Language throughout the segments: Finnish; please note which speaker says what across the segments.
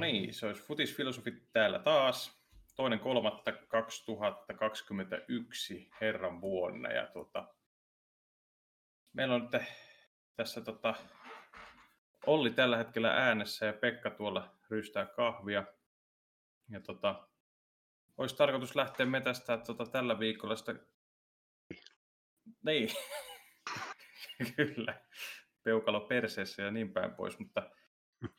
Speaker 1: niin, se olisi futisfilosofit täällä taas. Toinen kolmatta 2021 herran vuonna. Ja tuota, meillä on nyt tässä tota, Olli tällä hetkellä äänessä ja Pekka tuolla rystää kahvia. Ja tota, olisi tarkoitus lähteä metästä tota, tällä viikolla sitä... Niin, kyllä. Peukalo perseessä ja niin päin pois, mutta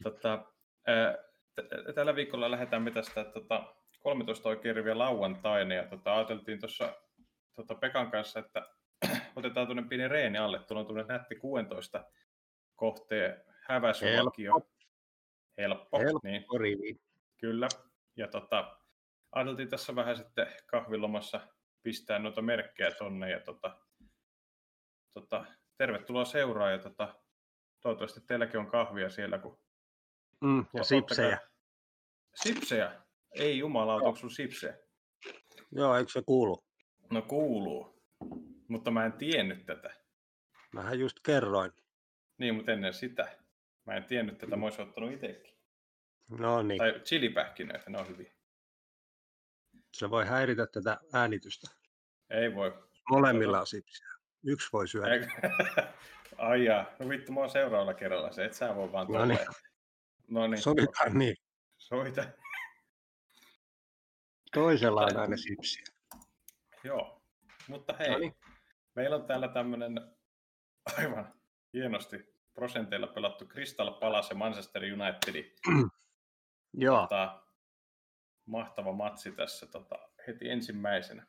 Speaker 1: tota, ää, t- tällä viikolla lähdetään metästä tota, 13 oikein riviä lauantaina ja tota, ajateltiin tuossa tota Pekan kanssa, että otetaan tuonne pieni reeni alle, tuolla on tuonne nätti 16 kohteen häväsylakio.
Speaker 2: Helppo.
Speaker 1: Helppo.
Speaker 2: Helppo
Speaker 1: Helppo. Niin,
Speaker 2: rivi.
Speaker 1: kyllä. Ja tota, ajateltiin tässä vähän sitten kahvilomassa pistää noita merkkejä tonne ja tota, tota, tervetuloa seuraan ja tota, toivottavasti teilläkin on kahvia siellä, kun
Speaker 2: Mm, ja
Speaker 1: Ottakaa-
Speaker 2: sipsejä.
Speaker 1: Sipsejä? Ei jumalauta, onko sun sipsejä?
Speaker 2: Joo, eikö se kuulu?
Speaker 1: No kuuluu, mutta mä en tiennyt tätä.
Speaker 2: Mähän just kerroin.
Speaker 1: Niin, mutta ennen sitä. Mä en tiennyt tätä, mä oisin ottanut itsekin.
Speaker 2: No niin,
Speaker 1: Tai chilipähkinöitä, ne on hyviä.
Speaker 2: se voi häiritä tätä äänitystä.
Speaker 1: Ei voi.
Speaker 2: Molemmilla on sipsiä. Yksi voi syödä.
Speaker 1: Eikö? Ai jaa. No vittu, mä oon seuraavalla kerralla se, et sä voi vaan
Speaker 2: No niin.
Speaker 1: tolleen. No niin.
Speaker 2: Sovitaan niin.
Speaker 1: Soita.
Speaker 2: Toisella on aina sipsiä.
Speaker 1: Joo. Mutta hei,
Speaker 2: No niin.
Speaker 1: meillä on täällä tämmönen aivan hienosti prosenteilla pelattu Crystal Palace ja Manchester Unitedin
Speaker 2: Joo,
Speaker 1: tota, mahtava matsi tässä tota, heti ensimmäisenä.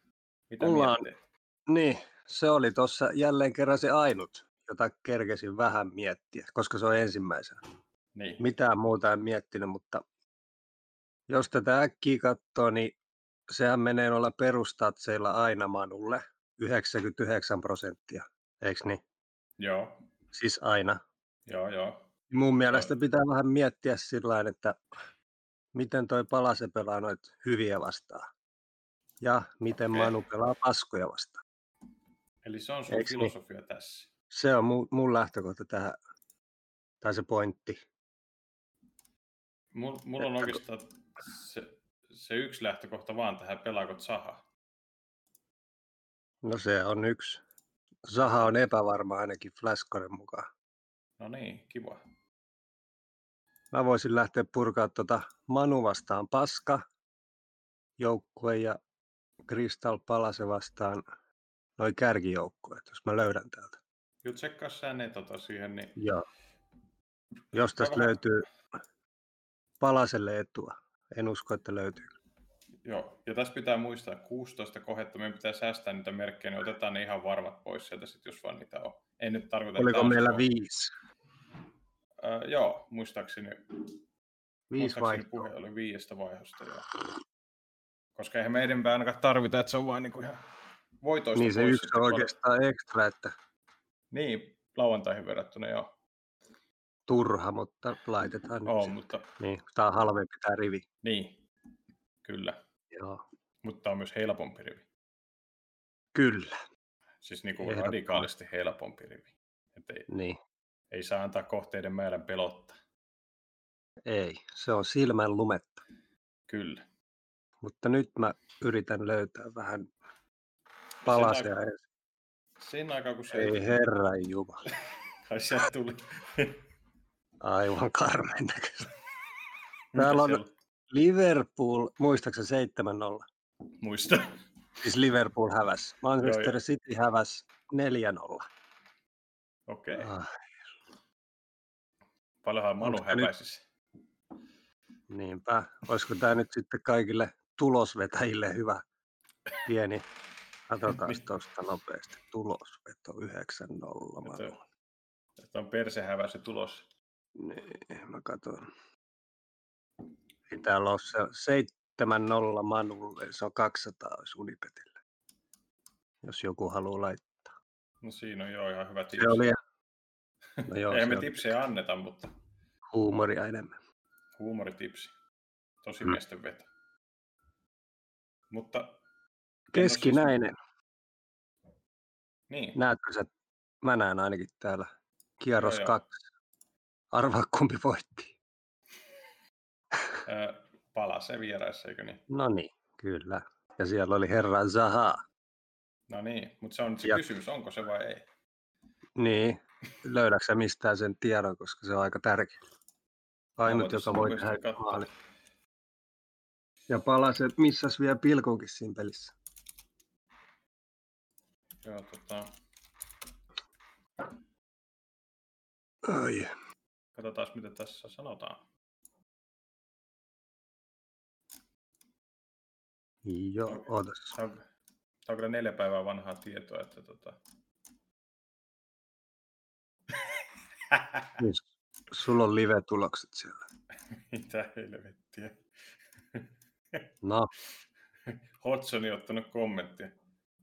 Speaker 1: Mitä
Speaker 2: Mulla on-
Speaker 1: miettii?
Speaker 2: niin. Se oli tuossa jälleen kerran se ainut, jota kerkesin vähän miettiä, koska se on ensimmäisenä.
Speaker 1: Niin.
Speaker 2: Mitään muuta en miettinyt, mutta jos tätä äkkiä katsoo, niin sehän menee olla perustatseilla aina Manulle 99 prosenttia, eikö niin?
Speaker 1: Joo,
Speaker 2: Siis aina.
Speaker 1: joo, joo.
Speaker 2: Mun mielestä pitää vähän miettiä sillä lailla, että miten toi Palase pelaa noit hyviä vastaan. Ja miten
Speaker 1: Okei.
Speaker 2: Manu pelaa paskoja vastaan.
Speaker 1: Eli se on sun
Speaker 2: Eiks niin?
Speaker 1: filosofia tässä.
Speaker 2: Se on mu- mun lähtökohta tähän, tai se pointti.
Speaker 1: Mul, mulla on
Speaker 2: Että-
Speaker 1: oikeastaan se, se yksi lähtökohta vaan tähän pelaakot saha.
Speaker 2: No se on yksi. Saha on epävarma ainakin Flaskoren mukaan.
Speaker 1: No niin, kiva.
Speaker 2: Mä voisin lähteä purkaa tuota Manu vastaan paska joukkue ja Kristal Palase vastaan noin kärkijoukkueet, jos mä löydän täältä.
Speaker 1: Juu, tsekkaa sä ne tota siihen, niin
Speaker 2: Joo. Jos tästä
Speaker 1: Tavallaan-
Speaker 2: löytyy palaselle etua. En usko, että löytyy.
Speaker 1: joo. Ja tässä pitää muistaa, 16 kohetta, meidän pitää säästää niitä merkkejä, niin otetaan ne ihan varmat pois sieltä sit, jos vaan niitä on. En nyt tarkoita,
Speaker 2: Oliko
Speaker 1: tää on
Speaker 2: meillä
Speaker 1: se-
Speaker 2: viisi?
Speaker 1: Öö, joo, muistaakseni
Speaker 2: Viisi
Speaker 1: Muistaakseni
Speaker 2: vaihtoa.
Speaker 1: puhe oli viidestä vaihosta. Joo. Koska eihän me enempää ainakaan tarvita, että se on vaan niinku ihan voitoista
Speaker 2: Niin se
Speaker 1: pois
Speaker 2: yksi
Speaker 1: sitten
Speaker 2: on
Speaker 1: paljon.
Speaker 2: oikeastaan ekstra, että
Speaker 1: Niin, lauantaihin verrattuna joo.
Speaker 2: turha, mutta laitetaan nyt.
Speaker 1: Oo,
Speaker 2: se.
Speaker 1: mutta
Speaker 2: Niin, tää on halvempi tää rivi.
Speaker 1: niin, kyllä.
Speaker 2: Joo.
Speaker 1: Mutta on myös helpompi rivi.
Speaker 2: Kyllä,
Speaker 1: Siis niinku
Speaker 2: Ehdottomasti.
Speaker 1: radikaalisti helpompi rivi. Et ei,
Speaker 2: niin.
Speaker 1: ei saa antaa kohteiden määrän pelottaa.
Speaker 2: Ei, se on silmän lumetta.
Speaker 1: Kyllä.
Speaker 2: Mutta nyt mä yritän löytää vähän
Speaker 1: Sen,
Speaker 2: palasia.
Speaker 1: aikaa,
Speaker 2: ensin.
Speaker 1: sen aikaa, kun se,
Speaker 2: Ei herra jumala,
Speaker 1: ai, se tuli.
Speaker 2: aivan karmeen näköistä.
Speaker 1: Mitä
Speaker 2: Täällä on-
Speaker 1: siellä on?
Speaker 2: Liverpool, muistaakseni 7-0.
Speaker 1: Muista.
Speaker 2: Siis Liverpool häväs. Manchester City häväs 4-0.
Speaker 1: Okei. Okay.
Speaker 2: Ah,
Speaker 1: Paljonhan Manu
Speaker 2: Onks tää nyt-
Speaker 1: häpäisisi.
Speaker 2: niinpä. Olisiko tämä nyt sitten kaikille tulosvetäjille hyvä pieni? Katsotaan
Speaker 1: Mist-
Speaker 2: tuosta nopeasti. Tulosveto 9-0. Mä,
Speaker 1: Että- Että on persehävä se tulos.
Speaker 2: niin, mä katson. Ei täällä ole se 7-0 Manulle. Se on 200 olisi Unipetille. Jos joku haluaa laittaa.
Speaker 1: No siinä on joo ihan hyvä tips.
Speaker 2: Se oli... No joo,
Speaker 1: Eihän
Speaker 2: se
Speaker 1: me
Speaker 2: on
Speaker 1: tipsejä anneta, mutta
Speaker 2: huumoria enemmän.
Speaker 1: huumoritipsi. Tosi
Speaker 2: Mm.
Speaker 1: miesten veto. Mutta Kenellä siis-
Speaker 2: Keskinäinen.
Speaker 1: niin,
Speaker 2: Näetkö sä? Mä näen ainakin täällä. Kierros
Speaker 1: Joo, joo.
Speaker 2: kaksi. Arvaa kumpi voitti.
Speaker 1: öö, ö, palase vieraissa, eikö niin?
Speaker 2: No niin, kyllä. Ja siellä oli herra Zaha.
Speaker 1: No niin, mutta se on nyt se
Speaker 2: Ja-
Speaker 1: kysymys, onko se vai ei.
Speaker 2: Niin, löydätkö sä mistään sen tiedon, koska se on aika tärkeä. Ainut,
Speaker 1: voitaisiin
Speaker 2: joka voi
Speaker 1: nopeasti
Speaker 2: tehdä
Speaker 1: katsoa.
Speaker 2: maali. Ja palaset, missäs vielä pilkunkin siinä pelissä.
Speaker 1: Joo, tota,
Speaker 2: Ai.
Speaker 1: katsotaan mitä tässä sanotaan.
Speaker 2: Joo,
Speaker 1: Okei.
Speaker 2: ootas.
Speaker 1: Tämä on, tämä on kyllä neljä päivää vanhaa tietoa, että tota...
Speaker 2: Niin, s- Sulla on live-tulokset siellä.
Speaker 1: mitä helvettiä.
Speaker 2: No,
Speaker 1: Hodgsoni ottanut kommenttia.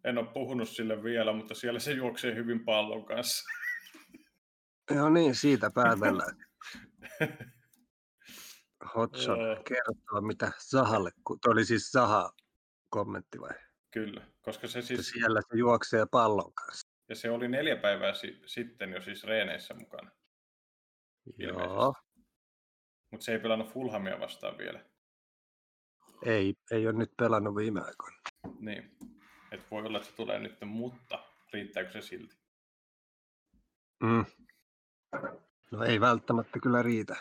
Speaker 1: En ole puhunut sille vielä, mutta siellä se juoksee hyvin pallon kanssa.
Speaker 2: no niin, siitä päätellään. Hotson
Speaker 1: Joo.
Speaker 2: kertoo, mitä Zahalle, ku- toi oli siis Zaha kommentti vai?
Speaker 1: Kyllä, koska se
Speaker 2: Että
Speaker 1: siis,
Speaker 2: siellä se juoksee pallon kanssa.
Speaker 1: ja se oli neljä päivää si- sitten jo siis reeneissä mukana.
Speaker 2: Joo,
Speaker 1: Mutta se ei pelannut Fulhamia vastaan vielä.
Speaker 2: ei, ei ole nyt pelannut viime aikoina.
Speaker 1: Niin. Et voi olla, että se tulee nyt, mutta riittääkö se silti?
Speaker 2: Mm. No ei välttämättä kyllä riitä.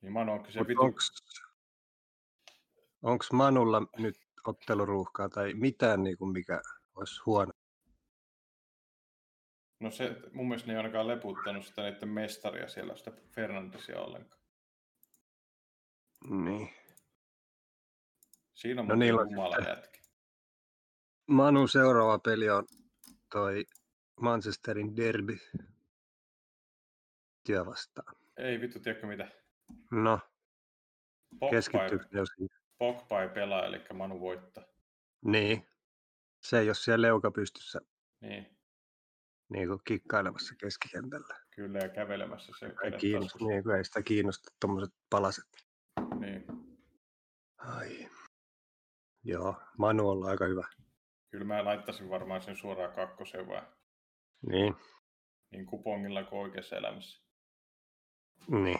Speaker 1: Niin Manu on kyse
Speaker 2: Mut
Speaker 1: vitu...
Speaker 2: Onks, onks Manulla nyt otteluruuhkaa tai mitään, niin kuin mikä olisi huono?
Speaker 1: No se, mun mielestä ne ei ainakaan leputtanut sitä niiden mestaria siellä, sitä Fernandesia ollenkaan.
Speaker 2: Niin.
Speaker 1: Siinä on
Speaker 2: No
Speaker 1: no, niin
Speaker 2: niillä on
Speaker 1: jumala jätki.
Speaker 2: Manu seuraava peli on toi Manchesterin derby työ vastaan.
Speaker 1: Ei vittu, tiedätkö mitä?
Speaker 2: No,
Speaker 1: Pogba ei,
Speaker 2: keskittyykö ne jo siihen?
Speaker 1: Pogba ei pelaa, eli Manu voittaa.
Speaker 2: Niin. Se ei ole siellä leuka pystyssä
Speaker 1: Niin,
Speaker 2: niin kuin kikkailemassa keskikentällä.
Speaker 1: kyllä ja kävelemässä se
Speaker 2: Ei,
Speaker 1: kädet
Speaker 2: kiinnosta,
Speaker 1: taskussa.
Speaker 2: niin kuin ei sitä kiinnosta tuommoiset palaset.
Speaker 1: Niin,
Speaker 2: Ai. Joo, Manu on aika hyvä.
Speaker 1: kyllä mä laittaisin varmaan sen suoraan kakkoseen vaan
Speaker 2: Niin.
Speaker 1: niin kupongilla kuin oikeassa elämässä.
Speaker 2: Niin.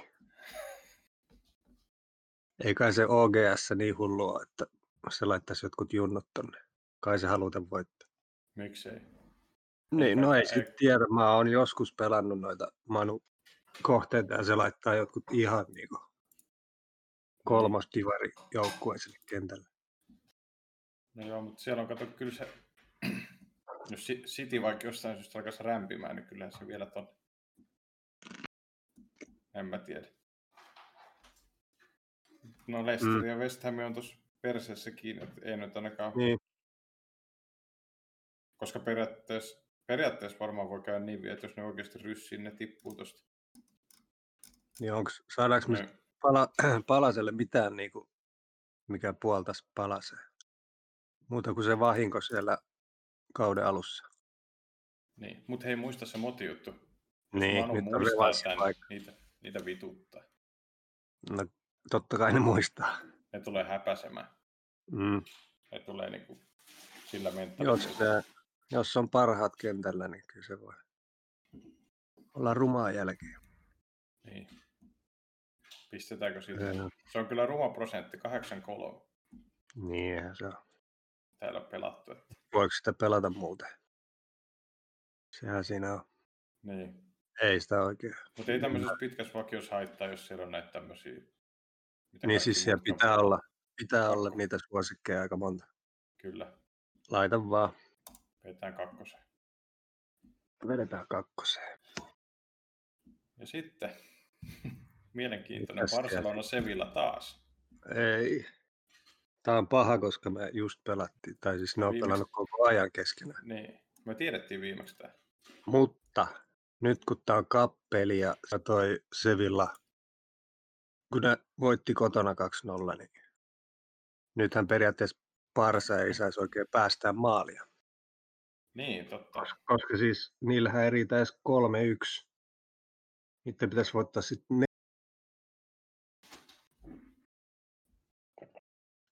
Speaker 2: Ei kai se OGS niin hullua, että se laittaisi jotkut junnut tonne. Kai se haluta voittaa.
Speaker 1: Miksei?
Speaker 2: Niin,
Speaker 1: kai-
Speaker 2: no ei
Speaker 1: ei-
Speaker 2: sit tiedä. Mä oon joskus pelannut noita Manu kohteita ja se laittaa jotkut ihan niinku kolmas divari joukkueeseen kentälle.
Speaker 1: No joo, mutta siellä on kato kyllä se, jos Si- City vaikka jostain syystä alkaisi rämpimään, niin kyllähän se vielä ton, en mä tiedä. No Leicester
Speaker 2: Mm.
Speaker 1: ja West Ham on tuossa perseessä kiinni, että ei nyt ainakaan,
Speaker 2: Niin,
Speaker 1: koska periaatteessa, periaatteessa varmaan voi käydä niin vielä, että jos ne oikeasti ryssiin, ne tippuu tosta.
Speaker 2: niin onks, saadaanko me
Speaker 1: Ne-
Speaker 2: pala, palaselle mitään, niinku, mikä puoltas palaseen? Muuta kuin se vahinko siellä kauden alussa.
Speaker 1: Niin, mutta hei muista se motijuttu.
Speaker 2: Niin,
Speaker 1: Manu
Speaker 2: nyt on
Speaker 1: muistaa
Speaker 2: revanssin
Speaker 1: tän,
Speaker 2: paikka.
Speaker 1: niitä, niitä vituttaa.
Speaker 2: No, totta kai ne muistaa.
Speaker 1: Ne tulee häpäisemään.
Speaker 2: Mm.
Speaker 1: Ne tulee niinku sillä
Speaker 2: Jos,
Speaker 1: mentaliteetillä.
Speaker 2: ne, jos on parhaat kentällä, niin kyllä se voi olla rumaa jälkeen.
Speaker 1: Niin. Pistetäänkö siitä?
Speaker 2: Öö,
Speaker 1: Se on kyllä ruma prosentti, 83
Speaker 2: Niinhän se on.
Speaker 1: täällä pelattu. Että.
Speaker 2: Voiko sitä pelata muuten? Sehän siinä on.
Speaker 1: Niin.
Speaker 2: Ei sitä oikein.
Speaker 1: Mutta ei tämmöisessä pitkässä vakiossa haittaa, jos siellä on näitä tämmöisiä. mitä
Speaker 2: Niin
Speaker 1: kaikki
Speaker 2: siis siellä
Speaker 1: muutkin on
Speaker 2: pitää olla, pitää
Speaker 1: Pakko.
Speaker 2: olla niitä suosikkeja aika monta.
Speaker 1: Kyllä,
Speaker 2: Laita vaan.
Speaker 1: vetään kakkosen.
Speaker 2: Vedetään kakkoseen.
Speaker 1: Ja sitten, mielenkiintoinen,
Speaker 2: Mitäs siellä?
Speaker 1: Barcelona Sevilla taas.
Speaker 2: Ei. Tämä on paha, koska me just pelattiin, tai siis ne on
Speaker 1: Viimeksi-
Speaker 2: pelannut koko ajan keskenään.
Speaker 1: Niin, me tiedettiin viimeksi tämä.
Speaker 2: Mutta nyt kun tämä on kappeli ja sä toi Sevilla, kun ne voitti kotona 2-0, niin nythän periaatteessa Parsa ei saisi oikein päästää maalia.
Speaker 1: Niin, totta.
Speaker 2: Koska, koska siis niillähän ei riitä edes 3-1. Niiden pitäisi voittaa sitten ne.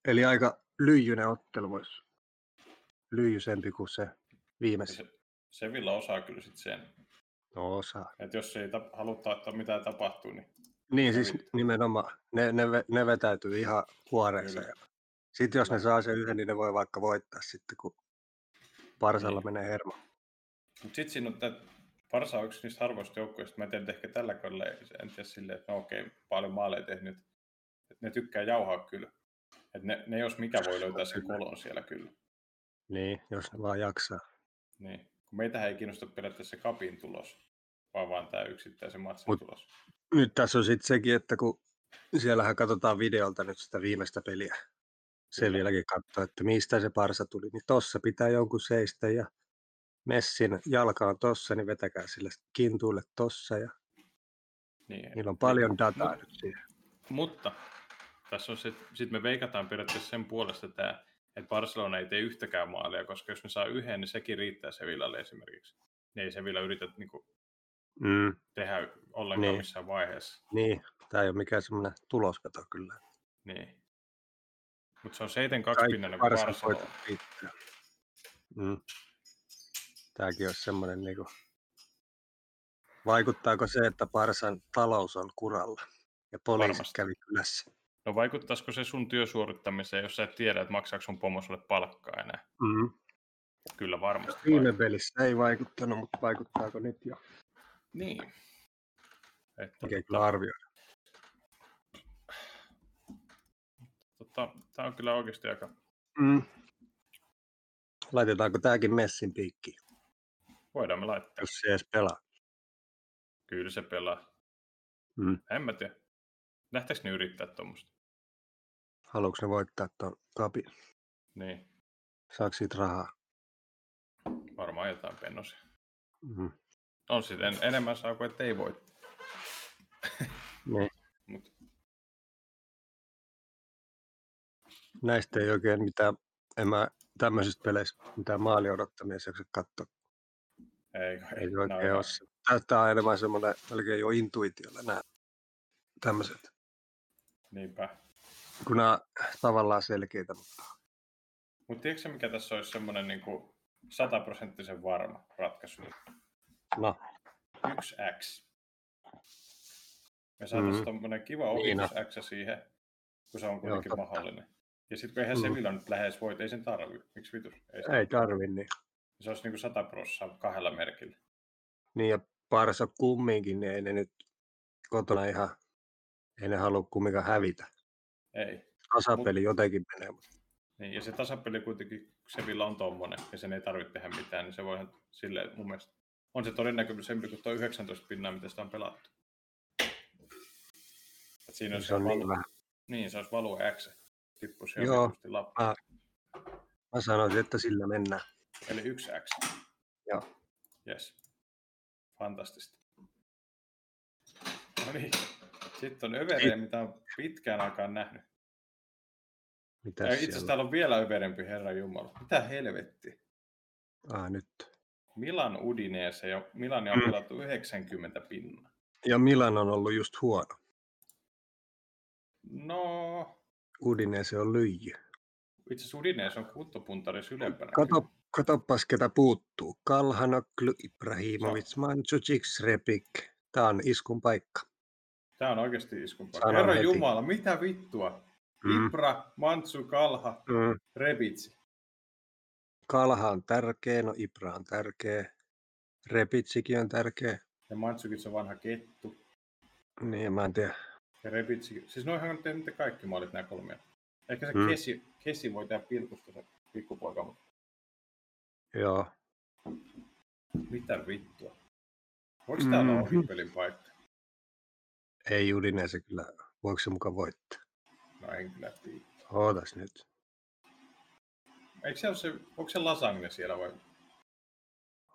Speaker 2: Eli aika lyijyinen ottelu voisi. Lyijyisempi kuin se
Speaker 1: Ja
Speaker 2: viimeisen.
Speaker 1: Se, Sevilla osaa kyllä sitten sen,
Speaker 2: No osaa.
Speaker 1: että jos ei ta- haluta, että mitä tapahtuu, niin
Speaker 2: Niin siis nimenomaan, ne, ne, ve- ne vetäytyy ihan kuoreensa.
Speaker 1: Kyllä.
Speaker 2: Ja sitten jos ne saa sen yhden, niin ne voi vaikka voittaa sitten, kun parsalla
Speaker 1: Niin.
Speaker 2: menee hermo.
Speaker 1: Mutta sitten siinä on tämä Varsa on yksi niistä harvoista joukkueista. Mä en tiedä, ehkä tällä kaudella ei- en tiedä silleen, että no okei, paljon maaleja tehnyt. Et ne tykkää jauhaa kyllä. Et ne, ne, jos mikä voi löytää sen kolon siellä kyllä.
Speaker 2: Niin, jos ne vaan jaksaa.
Speaker 1: Niin. Kun meitähän ei kiinnosta periaatteessa se kapin tulos, vaan vaan tämä yksittäisen matsin
Speaker 2: Mut-
Speaker 1: tulos.
Speaker 2: Nyt tässä on sitten sekin, että kun siellähän katsotaan videolta nyt sitä viimeistä peliä. Se
Speaker 1: Kyllä.
Speaker 2: vieläkin katsoo, että mistä se parsa tuli. Niin tossa pitää jonkun seistä ja Messin jalka on tossa, niin vetäkää sille kintuille tossa. Ja
Speaker 1: Niin.
Speaker 2: niillä on paljon dataa nyt siihen.
Speaker 1: Mutta tässä on se, sitten me veikataan periaatteessa sen puolesta tämä, että Barcelona ei tee yhtäkään maalia, koska jos ne saa yhden, niin sekin riittää Sevillalle esimerkiksi. Ne ei Sevilla yritä niinku,
Speaker 2: Mm,
Speaker 1: tehdä ollenkaan
Speaker 2: Niin.
Speaker 1: niin. missään vaiheessa.
Speaker 2: niin, tämä ei ole mikään semmoinen tuloskato kyllä.
Speaker 1: Niin. Mutta se on 7-2
Speaker 2: Kaikki
Speaker 1: pinnanen
Speaker 2: varsin
Speaker 1: Barcelona.
Speaker 2: koitat pitää. Mm. Tämäkin olisi semmoinen, niin kuin... vaikuttaako se, että Parsan talous on kuralla ja poliisit
Speaker 1: Varmasti.
Speaker 2: kävi kylässä.
Speaker 1: No vaikuttaisiko se sun työsuorittamiseen, jos sä et tiedä, että maksaako sun pomo sulle palkkaa enää?
Speaker 2: Mm.
Speaker 1: Kyllä varmasti.
Speaker 2: Viime pelissä ei vaikuttanut, mutta vaikuttaako nyt jo?
Speaker 1: Niin. Että,
Speaker 2: Oikein kyllä arvioida.
Speaker 1: tota, tämä on kyllä oikeasti aika...
Speaker 2: Mm. Laitetaanko tämäkin messin piikki,
Speaker 1: Voidaan me laittaa.
Speaker 2: jos se edes pelaa?
Speaker 1: Kyllä se pelaa.
Speaker 2: Mm.
Speaker 1: En mä tiedä. Lähteekö ne yrittää tuommoista?
Speaker 2: Haluatko ne voittaa tuon kapin?
Speaker 1: Niin,
Speaker 2: Saako siitä rahaa?
Speaker 1: varmaan jotain pennosia.
Speaker 2: Mm.
Speaker 1: On sitten enemmän saa kuin ettei voi.
Speaker 2: Niin.
Speaker 1: Mut,
Speaker 2: näistä ei oikein mitään, en mä tämmöisistä peleissä mitään maali odottamia jaksa katsoa.
Speaker 1: ei,
Speaker 2: Ei
Speaker 1: nää
Speaker 2: se
Speaker 1: on
Speaker 2: oikein
Speaker 1: ihan-
Speaker 2: ole se. Tämä on enemmän semmoinen melkein jo intuitiolla nämä tämmöiset,
Speaker 1: Niinpä.
Speaker 2: kun nämä on tavallaan selkeitä. Mutta...
Speaker 1: Mutta tiedätkö sä, mikä tässä olisi semmoinen niinku sataprosenttisen varma ratkaisu?
Speaker 2: No,
Speaker 1: 1x. Me saataisiin
Speaker 2: Mhm.
Speaker 1: mm-hmm. tommonen kiva
Speaker 2: Niin
Speaker 1: ohitus x siihen, kun se on kuitenkin
Speaker 2: totta.
Speaker 1: mahdollinen. Ja sitten kun eihän
Speaker 2: Mhm.
Speaker 1: mm-hmm. Sevilla nyt lähes voit, ei sen tarvi. Miksi vitus? Ei se,
Speaker 2: ei tarvi niin.
Speaker 1: se olisi niinku sata prossaa kahdella merkillä.
Speaker 2: Niin ja parsa kumminkin, niin ei ne nyt kotona ihan, ei ne halua kumminkaan hävitä.
Speaker 1: Ei.
Speaker 2: Tasapeli jotenkin menee, mutta
Speaker 1: Niin, ja se tasapeli kuitenkin, Sevilla on tommonen, ja sen ei tarvitse tehdä mitään, niin se voi ihan silleen, mun mielestä, on se todennäköisempi kuin tuo 19 pinnaa, mitä sitä on pelattu. Et siinä on
Speaker 2: se on niin
Speaker 1: valu,
Speaker 2: vähän.
Speaker 1: niin, se olisi valu X, tippu siellä
Speaker 2: Joo.
Speaker 1: Joo. Lappi.
Speaker 2: Mä sanoisin, että sillä mennään.
Speaker 1: Eli yksi X.
Speaker 2: Joo.
Speaker 1: Yes. Fantastista. No niin. Sitten on överejä,
Speaker 2: Niin.
Speaker 1: mitä on pitkään aikaan nähnyt.
Speaker 2: Mitä
Speaker 1: Ja Itse asiassa
Speaker 2: siellä?
Speaker 1: täällä on vielä överempi, herra Jumala. Mitä helvettiä?
Speaker 2: Ah, nyt.
Speaker 1: Milan Udineessa ja Milania
Speaker 2: Mm.
Speaker 1: on pelattu 90 pinnaa.
Speaker 2: Ja Milan on ollut just huono.
Speaker 1: No,
Speaker 2: Udinese on lyijy.
Speaker 1: itse asiassa Udinese on kuttopuntaris ylempänä.
Speaker 2: Kato, katoppas, ketä puuttuu. Kalhanoglu, Ibrahimovic, Mandzukic, Repik. Tämä on iskun paikka.
Speaker 1: Tämä on oikeasti iskun paikka.
Speaker 2: Sanon
Speaker 1: Herra
Speaker 2: heti.
Speaker 1: Jumala, mitä vittua? Mm, Ibra, Mantsu, Kalha,
Speaker 2: Mm.
Speaker 1: Revitsi.
Speaker 2: Kalha on tärkeä, no Ibra on tärkeä. Repitsikin on tärkeä.
Speaker 1: Ja Mantsukin on vanha kettu.
Speaker 2: Niin, mä en tiedä.
Speaker 1: Ja Rebitsi. Siis noihan on tehnyt ne kaikki maalit nämä kolme. Ehkä se
Speaker 2: Mm.
Speaker 1: mm. kesi, kesi, voi tehdä pilkusta se pikkupoika, mutta
Speaker 2: Joo.
Speaker 1: mitä vittua. Voiko mm. täällä olla
Speaker 2: Mhm.
Speaker 1: ohipelin paikka?
Speaker 2: Ei Udinese kyllä. Voiko se mukaan voittaa?
Speaker 1: No en kyllä tiedä.
Speaker 2: Ootas nyt.
Speaker 1: Eikö se ole se, onko se lasagne siellä vai,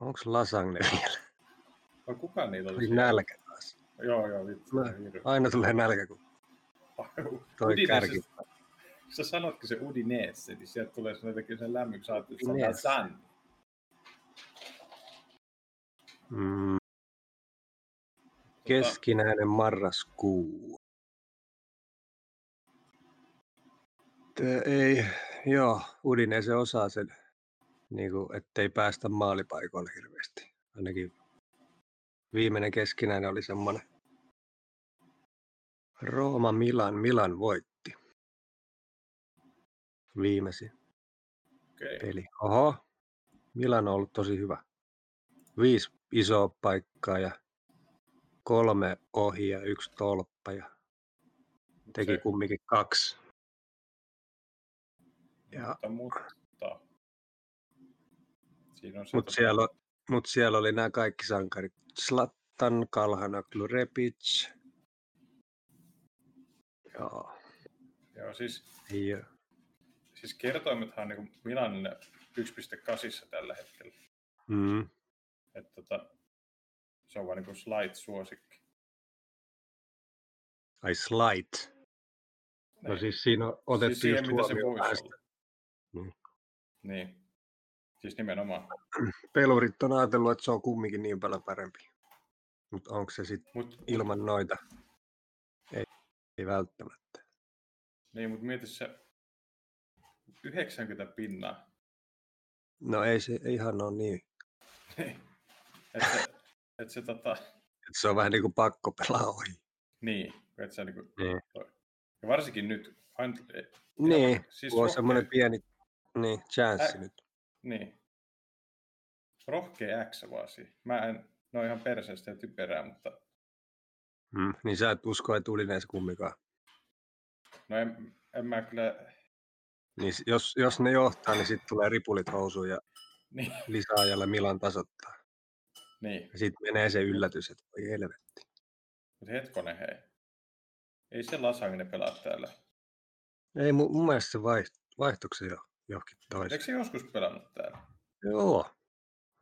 Speaker 2: Onko lasagne vielä?
Speaker 1: vai kuka niillä oli
Speaker 2: Tuli
Speaker 1: siellä?
Speaker 2: nälkä taas.
Speaker 1: Joo, joo, vittu.
Speaker 2: Mä- Aina tulee nälkä, kun toi kärki.
Speaker 1: Sä sanotkin se Udinese, niin sieltä tulee se jotenkin sen lämmöksi ajatus,
Speaker 2: Udinese.
Speaker 1: että san.
Speaker 2: Mm. Keskinäinen marraskuu. Te, ei, joo, Udinese osaa sen, niin kuin, ettei päästä maalipaikoille hirveästi. Ainakin viimeinen keskinäinen oli semmoinen. Rooma Milan. Milan voitti. Viimeisin
Speaker 1: Okei.
Speaker 2: peli. Oho, Milan on ollut tosi hyvä. Viisi isoa paikkaa ja kolme ohi ja yksi tolppa ja teki
Speaker 1: Se-
Speaker 2: kumminkin kaksi. Ja,
Speaker 1: Mutta, mutta. Siinä on se,
Speaker 2: mutta
Speaker 1: tota-
Speaker 2: siellä, o- mut siellä oli nämä kaikki sankarit. Slattan, Kalhanaklu, Repic. Joo.
Speaker 1: Joo, siis,
Speaker 2: Ja
Speaker 1: siis kertoimethan on niin Milanin 1.8 tällä hetkellä.
Speaker 2: Mm.
Speaker 1: Et, tota, se on vaan niin slide-suosikki.
Speaker 2: Ai slide. No
Speaker 1: Näin.
Speaker 2: siis siinä on otettu
Speaker 1: Niin. siihen,
Speaker 2: just
Speaker 1: mitä se
Speaker 2: huomioon
Speaker 1: voisi
Speaker 2: vähän
Speaker 1: olla.
Speaker 2: Niin.
Speaker 1: Niin. Siis nimenomaan.
Speaker 2: pelurit on ajatellut, että se on kumminkin niin paljon parempi. Mutta onko se sitten
Speaker 1: Mut,
Speaker 2: ilman noita? Ei, ei välttämättä.
Speaker 1: Niin, mutta mieti se 90 pinnaa.
Speaker 2: No ei se ihan ole niin.
Speaker 1: että se, et se tota,
Speaker 2: Et se on vähän niin kuin pakko pelaa ohi.
Speaker 1: niin, et se niinku,
Speaker 2: Niin.
Speaker 1: ja varsinkin nyt, aina, eh,
Speaker 2: Niin,
Speaker 1: siis
Speaker 2: kun on
Speaker 1: rohkea-
Speaker 2: semmoinen pieni niin, chanssi
Speaker 1: Ä-
Speaker 2: nyt.
Speaker 1: Niin. Rohkea X vaan siihen. Mä en, no ihan perseestä ja typerää, mutta
Speaker 2: Mm. Niin sä et usko, että ulineensa kumminkaan.
Speaker 1: no en, en mä kyllä,
Speaker 2: Niin s- jos, jos ne johtaa, niin sitten tulee ripulit housuun ja
Speaker 1: niin,
Speaker 2: lisäajalla Milan tasoittaa.
Speaker 1: niin.
Speaker 2: Sitten menee se yllätys, että voi helvetti.
Speaker 1: mutta hetkonen hei. Ei se Lasagne pelaa täällä.
Speaker 2: Ei mun, mun mielestä se vaiht, vaihtoiko jo johonkin toiseen.
Speaker 1: Eikö se joskus pelannut täällä?
Speaker 2: Joo,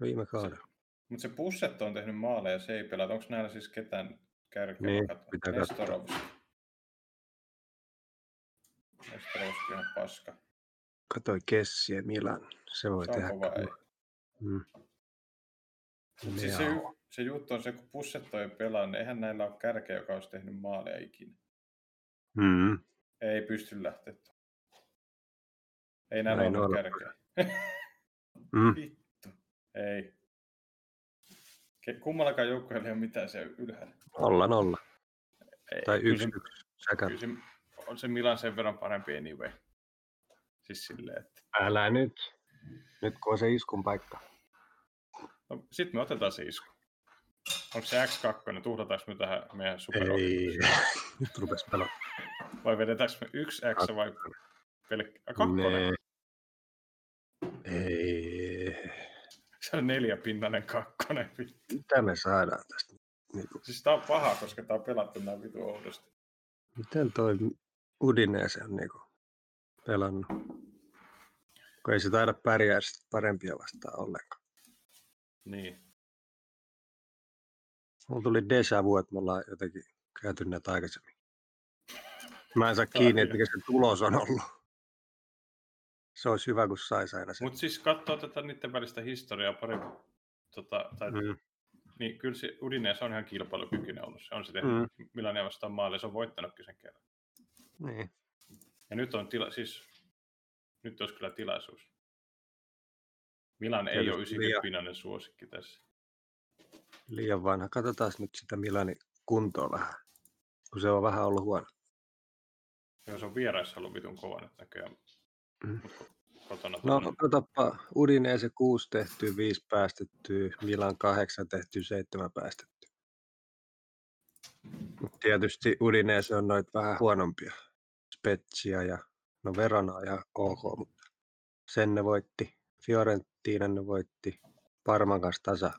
Speaker 2: viime kaudella.
Speaker 1: Mutta se Pusset on tehnyt maaleja, se ei pelaa. Onko näillä siis ketään kärkeä?
Speaker 2: Niin,
Speaker 1: Mä katson.
Speaker 2: pitää katsoa.
Speaker 1: Nestorovski. Nestorovski on ihan paska.
Speaker 2: Katoi Kessi ja Milan. Se voi
Speaker 1: Se
Speaker 2: tehdä.
Speaker 1: on kova ei.
Speaker 2: Mm.
Speaker 1: Mut
Speaker 2: Niin
Speaker 1: Siis se, ju- se, juttu on se, kun Pussetto ei pelaa, niin eihän näillä ole kärkeä, joka olisi tehnyt maaleja ikinä.
Speaker 2: mm.
Speaker 1: Ei pysty lähteä. tuohon. Ei
Speaker 2: Näin
Speaker 1: näillä ole
Speaker 2: on.
Speaker 1: kärkeä.
Speaker 2: Mm.
Speaker 1: Vittu. Ei. Ke- Kummallakaan joukkueella ei ole mitään siellä ylhäällä.
Speaker 2: Olla nolla.
Speaker 1: Ei,
Speaker 2: Tai
Speaker 1: kyllä
Speaker 2: yksi,
Speaker 1: se-
Speaker 2: yksi. Säkä.
Speaker 1: Kyllä se, on se Milan sen verran parempi anyway. Siis silleen, että...
Speaker 2: Älä nyt. Nyt kun on se iskun paikka.
Speaker 1: No, sitten me otetaan se isku. Onko se X2, tuhlataanko me tähän meidän super
Speaker 2: Ei. nyt rupes pelaa.
Speaker 1: Vai vedetäänkö me yksi X vai pelkkä kakkonen?
Speaker 2: Nee. Ei.
Speaker 1: Se on neljäpinnainen kakkonen. vittu.
Speaker 2: Mitä me saadaan tästä? Niinku,
Speaker 1: Siis tää on paha, koska tää on pelattu nää vitu oudosti.
Speaker 2: Miten toi Udinese on niinku pelannut? Kun ei se taida pärjää sit parempia vastaan ollenkaan.
Speaker 1: Niin.
Speaker 2: Mulla tuli deja vu, että me ollaan jotenkin käyty näitä aikaisemmin. Mä en saa
Speaker 1: Tää on
Speaker 2: kiinni, että
Speaker 1: kyllä.
Speaker 2: mikä se tulos on ollut. Se olisi hyvä, kun sais aina sen.
Speaker 1: Mut siis katsoo tätä niiden välistä historiaa pari... Tota, tai, mm.
Speaker 2: Mm,
Speaker 1: Niin kyllä se Udinese on ihan kilpailukykyinen ollut. Se on se tehnyt mm. Milania vastaan maalle, se on voittanutkin sen kerran.
Speaker 2: niin.
Speaker 1: Ja nyt on tila, siis, nyt olisi kyllä tilaisuus. Milan ei
Speaker 2: Tietysti
Speaker 1: ole
Speaker 2: liian-
Speaker 1: 90-pinnainen suosikki tässä.
Speaker 2: Liian vanha. Katsotaan nyt sitä Milanin kuntoa vähän, kun se on vähän ollut huono.
Speaker 1: Joo, se on vieraissa ollut vitun kova nyt näköjään.
Speaker 2: Mm.
Speaker 1: Mut ko- Kotona
Speaker 2: No
Speaker 1: tuommoinen-
Speaker 2: katsoppa, Udinese 6 tehtyä, 5 päästettyä, Milan 8 tehtyä, 7 päästettyä. Mut Tietysti Udinese on noit vähän huonompia. Spezia ja no Verona on ihan ok, mutta sen ne voitti. Fiorentina ne voitti. Parman kanssa tasa.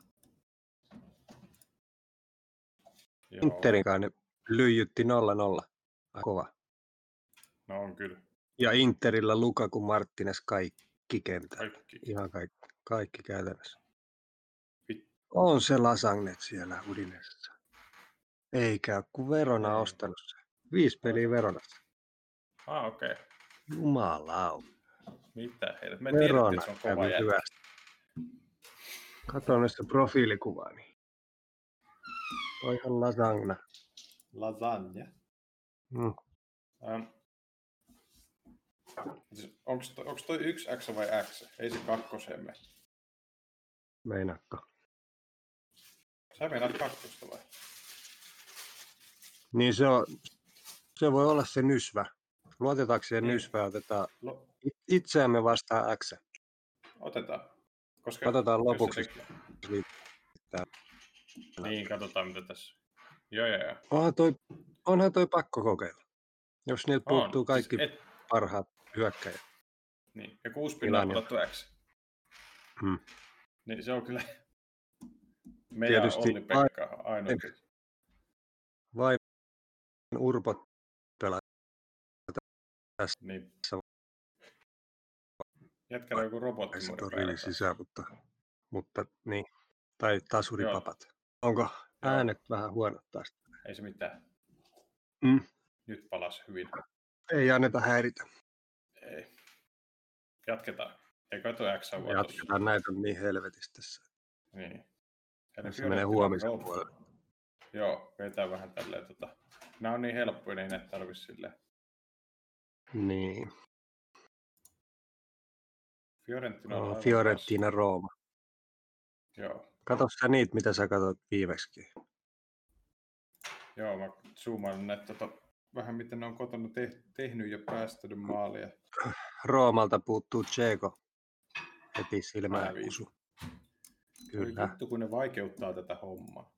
Speaker 1: Joo,
Speaker 2: Interinkaan ne lyijytti 0-0. Aika Kova.
Speaker 1: No on kyllä.
Speaker 2: Ja Interillä Lukaku Marttines kaikki kentällä.
Speaker 1: Kaikki.
Speaker 2: Ihan kaikki, kaikki käytännössä.
Speaker 1: Vit-
Speaker 2: On se lasagnet siellä Udinessa. Eikä ole, kun Verona on
Speaker 1: Ei.
Speaker 2: ostanut se. Viisi peliä Veronassa.
Speaker 1: Ah, okei. Okay.
Speaker 2: Jumalauta.
Speaker 1: Mitä heidät? Me tiedettiin,
Speaker 2: Verona
Speaker 1: että se on kova
Speaker 2: kävi
Speaker 1: jätkä.
Speaker 2: hyvästi. Kato nyt sitä profiilikuvaa. Niin. Toi on lasagna.
Speaker 1: Lasagne.
Speaker 2: Mm.
Speaker 1: Um, onko, Siis to, onko toi yksi X vai X? Ei se kakkoseen mene.
Speaker 2: Meinaatko?
Speaker 1: Sä meinaat kakkosta vai?
Speaker 2: Niin se on, Se voi olla se nysvä. Luotetaanko siihen
Speaker 1: Niin.
Speaker 2: nysvää, otetaan
Speaker 1: No,
Speaker 2: it- itseämme vastaan X.
Speaker 1: otetaan. Koska
Speaker 2: Katsotaan
Speaker 1: jos se
Speaker 2: lopuksi.
Speaker 1: tekee- Niin, katsotaan mitä tässä. Joo, joo, joo.
Speaker 2: Onhan toi, onhan toi pakko kokeilla. Jos niiltä
Speaker 1: On.
Speaker 2: puuttuu kaikki
Speaker 1: Siis et,
Speaker 2: parhaat hyökkäjät.
Speaker 1: niin. Ja kuusi pinnaa
Speaker 2: Tilanne.
Speaker 1: pelattu X.
Speaker 2: Hmm.
Speaker 1: Niin se on kyllä... Meidän
Speaker 2: Tietysti
Speaker 1: Olli Pekka ainoa.
Speaker 2: en- Vain urpot
Speaker 1: Niin.
Speaker 2: se-
Speaker 1: Jätkällä joku
Speaker 2: ei
Speaker 1: robotti
Speaker 2: se
Speaker 1: muuten
Speaker 2: on siis- rivin
Speaker 1: päälle.
Speaker 2: sisään, mutta, mutta niin. Tai tasuripapat. Onko äänet vähän huonot taas?
Speaker 1: Ei se mitään.
Speaker 2: Mm.
Speaker 1: Nyt palas hyvin.
Speaker 2: Ei anneta häiritä.
Speaker 1: Ei. Jatketaan. Eikö tuo X on vaan tossa?
Speaker 2: Jatketaan näitä on niin helvetistä. tässä.
Speaker 1: Niin.
Speaker 2: menee
Speaker 1: Fiorentina
Speaker 2: huomisen
Speaker 1: Road-
Speaker 2: puolelle.
Speaker 1: Joo, vetää vähän tälleen. Tota. Nämä on niin helppoja, niin ei näitä tarvi silleen.
Speaker 2: Niin.
Speaker 1: Fiorentina on
Speaker 2: No,
Speaker 1: aivan
Speaker 2: Fiorentina Rooma.
Speaker 1: paras. Joo,
Speaker 2: Kato sä niitä, mitä sä katsoit viimeksi.
Speaker 1: joo, mä zoomaan näitä tota, vähän miten ne on kotona te- tehnyt ja päästänyt maalia.
Speaker 2: Roomalta puuttuu Tseko. Heti silmään
Speaker 1: Älä
Speaker 2: kusu.
Speaker 1: Voi
Speaker 2: Kyllä.
Speaker 1: Vittu, kun ne vaikeuttaa tätä hommaa.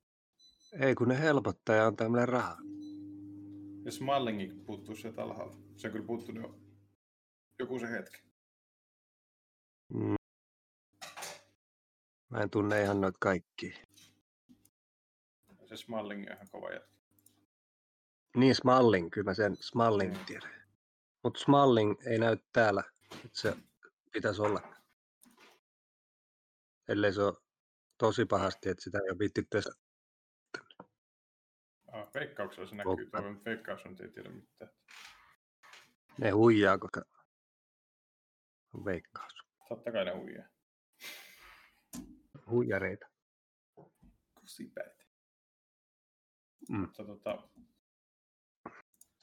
Speaker 2: Ei kun ne helpottaa ja antaa meille rahaa.
Speaker 1: Ja Smallingikin puuttuu sieltä alhaalta. Se on kyllä puuttunut jo joku se hetki.
Speaker 2: Mm. Mä en tunne ihan noita kaikki.
Speaker 1: Se Smalling on ihan kova jätkä.
Speaker 2: Niin Smalling, kyllä mä sen Smalling
Speaker 1: Mm.
Speaker 2: tiedän. Mutta Smalling ei näy täällä, että se pitäisi olla. Ellei se ole tosi pahasti, että sitä ei ole viitti pestä.
Speaker 1: Ah, veikkauksella se näkyy,
Speaker 2: Totta.
Speaker 1: toi, mutta veikkaus on ei tiedä mitään.
Speaker 2: Ne huijaa, koska on veikkaus.
Speaker 1: Totta kai ne huijaa.
Speaker 2: Huijareita.
Speaker 1: Kusipäät.
Speaker 2: Mm.
Speaker 1: Mutta tota,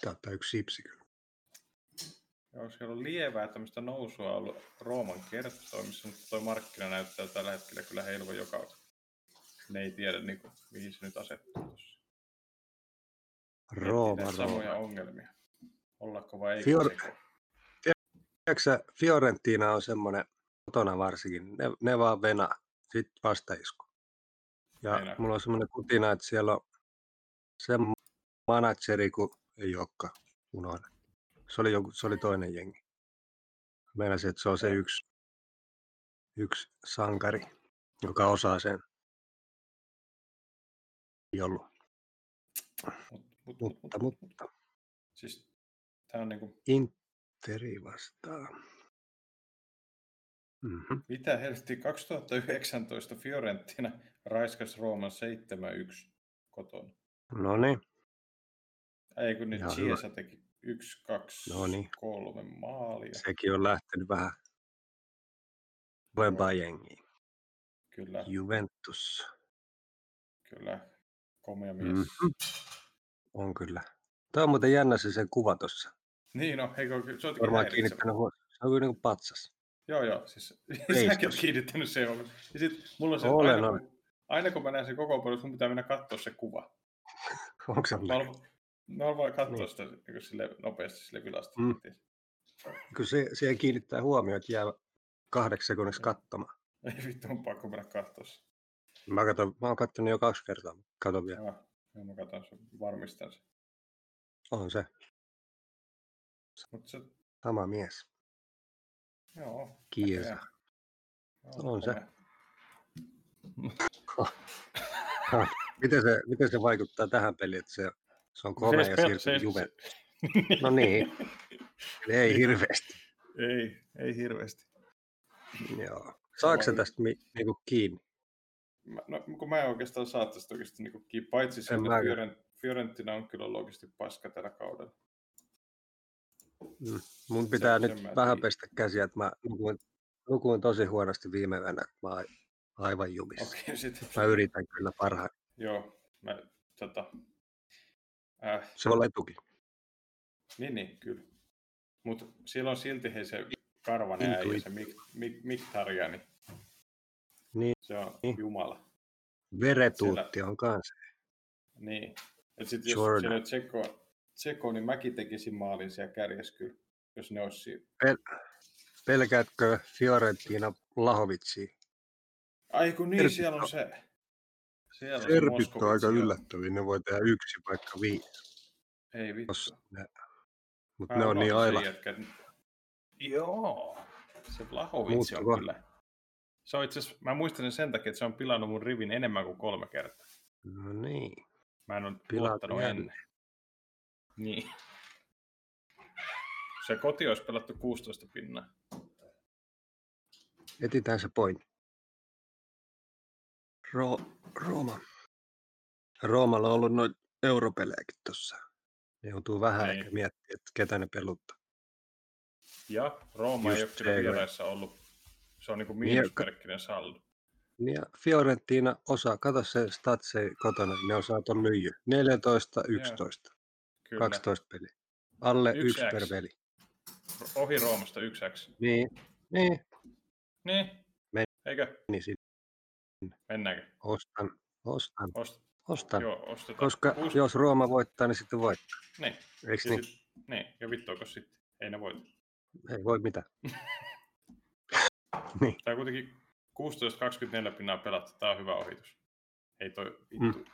Speaker 2: Saattaa yksi sipsi kyllä.
Speaker 1: Joo, siellä on lievää tämmöistä nousua ollut Rooman kertoimissa, mutta toi markkina näyttää tällä hetkellä kyllä heiluva joka Ne ei tiedä, niin kuin, mihin se nyt asettuu tuossa. Miettii
Speaker 2: Rooma,
Speaker 1: näitä
Speaker 2: Rooma.
Speaker 1: Samoja ongelmia. Ollako vai ei?
Speaker 2: Fior-
Speaker 1: Fior-
Speaker 2: Tiedätkö sä, Fiorentina on semmoinen, kotona varsinkin, ne, ne vaan venaa, sitten vastaisku. Ja
Speaker 1: Venaa.
Speaker 2: mulla on semmoinen kutina, että siellä on se manageri, kun ei olekaan, unohda. Se oli, joku, se oli toinen jengi. Meinasin, että se on se
Speaker 1: Joo.
Speaker 2: yksi, yksi sankari, joka osaa sen. Ei ollut,
Speaker 1: mut, mut, mut,
Speaker 2: mutta,
Speaker 1: mut,
Speaker 2: mutta
Speaker 1: Siis, tää on niinku,
Speaker 2: Interi vastaan. Mhm.
Speaker 1: mitä helvetti 2019 Fiorentina raiskas Rooman 7-1 kotona.
Speaker 2: No niin.
Speaker 1: Ei kun nyt
Speaker 2: Ihan hyvä.
Speaker 1: Chiesa teki 1, 2,
Speaker 2: No niin.
Speaker 1: 3 maalia.
Speaker 2: sekin on lähtenyt vähän kovempaa jengiin.
Speaker 1: Kyllä,
Speaker 2: Juventus
Speaker 1: kyllä. Komea mies.
Speaker 2: mm. on kyllä. Tämä on muuten jännä se sen kuva tuossa.
Speaker 1: Niin no, eikö ole- se on
Speaker 2: Varmaan
Speaker 1: häiritsevä.
Speaker 2: kiinnittänyt huomiota. Se on kyllä niin kuin patsas.
Speaker 1: Joo, joo. Siis,
Speaker 2: Ei
Speaker 1: säkin oot
Speaker 2: siis.
Speaker 1: kiinnittänyt se huomioon. Ja sit mulla on se,
Speaker 2: Olen,
Speaker 1: aina, kun, aina kun mä näen sen koko paljon, mun pitää mennä katsoa se kuva.
Speaker 2: Onko se
Speaker 1: Mä haluan, mä haluan vaan katsoa
Speaker 2: Niin.
Speaker 1: sitä niin sille, nopeasti sille vilasta.
Speaker 2: Mm.
Speaker 1: Mm.
Speaker 2: Kun se, siihen kiinnittää huomioon, että jää kahdeksi sekunniksi
Speaker 1: Mm.
Speaker 2: katsomaan.
Speaker 1: Ei vittu, on pakko mennä katsoa se.
Speaker 2: Mä, katson, mä oon katsonut jo kaksi kertaa, mutta katon vielä.
Speaker 1: Joo, joo, mä katson sen, varmistan sen.
Speaker 2: On se
Speaker 1: Mutta se,
Speaker 2: sama mies.
Speaker 1: joo.
Speaker 2: Kiesa.
Speaker 1: näköjään.
Speaker 2: On se.
Speaker 1: komea.
Speaker 2: Miten se, miten se vaikuttaa tähän peliin, että se, se on komea
Speaker 1: No Se-
Speaker 2: ja
Speaker 1: se-
Speaker 2: siirtyy
Speaker 1: se-
Speaker 2: Juventus? No niin. Ei hirveästi.
Speaker 1: Ei, ei hirveästi.
Speaker 2: Joo. Saatko sä
Speaker 1: Voi.
Speaker 2: tästä mi- niinku kiinni?
Speaker 1: Mä, no, kun mä en oikeastaan saa tästä oikeasti niinku kiinni, paitsi se, että
Speaker 2: mäkään.
Speaker 1: Fioren, Fiorentina on kyllä loogisesti paska tällä kaudella.
Speaker 2: Mun pitää
Speaker 1: sen
Speaker 2: nyt
Speaker 1: mä
Speaker 2: vähän
Speaker 1: tiedän.
Speaker 2: pestä käsiä, että mä nukuin, nukuin tosi huonosti viime yönä, että mä oon ai- aivan jumissa.
Speaker 1: Okei, okay, sitten.
Speaker 2: Mä yritän kyllä parhaan.
Speaker 1: Joo, mä, tota, äh,
Speaker 2: Se voi olla etukin.
Speaker 1: niin, niin, kyllä. Mutta siellä on silti hei se karvanen äijä, se mik, mik, Miktaria, niin
Speaker 2: Niin.
Speaker 1: se on
Speaker 2: Niin.
Speaker 1: Jumala.
Speaker 2: Veretuutti on kanssa.
Speaker 1: Niin. Et sit jos
Speaker 2: Jordan.
Speaker 1: siellä Tseko, Tseko, niin mäkin tekisin maalin siellä kärjessä kyllä, jos ne olisi siinä.
Speaker 2: Pel- pelkäätkö Fiorentina Lahovitsia?
Speaker 1: Ai kun niin,
Speaker 2: Serpit
Speaker 1: siellä on
Speaker 2: on-
Speaker 1: se. Siellä
Speaker 2: Serpit on aika
Speaker 1: Moskovitsi ja-
Speaker 2: yllättäviä, ne voi tehdä yksi vaikka viisi.
Speaker 1: Ei vittu.
Speaker 2: Mutta
Speaker 1: Mä
Speaker 2: ne on niin
Speaker 1: unohdin
Speaker 2: aila.
Speaker 1: sen jätkän. Joo, se Vlahovic on
Speaker 2: Muuttuko?
Speaker 1: kyllä. Se on itse asiassa, mä muistan sen sen takia, että se on pilannut mun rivin enemmän kuin kolme kertaa.
Speaker 2: No niin.
Speaker 1: Mä en ole
Speaker 2: Pilaat
Speaker 1: luottanut
Speaker 2: jälleen.
Speaker 1: ennen. Niin. Se koti olisi pelattu 16 pinnaa.
Speaker 2: Etitään se pointti. Ro- Rooma. Roomalla on ollut noita europelejäkin tuossa. Ne joutuu vähän
Speaker 1: Niin.
Speaker 2: ehkä miettimään, että ketä ne peluttaa.
Speaker 1: Ja Rooma ei ole
Speaker 2: Just
Speaker 1: kyllä
Speaker 2: se, joo.
Speaker 1: vieraissa ollut. Se on niinku
Speaker 2: Niin,
Speaker 1: miinusmerkkinen saldo.
Speaker 2: Ja Fiorentina osaa, kato se statsei kotona, ne osaa ton lyijy. 14, 11,
Speaker 1: Kyllä.
Speaker 2: 12 peli. Alle
Speaker 1: Yksi
Speaker 2: yksi, yksi per
Speaker 1: X.
Speaker 2: peli.
Speaker 1: Ohi Roomasta 1x.
Speaker 2: Niin, niin,
Speaker 1: Niin.
Speaker 2: Men-
Speaker 1: Eikö?
Speaker 2: niin sit
Speaker 1: Mennäänkö?
Speaker 2: ostan, ostan,
Speaker 1: Ost-
Speaker 2: ostan. Joo.
Speaker 1: joo, ostetaan.
Speaker 2: Koska
Speaker 1: Kuus-
Speaker 2: jos Rooma voittaa, niin sitten voittaa.
Speaker 1: Niin.
Speaker 2: Eiks
Speaker 1: Ja
Speaker 2: niin?
Speaker 1: sit, niin, ja vittuako sitten? Ei ne voita.
Speaker 2: Ei voi mitään.
Speaker 1: Tää on kuitenkin 16-24 pinnaa pelattu, tää on hyvä ohitus. Ei toi vittu. Mm.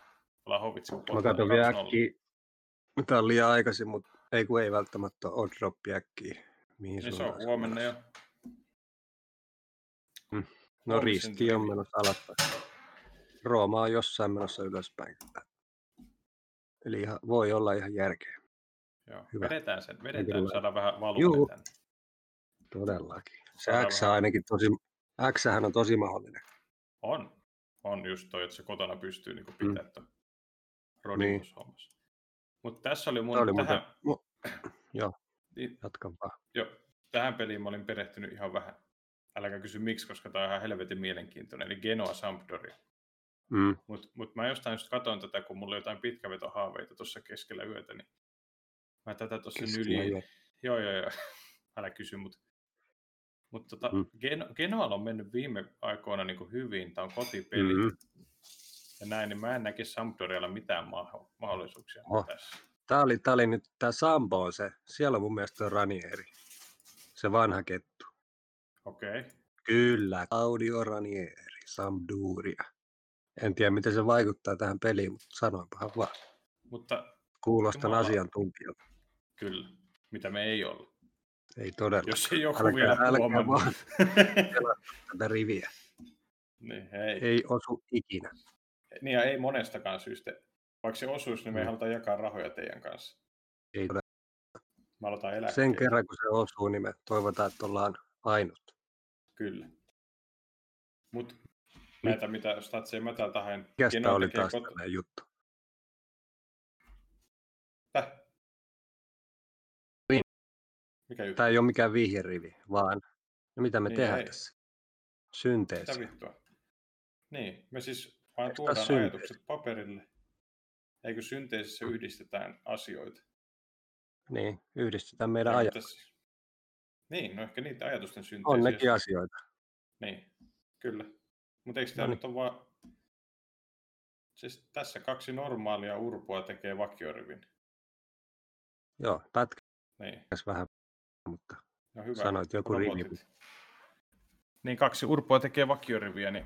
Speaker 1: Lahovitsi
Speaker 2: Mä katson vielä äkkiä. Tää on liian aikaisin, mutta ei kun ei välttämättä ole oddroppi äkkiä. Mihin
Speaker 1: Niin se
Speaker 2: suuntaan
Speaker 1: on
Speaker 2: se
Speaker 1: huomenna jo.
Speaker 2: menossa. No
Speaker 1: huomisen
Speaker 2: risti
Speaker 1: tuli.
Speaker 2: on menossa alaspäin. Rooma on jossain menossa ylöspäin. Eli ihan, voi olla ihan järkeä.
Speaker 1: Joo.
Speaker 2: Hyvä.
Speaker 1: Vedetään sen, vedetään,
Speaker 2: tulee.
Speaker 1: saadaan vähän
Speaker 2: Juu.
Speaker 1: valuutta tänne.
Speaker 2: Todellakin. Se
Speaker 1: Saadaan
Speaker 2: X
Speaker 1: vähän-
Speaker 2: ainakin tosi, X on tosi mahdollinen.
Speaker 1: On. On just toi, että se kotona pystyy niin pitää mm.
Speaker 2: Niin.
Speaker 1: rodin hommassa. Mutta tässä oli mun
Speaker 2: Tää oli muuten-
Speaker 1: tähän,
Speaker 2: mu- Joo.
Speaker 1: Niin,
Speaker 2: Jatka vaan.
Speaker 1: jo, tähän peliin mä olin perehtynyt ihan vähän. Äläkä kysy miksi, koska tämä on ihan helvetin mielenkiintoinen. Eli Genoa Sampdoria.
Speaker 2: Mm.
Speaker 1: Mutta mut mä jostain just katoin tätä, kun mulla oli jotain pitkävetohaaveita tuossa keskellä yötä, niin mä tätä tuossa
Speaker 2: keskellä
Speaker 1: nyljiin.
Speaker 2: yötä.
Speaker 1: Joo, joo, joo. Älä kysy, mutta mut tota,
Speaker 2: Mm.
Speaker 1: mm. Geno, Genoalla on mennyt viime aikoina niin hyvin, tämä on kotipeli
Speaker 2: Mhm.
Speaker 1: mm. ja näin, niin mä en näkisi Sampdorialla mitään maho- mahdollisuuksia
Speaker 2: Oh.
Speaker 1: oh. tässä.
Speaker 2: Tää oli, tää oli nyt, tää Sambo on se. Siellä on mun mielestä on Ranieri. Se vanha kettu.
Speaker 1: Okei, okay.
Speaker 2: Kyllä, Claudio Ranieri, Sampdoria. En tiedä, miten se vaikuttaa tähän peliin, mutta sanoinpahan vaan.
Speaker 1: mutta
Speaker 2: Kuulostan
Speaker 1: Jumala.
Speaker 2: asiantuntijalta.
Speaker 1: kyllä, mitä me ei olla.
Speaker 2: Ei todella.
Speaker 1: Jos ei joku
Speaker 2: Älkää-
Speaker 1: vielä niin-
Speaker 2: älkää
Speaker 1: huomannut.
Speaker 2: vaan. Tätä riviä.
Speaker 1: niin, hei.
Speaker 2: Ei osu ikinä.
Speaker 1: Niin ja ei monestakaan syystä. Vaikka se osuisi, niin me ei
Speaker 2: Mm.
Speaker 1: haluta jakaa rahoja teidän kanssa.
Speaker 2: Ei todella.
Speaker 1: Me aletaan elää.
Speaker 2: Sen kerran, kun se osuu, niin me toivotaan, että ollaan ainut.
Speaker 1: Kyllä. Mutta näitä, mitä statseja mä täältä haen.
Speaker 2: Mikäs tää
Speaker 1: Genoa
Speaker 2: oli
Speaker 1: tekee
Speaker 2: taas
Speaker 1: kot-
Speaker 2: tällainen juttu?
Speaker 1: Täh?
Speaker 2: Niin.
Speaker 1: Mikä juttu?
Speaker 2: Tämä ei ole mikään vihjerivi, vaan no mitä me
Speaker 1: Niin,
Speaker 2: tehdään
Speaker 1: ei.
Speaker 2: tässä?
Speaker 1: Mitä
Speaker 2: Synteesi.
Speaker 1: vittua? Niin, me siis vaan
Speaker 2: Eikö
Speaker 1: tuodaan
Speaker 2: tässä synteesi?
Speaker 1: ajatukset paperille. Eikö synteesissä yhdistetään asioita?
Speaker 2: Niin, yhdistetään meidän
Speaker 1: Eikö
Speaker 2: ajat.
Speaker 1: tässä- Niin, no ehkä niitä ajatusten synteesiä.
Speaker 2: On nekin asioita.
Speaker 1: Niin, kyllä. Mutta eikö tämä
Speaker 2: No
Speaker 1: nyt ole vaan... Siis tässä kaksi normaalia urpoa tekee vakiorivin.
Speaker 2: Joo, pätkäs
Speaker 1: Niin,
Speaker 2: vähän, mutta
Speaker 1: no hyvä.
Speaker 2: sanoit joku rivi.
Speaker 1: robotit. Niin kaksi urpoa tekee vakioriviä, niin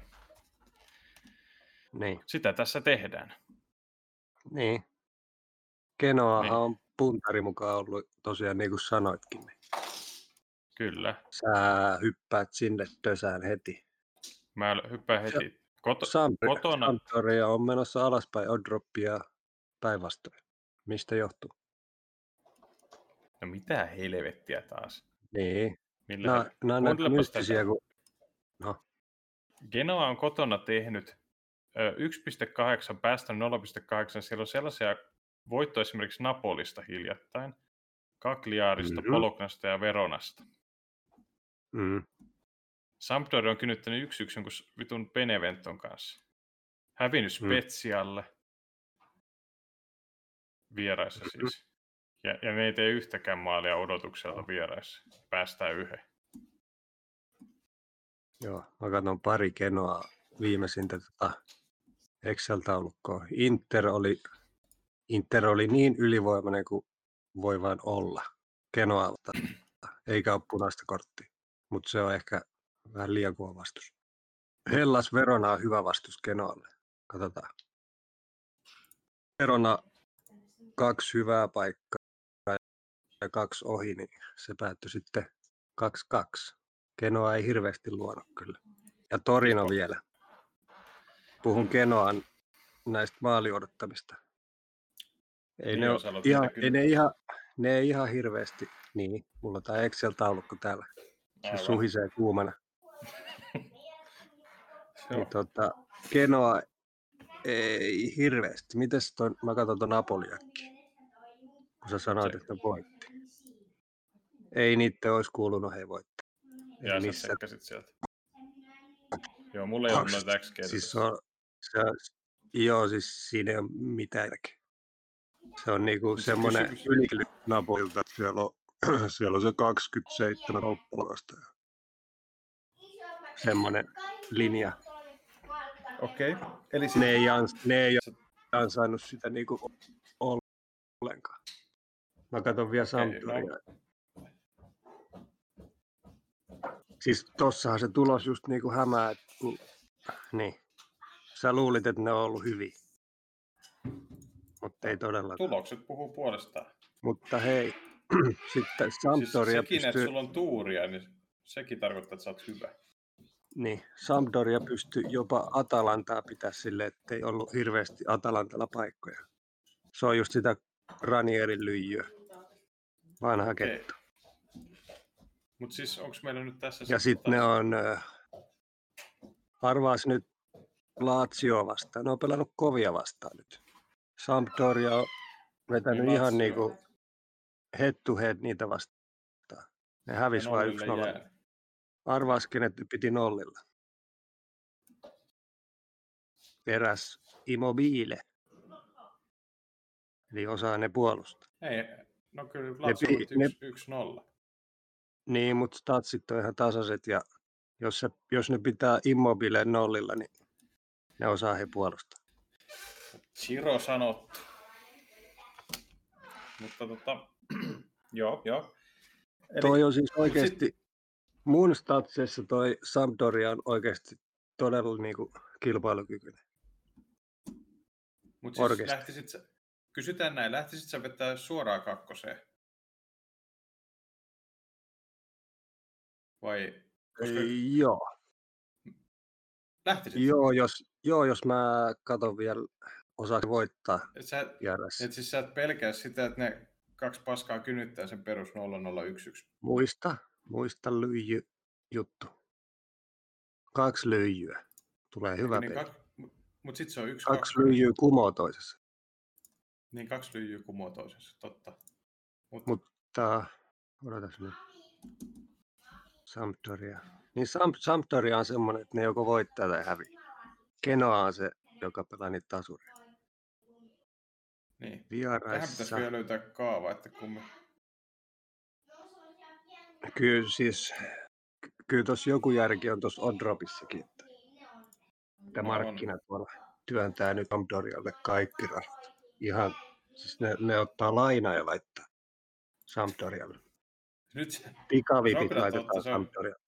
Speaker 2: Niin,
Speaker 1: sitä tässä tehdään.
Speaker 2: niin. Genoahan
Speaker 1: Niin.
Speaker 2: on puntari mukaan ollut tosiaan niin kuin sanoitkin. Niin.
Speaker 1: Kyllä.
Speaker 2: Sä hyppäät sinne tösään heti.
Speaker 1: Mä hyppään heti. Koto,
Speaker 2: Sampdoria,
Speaker 1: kotona.
Speaker 2: Sampdoria on menossa alaspäin odroppia päinvastoin. Mistä johtuu?
Speaker 1: no mitä helvettiä taas?
Speaker 2: Niin.
Speaker 1: Millä
Speaker 2: Nämä,
Speaker 1: no.
Speaker 2: nämä on näitä
Speaker 1: Kuuntelepas
Speaker 2: mystisiä,
Speaker 1: tätä.
Speaker 2: kun
Speaker 1: Genoa on kotona tehnyt ö, 1,8 päästä 0,8. Siellä on sellaisia voittoja esimerkiksi Napolista hiljattain, Kakliaarista,
Speaker 2: Mhm.
Speaker 1: mm-hmm. Poloknasta ja Veronasta.
Speaker 2: mm,
Speaker 1: Sampdoria on kynyttänyt yksi yksyn kuin s- vitun Beneventon kanssa. Hävinnyt
Speaker 2: Mm.
Speaker 1: Spezialle vieraissa
Speaker 2: Mhm.
Speaker 1: siis. Ja, ja ne ei tee yhtäkään maalia odotuksella vieraissa. Päästään yhden.
Speaker 2: joo, mä katson pari Genoa viimeisintä tota Excel-taulukkoa. Inter oli, Inter oli niin ylivoimainen kuin voi vaan olla. Kenoalta. Eikä ole punaista korttia. Mutta se on ehkä vähän liian kova vastus. Hellas Verona on hyvä vastus Kenoalle. Katsotaan. Verona kaksi hyvää paikkaa ja kaksi ohi, niin se päättyi sitten 2-2. Kenoa ei hirveästi luonut kyllä. Ja Torino vielä. Puhun Kenoan näistä maaliodottamista. Ei
Speaker 1: Niin,
Speaker 2: ne,
Speaker 1: joo,
Speaker 2: ole
Speaker 1: sä aloitit
Speaker 2: ihan,
Speaker 1: sitä kyllä.
Speaker 2: ei ne, ihan, ne ei ihan hirveästi. Niin, mulla on tämä Excel-taulukko täällä. Se
Speaker 1: Aivan.
Speaker 2: suhisee kuumana.
Speaker 1: Joo.
Speaker 2: Niin, tota, Genoa ei hirveästi. Mites toi, mä katson tuon Napoliakki, kun sä sanoit,
Speaker 1: Se-
Speaker 2: että voitti. Ei niitä olisi kuulunut he voittaa.
Speaker 1: Ja sä
Speaker 2: missä-
Speaker 1: tsekkasit sieltä. Joo, mulla ei ollut
Speaker 2: Kaksi.
Speaker 1: noita xg
Speaker 2: Siis se on, se on, joo, siis siinä ei ole mitään järkeä. Se on niinku
Speaker 1: Siis
Speaker 2: semmoinen
Speaker 1: kysymys-
Speaker 2: ylikyly Napolilta, että siellä on, siellä on se 27 kauppalasta. Semmoinen linja.
Speaker 1: Okei. Okay. Eli
Speaker 2: Ne ei, ans, ne ei ansainnut sitä niinku ollenkaan. Mä katson vielä Sampdoria. Siis tossahan se tulos just niinku hämää, et kun... Niin. Sä luulit, että ne on ollut hyviä. Mutta ei todellakaan.
Speaker 1: tulokset puhuu puolestaan.
Speaker 2: Mutta hei, sitten
Speaker 1: Siis sekin,
Speaker 2: Sampdoria
Speaker 1: että
Speaker 2: pystyy...
Speaker 1: sulla on tuuria, niin sekin tarkoittaa, että sä oot hyvä.
Speaker 2: Niin, Sampdoria pystyi jopa Atalantaa pitää sille, ettei ollut hirveästi Atalantalla paikkoja. Se on just sitä Ranierin lyijyä. Vanha
Speaker 1: Okei.
Speaker 2: kettu.
Speaker 1: Mutta siis onko meillä nyt tässä... tota
Speaker 2: Ja sitten ne on, ö, arvaas nyt Lazio vastaan. Ne on pelannut kovia vastaan nyt. Sampdoria on vetänyt
Speaker 1: Niin
Speaker 2: ihan
Speaker 1: Lazio.
Speaker 2: niinku head to head niitä vastaan. Ne hävisi vain 1-0. Arvaas, kenet ne piti nollilla. Eräs Immobile. Eli osaa ne puolustaa.
Speaker 1: Ei, no kyllä Lazio
Speaker 2: pi-
Speaker 1: voitti
Speaker 2: ne-
Speaker 1: 1-0.
Speaker 2: Niin, mutta statsit on ihan tasaiset ja jos, se, jos ne pitää Immobile nollilla, niin ne osaa he puolustaa.
Speaker 1: Chiro sanottu. Mutta tota, joo, joo. Eli
Speaker 2: Toi on siis oikeasti, mun statsissa toi Sampdoria on oikeasti todella niinku kilpailukykyinen.
Speaker 1: Mut siis
Speaker 2: Orkesteri.
Speaker 1: lähtisit sä, kysytään näin, lähtisit sä vetää suoraan kakkoseen? Vai koska
Speaker 2: Ei, joo.
Speaker 1: lähtisit?
Speaker 2: Joo, jos, joo, jos mä katson vielä, osaako voittaa
Speaker 1: Et sä,
Speaker 2: vieressä.
Speaker 1: et siis sä et pelkää sitä, että ne kaksi paskaa kynyttää sen perus 0011.
Speaker 2: Muista, muista lyijy juttu. Kaksi lyijyä. Tulee hyvä
Speaker 1: niin
Speaker 2: peli. Kaksi,
Speaker 1: kak, mut- mut sit se on yksi
Speaker 2: kaksi lyijyä kumoo toisessa.
Speaker 1: Niin kaksi lyijyä kumoo toisensa, totta. Mut,
Speaker 2: Mut- Tää, odotas nyt. Sampdoria. Niin Samp, Sampdoria on semmonen, että ne joko voittaa tai häviää. Kenoa on se, joka pelaa niitä tasureita.
Speaker 1: niin. Tähän pitäisi
Speaker 2: Vieraissa.
Speaker 1: vielä löytää kaava, että kun me...
Speaker 2: Kyllä siis, ky- kyllä tossa joku järki on tuossa Odropissakin. Että,
Speaker 1: No
Speaker 2: että
Speaker 1: on.
Speaker 2: markkinat tuolla työntää nyt Sampdorialle kaikki rahat. Ihan, siis ne, ne ottaa lainaa ja laittaa Sampdorialle.
Speaker 1: Nyt se... Se on
Speaker 2: Pikavipit
Speaker 1: kyllä
Speaker 2: laitetaan
Speaker 1: totta, se on.
Speaker 2: Sampdorialle.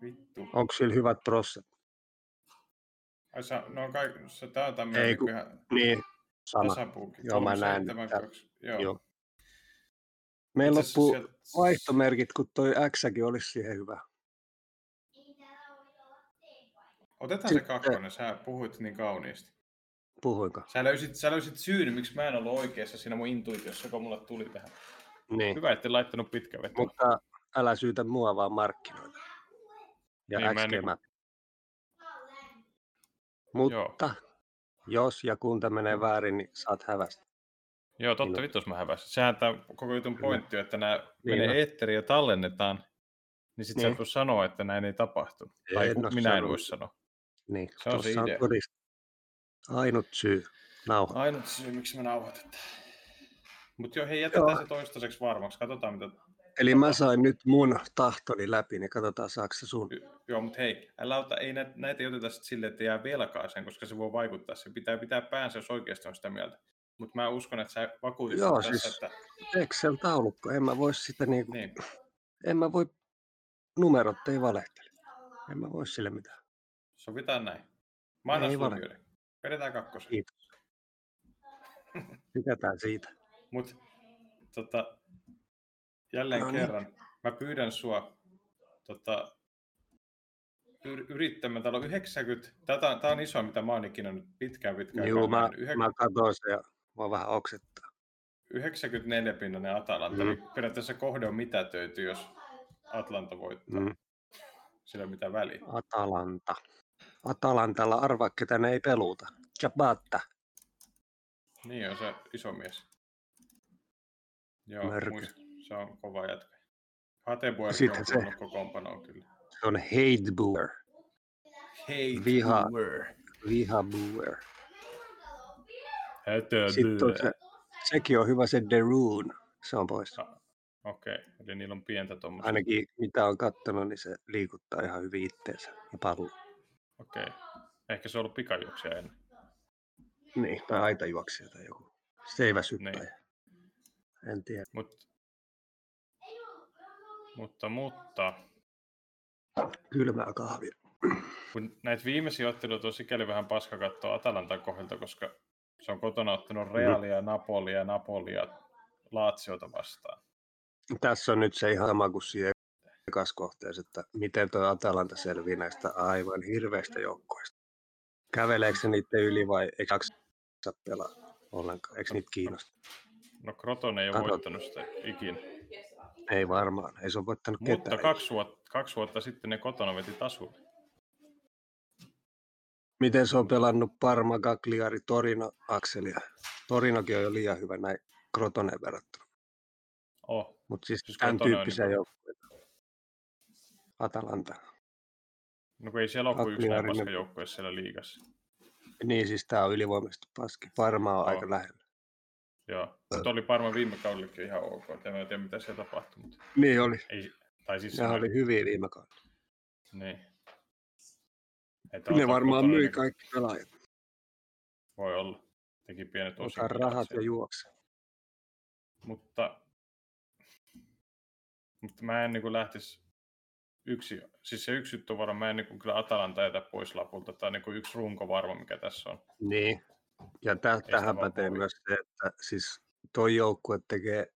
Speaker 1: Vittu.
Speaker 2: Onko sillä hyvät prosset?
Speaker 1: Ai sä, no kai, se tää on tämmöinen
Speaker 2: Ei, kun-
Speaker 1: nykyään-
Speaker 2: Niin, sama.
Speaker 1: Tasapuukin.
Speaker 2: Joo, mä näen nyt
Speaker 1: 372. Joo.
Speaker 2: Joo.
Speaker 1: Joo.
Speaker 2: Meillä
Speaker 1: Itse asiassa
Speaker 2: loppuu
Speaker 1: sieltä-
Speaker 2: vaihtomerkit, kun toi X olisi siihen hyvä.
Speaker 1: Otetaan se
Speaker 2: Sitten-
Speaker 1: kakkonen, sä puhuit niin kauniisti.
Speaker 2: Puhuinko?
Speaker 1: Sä löysit, sä löysit syyn, miksi mä en ollut oikeassa siinä mun intuitiossa, kun mulle tuli tähän.
Speaker 2: Niin.
Speaker 1: Hyvä, ettei laittanut pitkä veto.
Speaker 2: Mutta älä syytä mua, vaan markkinoita. Ja
Speaker 1: Niin,
Speaker 2: niin,
Speaker 1: mä en
Speaker 2: XG
Speaker 1: niinku-
Speaker 2: Map. Mutta jos ja kun tämä menee väärin, niin saat hävästä.
Speaker 1: Joo, totta
Speaker 2: Kyllä.
Speaker 1: vittu, jos mä häväsin. Sehän tämä koko jutun
Speaker 2: Kyllä.
Speaker 1: pointti on, että nämä
Speaker 2: Niin
Speaker 1: menee
Speaker 2: on.
Speaker 1: eetteriin ja tallennetaan, niin sitten sä
Speaker 2: Niin.
Speaker 1: et voi sanoa, että näin ei tapahtunut. tai
Speaker 2: En
Speaker 1: ku-
Speaker 2: oo
Speaker 1: minä en
Speaker 2: sanonut.
Speaker 1: voi sanoa.
Speaker 2: Niin,
Speaker 1: Se on se
Speaker 2: tossa on
Speaker 1: idea.
Speaker 2: todist- Ainut syy. Nauha.
Speaker 1: Ainut syy, miksi me nauhoitetaan. Mutta joo, hei, jätetään
Speaker 2: Joo.
Speaker 1: se toistaiseksi varmaksi. Katsotaan, mitä
Speaker 2: Eli mä sain nyt mun tahtoni läpi, niin katsotaan saako se sun.
Speaker 1: Y- Joo, mutta hei, älä ota, ei näitä, näitä ei oteta sit silleen, että jää velkaa sen, koska se voi vaikuttaa. Se pitää pitää päänsä, jos oikeasti on sitä mieltä. mutta mä uskon, että sä vakuutit
Speaker 2: Joo,
Speaker 1: mut tässä,
Speaker 2: siis-
Speaker 1: että
Speaker 2: Excel-taulukko, en mä voi sitä niinku,
Speaker 1: niin,
Speaker 2: en mä voi, numerot ei valehtele. En mä voi sille mitään.
Speaker 1: sovitaan näin. Mä annan
Speaker 2: Ei
Speaker 1: sulle
Speaker 2: vale.
Speaker 1: yhden. Vedetään kakkosen.
Speaker 2: Kiitos. Tykätään siitä.
Speaker 1: Mutta tota, jälleen
Speaker 2: No
Speaker 1: no,
Speaker 2: niin.
Speaker 1: kerran, mä pyydän sua tota, yr- yrittämään, täällä on 90, tätä, tää on iso, mitä mä oon ikinä nyt pitkään pitkään
Speaker 2: Joo, mä,
Speaker 1: kannattanut. Yhe-
Speaker 2: mä katsoin se ja mua vähän oksettaa.
Speaker 1: 94 pinnanen Atalanta,
Speaker 2: Mm.
Speaker 1: mm. niin periaatteessa kohde on mitätöity, jos Atlanta voittaa, mm.
Speaker 2: Mm.
Speaker 1: sillä ei ole mitään väliä.
Speaker 2: Atalanta. Atalantalla arvaa, ketä ne ei peluuta. Chabatta.
Speaker 1: Niin on se iso mies. Joo,
Speaker 2: Mörkö.
Speaker 1: muist, se on kova jätkä. Hatebuerki
Speaker 2: Sitten
Speaker 1: on
Speaker 2: se-
Speaker 1: kuullut kokoonpanoon kyllä.
Speaker 2: Se on hatebuer.
Speaker 1: Hei,
Speaker 2: Viha. Vihabuer. Sitten on se, sekin on hyvä se Deruun. Se on pois.
Speaker 1: Okei, okay. eli niillä on pientä tuommoista.
Speaker 2: Ainakin mitä on kattonut, niin se liikuttaa ihan hyvin itteensä ja paluu.
Speaker 1: Okei. Okay. Ehkä se on ollut pikajuoksia ennen.
Speaker 2: Niin, tai aitajuoksija tai joku. Seiväsyttäjä.
Speaker 1: Niin.
Speaker 2: En tiedä.
Speaker 1: Mut, mutta, mutta,
Speaker 2: Kylmää kahvia.
Speaker 1: kun näitä viimeisiä otteluita on sikäli vähän paska katsoa Atalantan kohdalta, koska se on kotona ottanut Realia, Napolia, Napolia, Laatsiota vastaan.
Speaker 2: Tässä on nyt se ihan sama kuin siinä ekas kohteessa, että miten tuo Atalanta selvii näistä aivan hirveistä joukkoista. Käveleekö se niiden yli vai eikö jaksa pelaa ollenkaan? Eikö niitä kiinnosta?
Speaker 1: No Kroton ei ole
Speaker 2: Katot.
Speaker 1: voittanut sitä ikinä.
Speaker 2: Ei varmaan. Ei se ole voittanut
Speaker 1: Mutta
Speaker 2: ketään.
Speaker 1: kaksi vuotta, kaksi vuotta sitten ne kotona veti tasun.
Speaker 2: Miten se on pelannut Parma, Gagliari, Torino, Akselia? Torinokin on jo liian hyvä näin Krotoneen verrattuna.
Speaker 1: Oh,
Speaker 2: Mutta siis,
Speaker 1: Siis
Speaker 2: tämän
Speaker 1: Crotone on
Speaker 2: tyyppisiä
Speaker 1: niinku-
Speaker 2: joukkoja. Atalanta.
Speaker 1: no kun ei siellä ole kuin yksi näin
Speaker 2: Akliarinen.
Speaker 1: paska joukkue siellä liigassa.
Speaker 2: Niin siis tämä on ylivoimaisesti paski. Parma on aika
Speaker 1: Joo.
Speaker 2: lähellä.
Speaker 1: Joo, mutta oli varmaan viime kaudellakin ihan ok. En mä tiedä, mitä siellä tapahtui. Mutta
Speaker 2: Niin oli.
Speaker 1: ei, tai siis
Speaker 2: Ne
Speaker 1: ne-
Speaker 2: oli hyviä viime kaudella.
Speaker 1: Niin. Että
Speaker 2: Ne
Speaker 1: ota
Speaker 2: varmaan
Speaker 1: kotona,
Speaker 2: myi
Speaker 1: niin
Speaker 2: kaikki pelaajat.
Speaker 1: Voi olla. Teki pienet
Speaker 2: Osa
Speaker 1: osingot
Speaker 2: rahat ja
Speaker 1: sieltä.
Speaker 2: juokse.
Speaker 1: Mutta, mutta mä en niin lähtisi yksi, siis se yksi juttu varmaan, mä en niin kyllä Atalanta jätä pois lapulta. Tämä on niin yksi runko varma, mikä tässä on.
Speaker 2: Niin. Ja tä,
Speaker 1: sitä
Speaker 2: tähän
Speaker 1: vaan
Speaker 2: pätee
Speaker 1: voi.
Speaker 2: myös se, että siis toi joukkue tekee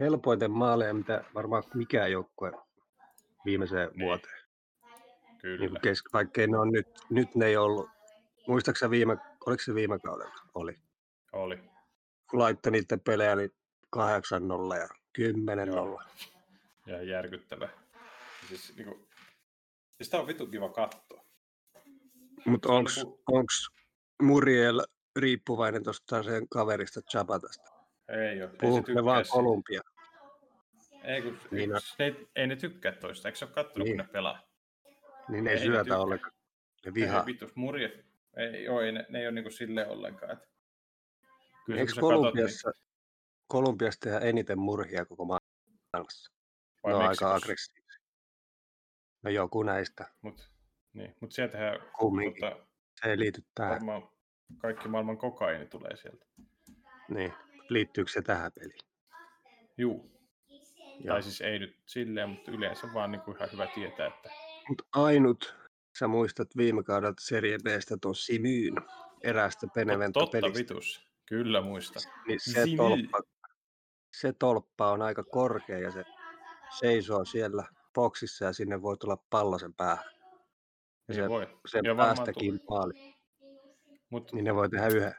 Speaker 2: helpoiten maaleja, mitä varmaan mikään joukkue viimeiseen
Speaker 1: Niin,
Speaker 2: vuoteen. Niin
Speaker 1: Kyllä.
Speaker 2: kuin kesk- vaikkei ne on nyt, nyt ne ei ollut. Muistaaksä viime, oliko se viime kaudella? Oli.
Speaker 1: Oli.
Speaker 2: Kun laittoi niiden pelejä, niin 8-0 ja 10-0.
Speaker 1: Ja järkyttävä. Siis, niin kuin, siis tää on vitu kiva katto.
Speaker 2: Mutta
Speaker 1: Se on
Speaker 2: onko
Speaker 1: niinku-
Speaker 2: onks Muriel riippuvainen tuosta sen kaverista Chabatasta?
Speaker 1: Ei ole. Ei, se
Speaker 2: Puhuuko ne
Speaker 1: tykkää
Speaker 2: vaan
Speaker 1: siitä.
Speaker 2: Kolumbia?
Speaker 1: ei, kun,
Speaker 2: Niin
Speaker 1: ei, ne, ei, ne tykkää toista. Eikö se ole kattonut,
Speaker 2: Niin.
Speaker 1: kun ne pelaa?
Speaker 2: Niin ne ei
Speaker 1: Ei ne tykkää.
Speaker 2: syötä ollenkaan. Ne vihaa.
Speaker 1: Ei vitus murje. Ei, joo, ei, ne, ne ei ole niinku silleen ollenkaan. Että... Kyllä se,
Speaker 2: Eikö
Speaker 1: kun sä niin
Speaker 2: Kolumbiassa, Kolumbiassa tehdä eniten murhia koko maailmassa?
Speaker 1: Vai
Speaker 2: ne on No, aika
Speaker 1: Meksikossa?
Speaker 2: aggressiivisia. No joku näistä
Speaker 1: Niin, mut, niin, mut sieltähän
Speaker 2: kumminkin.
Speaker 1: tota,
Speaker 2: Se ei liity tähän.
Speaker 1: varmaan kaikki maailman kokaini tulee sieltä.
Speaker 2: Niin. Liittyykö se tähän peliin?
Speaker 1: Juu.
Speaker 2: Joo.
Speaker 1: Tai siis ei nyt silleen, mutta yleensä vaan niinku ihan hyvä tietää, että
Speaker 2: Mut ainut, sä muistat viime kaudelta Serie Bstä tuon Simyyn eräästä
Speaker 1: No, totta
Speaker 2: Benevento-pelistä.
Speaker 1: vitus. Kyllä muista.
Speaker 2: Niin se,
Speaker 1: Simy.
Speaker 2: tolppa, se tolppa on aika korkea ja se seisoo siellä boksissa ja sinne voi tulla pallo sen päähän. Ja
Speaker 1: Niin
Speaker 2: se,
Speaker 1: voi.
Speaker 2: sen
Speaker 1: Ja varmaan
Speaker 2: päästäkin maali.
Speaker 1: Mut,
Speaker 2: niin ne voi tehdä yhden.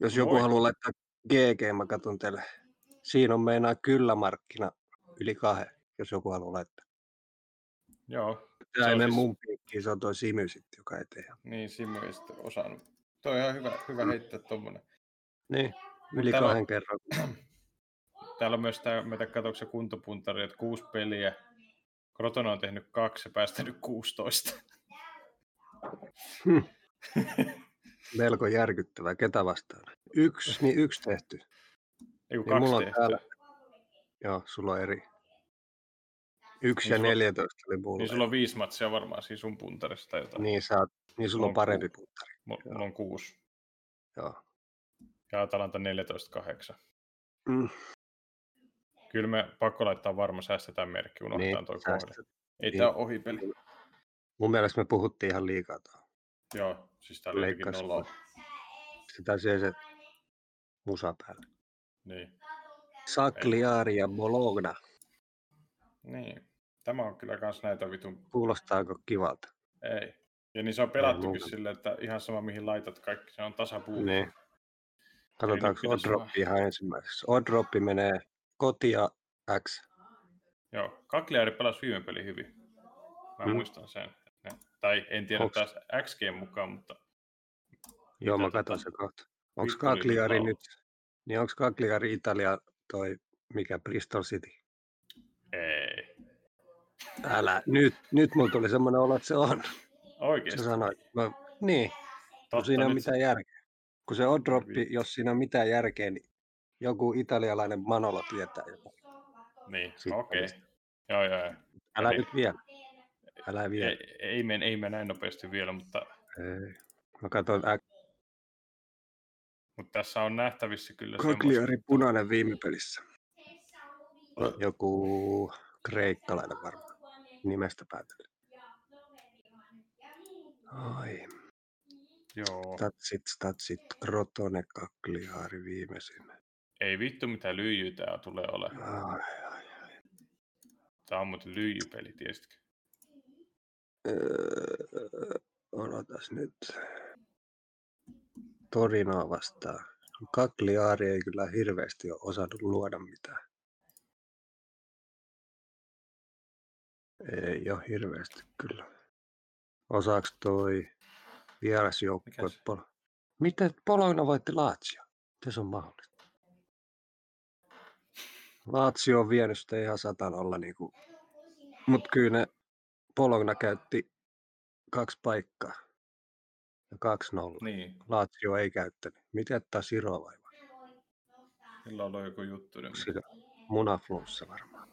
Speaker 2: Jos joku
Speaker 1: Voi.
Speaker 2: haluaa laittaa GG, mä katson teille. Siinä on meinaa kyllä markkina yli kahden, jos joku haluaa laittaa.
Speaker 1: joo,
Speaker 2: Tämä
Speaker 1: Se
Speaker 2: ei
Speaker 1: on
Speaker 2: mene
Speaker 1: siis-
Speaker 2: mun piikkiin, se on toi Simy sitten, joka ei tee.
Speaker 1: niin Simmo ei sitten osannut. Toi on ihan hyvä, hyvä heittää tommonen.
Speaker 2: Niin, yli
Speaker 1: täällä on-
Speaker 2: kahden kerran.
Speaker 1: Täällä on myös tämä, mitä katsoinko se kuntopuntari, että kuusi peliä. Krotona on tehnyt kaksi ja päästänyt 16.
Speaker 2: Hm. Melko järkyttävää. Ketä vastaan? Yksi, niin yksi tehty.
Speaker 1: Ei kun
Speaker 2: Niin
Speaker 1: kaksi
Speaker 2: mulla on
Speaker 1: tehtyä.
Speaker 2: täällä. Joo, sulla on eri. Yksi
Speaker 1: Niin
Speaker 2: ja
Speaker 1: sulla-
Speaker 2: 14 oli mulla.
Speaker 1: Niin sulla on viisi matsia varmaan siinä sun puntarissa tai jotain.
Speaker 2: niin, sä, oot- niin sulla
Speaker 1: on
Speaker 2: on
Speaker 1: ku-
Speaker 2: parempi puntari.
Speaker 1: Mulla, mulla on kuusi.
Speaker 2: Joo.
Speaker 1: ja Atalanta 14-8.
Speaker 2: Mm,
Speaker 1: Kyllä me pakko laittaa varma säästetään merkki, unohtaa niin, toi kohde.
Speaker 2: säästet-
Speaker 1: Ei
Speaker 2: niin.
Speaker 1: tää ole ohi peli.
Speaker 2: Mun mielestä me puhuttiin ihan liikaa tuohon.
Speaker 1: Joo, siis täällä on jotenkin
Speaker 2: Leikkaus.
Speaker 1: nollaa.
Speaker 2: Sitä se se musa päällä.
Speaker 1: Niin.
Speaker 2: Sakliari ja Bologna.
Speaker 1: niin. Tämä on kyllä kans näitä vitun
Speaker 2: Kuulostaako kivalta?
Speaker 1: Ei. Ja niin se on pelattukin
Speaker 2: muuta.
Speaker 1: silleen, että ihan sama mihin laitat kaikki, se on tasapuu.
Speaker 2: Niin. Katsotaanko
Speaker 1: pitäisi olla.
Speaker 2: Odroppi ihan ensimmäiseksi. Odroppi menee kotia X.
Speaker 1: Joo, Kakliari pelasi viime peli hyvin. Mä
Speaker 2: Mm.
Speaker 1: mm. muistan sen. Ne- Tai en tiedä
Speaker 2: Onks-
Speaker 1: taas XG mukaan, mutta
Speaker 2: Joo, mä
Speaker 1: Mitä
Speaker 2: katson
Speaker 1: tota-
Speaker 2: sen kohta. Onko
Speaker 1: Vittu, niin
Speaker 2: Cagliari
Speaker 1: laulaa.
Speaker 2: nyt, niin onko Cagliari Italia toi, mikä Bristol City?
Speaker 1: ei.
Speaker 2: Älä, nyt, nyt mulla tuli semmoinen olo, että se on.
Speaker 1: Oikeesti.
Speaker 2: Sä sanoit. Mä, niin, kun
Speaker 1: Totta,
Speaker 2: siinä ei ole
Speaker 1: nyt se-
Speaker 2: mitään järkeä. Kun se odroppi,
Speaker 1: Vittu.
Speaker 2: jos siinä on mitään järkeä, niin joku italialainen Manolo tietää jotain.
Speaker 1: Niin,
Speaker 2: Siitä
Speaker 1: okei.
Speaker 2: pelistä.
Speaker 1: Joo, joo, joo.
Speaker 2: Älä
Speaker 1: Eli-
Speaker 2: nyt vielä. Älä vielä.
Speaker 1: Ei, ei, mene, ei mene näin nopeasti vielä, mutta,
Speaker 2: Ei. Mä äh, katson äk-
Speaker 1: mutta tässä on nähtävissä kyllä
Speaker 2: Cagliari punainen viime pelissä. Joku kreikkalainen varmaan. Nimestä päätellä. Ai,
Speaker 1: Joo,
Speaker 2: statsit, statsit, Crotone, Cagliari viimeisin.
Speaker 1: ei vittu mitä lyijyä tää tulee olemaan.
Speaker 2: Ai, ai.
Speaker 1: Tää on muuten lyijypeli, tiesitkö?
Speaker 2: Öö, odotas nyt. Torinoa vastaan. Kakliaari ei kyllä hirveästi ole osannut luoda mitään. Ei ole hirveästi kyllä. Osaaks toi vierasjoukkue
Speaker 1: Mikäs?
Speaker 2: Polo? Miten Poloina voitti Lazio? Miten se on mahdollista? Lazio on vienyt sitä ihan satan olla niinku. Mut kyllä ne Pologna käytti kaksi paikkaa ja kaksi nolla.
Speaker 1: Niin,
Speaker 2: Lazio ei käyttänyt. Miten ottaa Siro vai vai?
Speaker 1: silloin on joku juttu. Niin.
Speaker 2: Siro. Munaflunssa varmaan.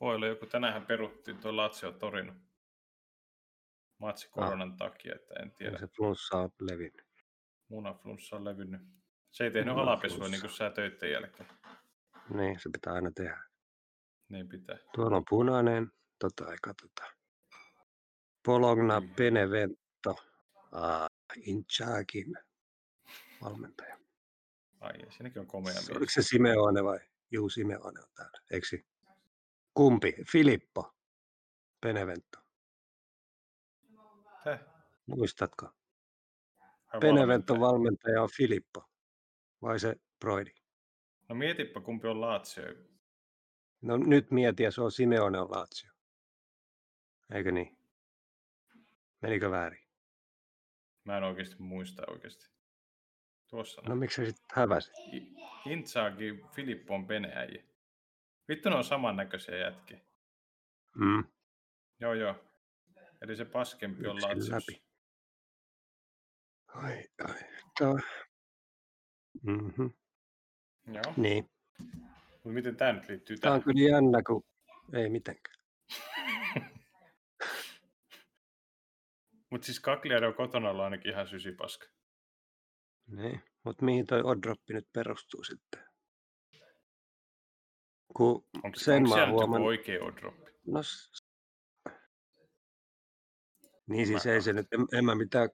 Speaker 1: Voi olla joku, tänäänhän peruttiin tuo Lazio Torino. Matsi koronan takia, että en
Speaker 2: Ja
Speaker 1: tiedä.
Speaker 2: Ah. se flunssa on levinnyt.
Speaker 1: Munaflunssa on levinnyt. Se ei tehnyt
Speaker 2: Munaflunssa.
Speaker 1: halapesua niin kuin sä töitten jälkeen.
Speaker 2: Niin, se pitää aina tehdä.
Speaker 1: Niin pitää.
Speaker 2: Tuolla on punainen. Tota ei katsota. Pologna
Speaker 1: Niin.
Speaker 2: Benevento. Ah, Inchaakin valmentaja.
Speaker 1: Ai, ei, siinäkin on komea
Speaker 2: Se- Oliko
Speaker 1: mies.
Speaker 2: se Simeone vai? Juu, Simeone on täällä. Eksi. Kumpi? Filippo. Benevento.
Speaker 1: Häh?
Speaker 2: Muistatko?
Speaker 1: Hän
Speaker 2: Beneventon
Speaker 1: valmentaja.
Speaker 2: valmentaja on Filippo. Vai se Broidi?
Speaker 1: No mietipä, kumpi on Lazio.
Speaker 2: No nyt mietiä, se on Simeone on Lazio. Eikö niin? Menikö väärin?
Speaker 1: Mä en oikeasti muista oikeasti. Tuossa
Speaker 2: No
Speaker 1: no,
Speaker 2: miksi sitten häväsit?
Speaker 1: Intsaakin Filippo on Beneäjiä. Vittu ne on samannäköisiä jätkiä.
Speaker 2: Mm.
Speaker 1: Joo joo. Eli se paskempi on
Speaker 2: Yksin
Speaker 1: Laziossa.
Speaker 2: läpi. Ai, ai. Tää... Mm-hmm.
Speaker 1: Joo.
Speaker 2: Niin.
Speaker 1: Mut miten tämä nyt liittyy
Speaker 2: Tämä on
Speaker 1: tähän?
Speaker 2: kyllä jännä, kun ei mitenkään.
Speaker 1: Mutta siis Cagliari on kotona ollut ainakin ihan sysipaska.
Speaker 2: Niin. Mutta mihin toi odroppi nyt perustuu sitten? Kun
Speaker 1: Onko
Speaker 2: Sen mä oon
Speaker 1: siellä nyt joku
Speaker 2: huomannut.
Speaker 1: oikea odroppi?
Speaker 2: No, s- niin siis
Speaker 1: Mä-
Speaker 2: ei se nyt, en, en mä mitään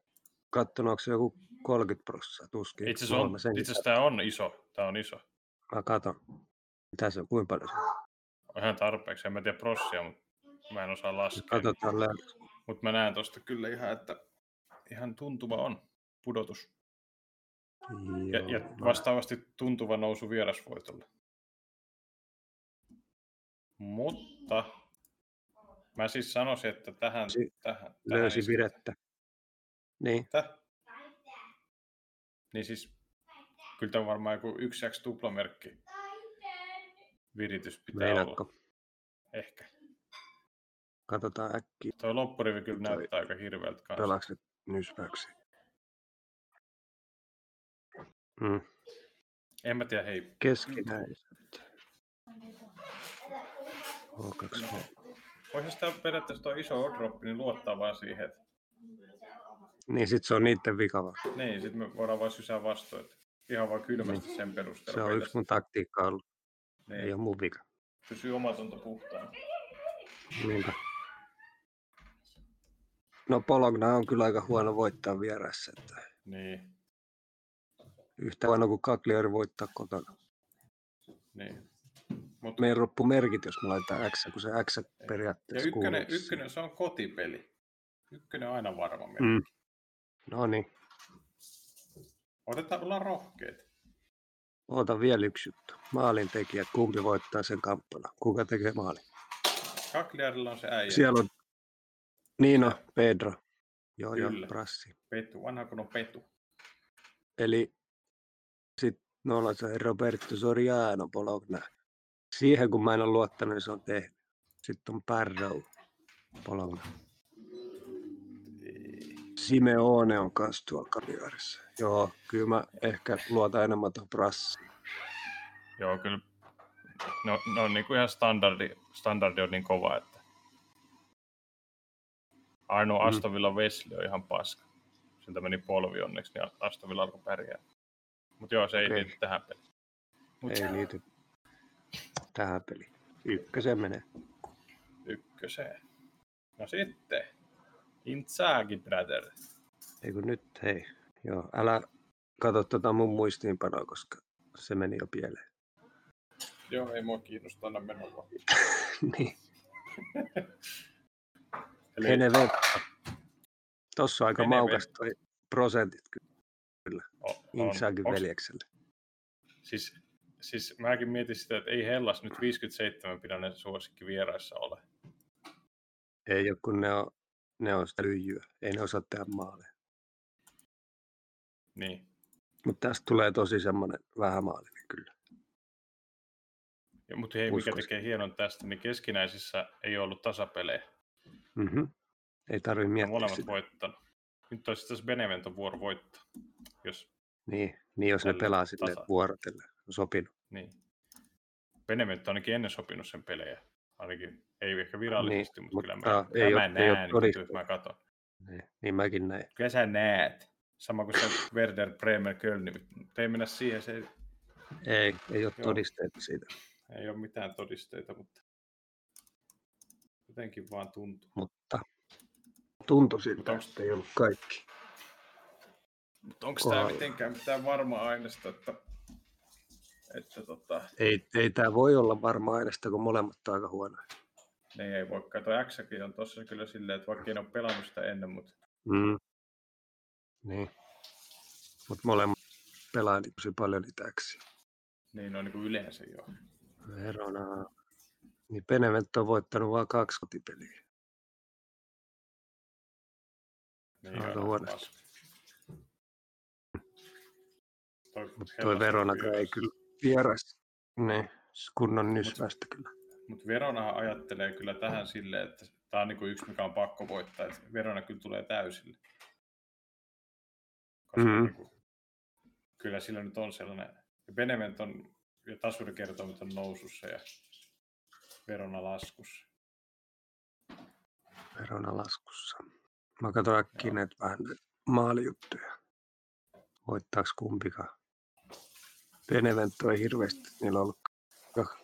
Speaker 2: kattonut, onko se joku 30 prosenttia tuskin.
Speaker 1: Itse
Speaker 2: Mulla
Speaker 1: asiassa, on,
Speaker 2: mä senkin
Speaker 1: itse asiassa tämä on iso. Tämä on iso.
Speaker 2: kat- Mä katon. Mitä se on, kuinka paljon se on?
Speaker 1: On ihan tarpeeksi. En mä tiedä prossia, mutta mä en osaa laskea.
Speaker 2: Katsotaan lä-
Speaker 1: Mutta mä näen tuosta kyllä ihan, että ihan tuntuva on pudotus. Ja, ja
Speaker 2: Joo, mä-
Speaker 1: vastaavasti tuntuva nousu vierasvoitolle. Mutta mä siis sanoisin, että tähän...
Speaker 2: Si-
Speaker 1: tähän, tähän
Speaker 2: löysin
Speaker 1: isketään.
Speaker 2: virettä. Niin,
Speaker 1: Tä? Niin siis, kyllä tämä on varmaan joku 1x tuplamerkki. Viritys pitää olla,
Speaker 2: meinaatko?
Speaker 1: ehkä.
Speaker 2: Katsotaan äkkiä,
Speaker 1: Tuo loppurivi kyllä
Speaker 2: Toi-
Speaker 1: näyttää aika hirveältä kanssa.
Speaker 2: pelaaks nyt nyspäyksi. Mm.
Speaker 1: En mä tiedä, hei,
Speaker 2: Keskinäisyyttä. H2H.
Speaker 1: voisi sitä periaatteessa tuo iso odroppi, niin luottaa vaan siihen, että
Speaker 2: Niin sit se on niitten vika vaan.
Speaker 1: niin, sitten me voidaan vaan sysää vastuun, että ihan vaan kylmästi sen perusteella.
Speaker 2: Se on
Speaker 1: Ei
Speaker 2: yksi
Speaker 1: tässä-
Speaker 2: mun taktiikka ollut.
Speaker 1: niin,
Speaker 2: Ei ole mun vika.
Speaker 1: Pysyy omatunto puhtaana.
Speaker 2: Niinpä. No Bologna on kyllä aika huono voittaa vieressä. Että
Speaker 1: Niin,
Speaker 2: yhtä huono kuin Cagliari voittaa kotona.
Speaker 1: niin. Mut,
Speaker 2: Meidän roppu merkit, jos me laitetaan X, kun se X
Speaker 1: ja
Speaker 2: periaatteessa
Speaker 1: ykkönen,
Speaker 2: kuuluu.
Speaker 1: ykkönen, se on kotipeli. Ykkönen on aina varma.
Speaker 2: Mm.
Speaker 1: Mm.
Speaker 2: No niin,
Speaker 1: Otetaan, ollaan rohkeita.
Speaker 2: oota vielä yksi juttu. Maalin tekijä, kumpi voittaa sen kamppailun? Kuka tekee maalin?
Speaker 1: Kakliarilla on se äijä.
Speaker 2: Siellä on Niino, Pedro. Joo, joo,
Speaker 1: Kyllä.
Speaker 2: prassi.
Speaker 1: Petu, vanha kun on Petu.
Speaker 2: Eli sitten nolla se Roberto Soriano Bologna. Siihen kun mä en ole luottanut, niin se on tehnyt. Sitten on Parrow Bologna. Simeone on kanssa tuolla kaviarissa. Joo, kyllä mä ehkä luotan enemmän tuohon prassiin.
Speaker 1: Joo, kyllä. No, no niin kuin ihan standardi, standardi on niin kova, että ainoa
Speaker 2: Mm.
Speaker 1: Astovilla Wesley on ihan paska. Siltä meni polvi onneksi, niin Astovilla alkoi pärjää. Mutta joo, se ei
Speaker 2: Okei.
Speaker 1: liity tähän peliin. Mut
Speaker 2: Ei liity tähän peliin. Ykkösen menee.
Speaker 1: Ykköseen. No sitten. Inzaghi, brother.
Speaker 2: Ei kun nyt, hei. Joo, älä katso tota mun muistiinpanoa, koska se meni jo pieleen.
Speaker 1: Joo, ei mua kiinnosta aina menoa.
Speaker 2: niin.
Speaker 1: Eli
Speaker 2: Henevetto. Tossa on aika
Speaker 1: Henevetto.
Speaker 2: maukas toi prosentit kyllä
Speaker 1: on, on,
Speaker 2: Insagin
Speaker 1: onks-
Speaker 2: veljekselle.
Speaker 1: siis, siis mäkin mietin sitä, että ei Hellas nyt 57 pidänen suosikki vieraissa ole.
Speaker 2: Ei ole, kun ne on, ne on sitä lyijyä. Ei ne osaa tehdä maaleja.
Speaker 1: Niin.
Speaker 2: Mutta tästä tulee tosi semmoinen vähämaalinen kyllä.
Speaker 1: Ja, mutta hei, mikä
Speaker 2: Uskoisin.
Speaker 1: tekee hienon tästä, niin keskinäisissä ei ollut tasapelejä.
Speaker 2: Mm-hmm. Ei tarvitse
Speaker 1: Ne on
Speaker 2: miettiä
Speaker 1: molemmat
Speaker 2: sitä.
Speaker 1: voittanut. Nyt olisi tässä Beneventon vuoro voittaa, jos
Speaker 2: Niin, niin, jos ne
Speaker 1: Tällä
Speaker 2: pelaa sille
Speaker 1: tasa-
Speaker 2: vuorotellen. On sopinut.
Speaker 1: niin. Benevento on ainakin ennen sopinut sen pelejä. Ainakin, ei ehkä virallisesti, niin, mutta kyllä mä,
Speaker 2: mutta ei
Speaker 1: kyllä mä
Speaker 2: oo- ei oo
Speaker 1: näen,
Speaker 2: todistettu.
Speaker 1: jos mä katson.
Speaker 2: Niin, niin mäkin näin.
Speaker 1: Kyllä sä näet. Sama kuin se Werder Bremer Kölni. Mutta ei mennä siihen, se ei,
Speaker 2: Ei, ei ole
Speaker 1: Joo.
Speaker 2: todisteita siitä.
Speaker 1: ei ole mitään todisteita, mutta jotenkin vaan tuntuu.
Speaker 2: Mutta tuntui siltä,
Speaker 1: onks-
Speaker 2: että ei ollut kaikki.
Speaker 1: Mutta onko
Speaker 2: Kohdalla.
Speaker 1: tämä mitenkään mitään varmaa aineesta, että, että tota,
Speaker 2: Ei, ei tämä voi olla varma aineesta, kun molemmat on aika huonoja.
Speaker 1: Niin ei voi. Kato, x on tossa kyllä silleen, että vaikka en ole pelannut sitä ennen, mutta
Speaker 2: Mm. Niin. Mutta molemmat pelaa niin tosi paljon litäksi.
Speaker 1: niin on niin kuin yleensä jo.
Speaker 2: Verona. Niin Benevento on voittanut vain kaksi kotipeliä.
Speaker 1: Niin
Speaker 2: Aika
Speaker 1: on
Speaker 2: huonosti.
Speaker 1: paska. Toi,
Speaker 2: Mutta toi Verona ei kyllä vieras. Niin, s- kunnon nysvästä kyllä.
Speaker 1: Mutta Veronahan ajattelee kyllä tähän silleen, että tämä on niin kuin yksi, mikä on pakko voittaa. Että Verona kyllä tulee täysille. Koska
Speaker 2: Mm.
Speaker 1: mm. niin kuin, kyllä sillä nyt on sellainen. Ja Beneventon ja tasurikertoimet on nousussa ja Verona laskussa.
Speaker 2: Verona laskussa. Mä katson äkkiä
Speaker 1: Joo.
Speaker 2: näitä vähän näitä maalijuttuja. Voittaako kumpikaan? Benevento ei hirveästi niillä ollut. ka-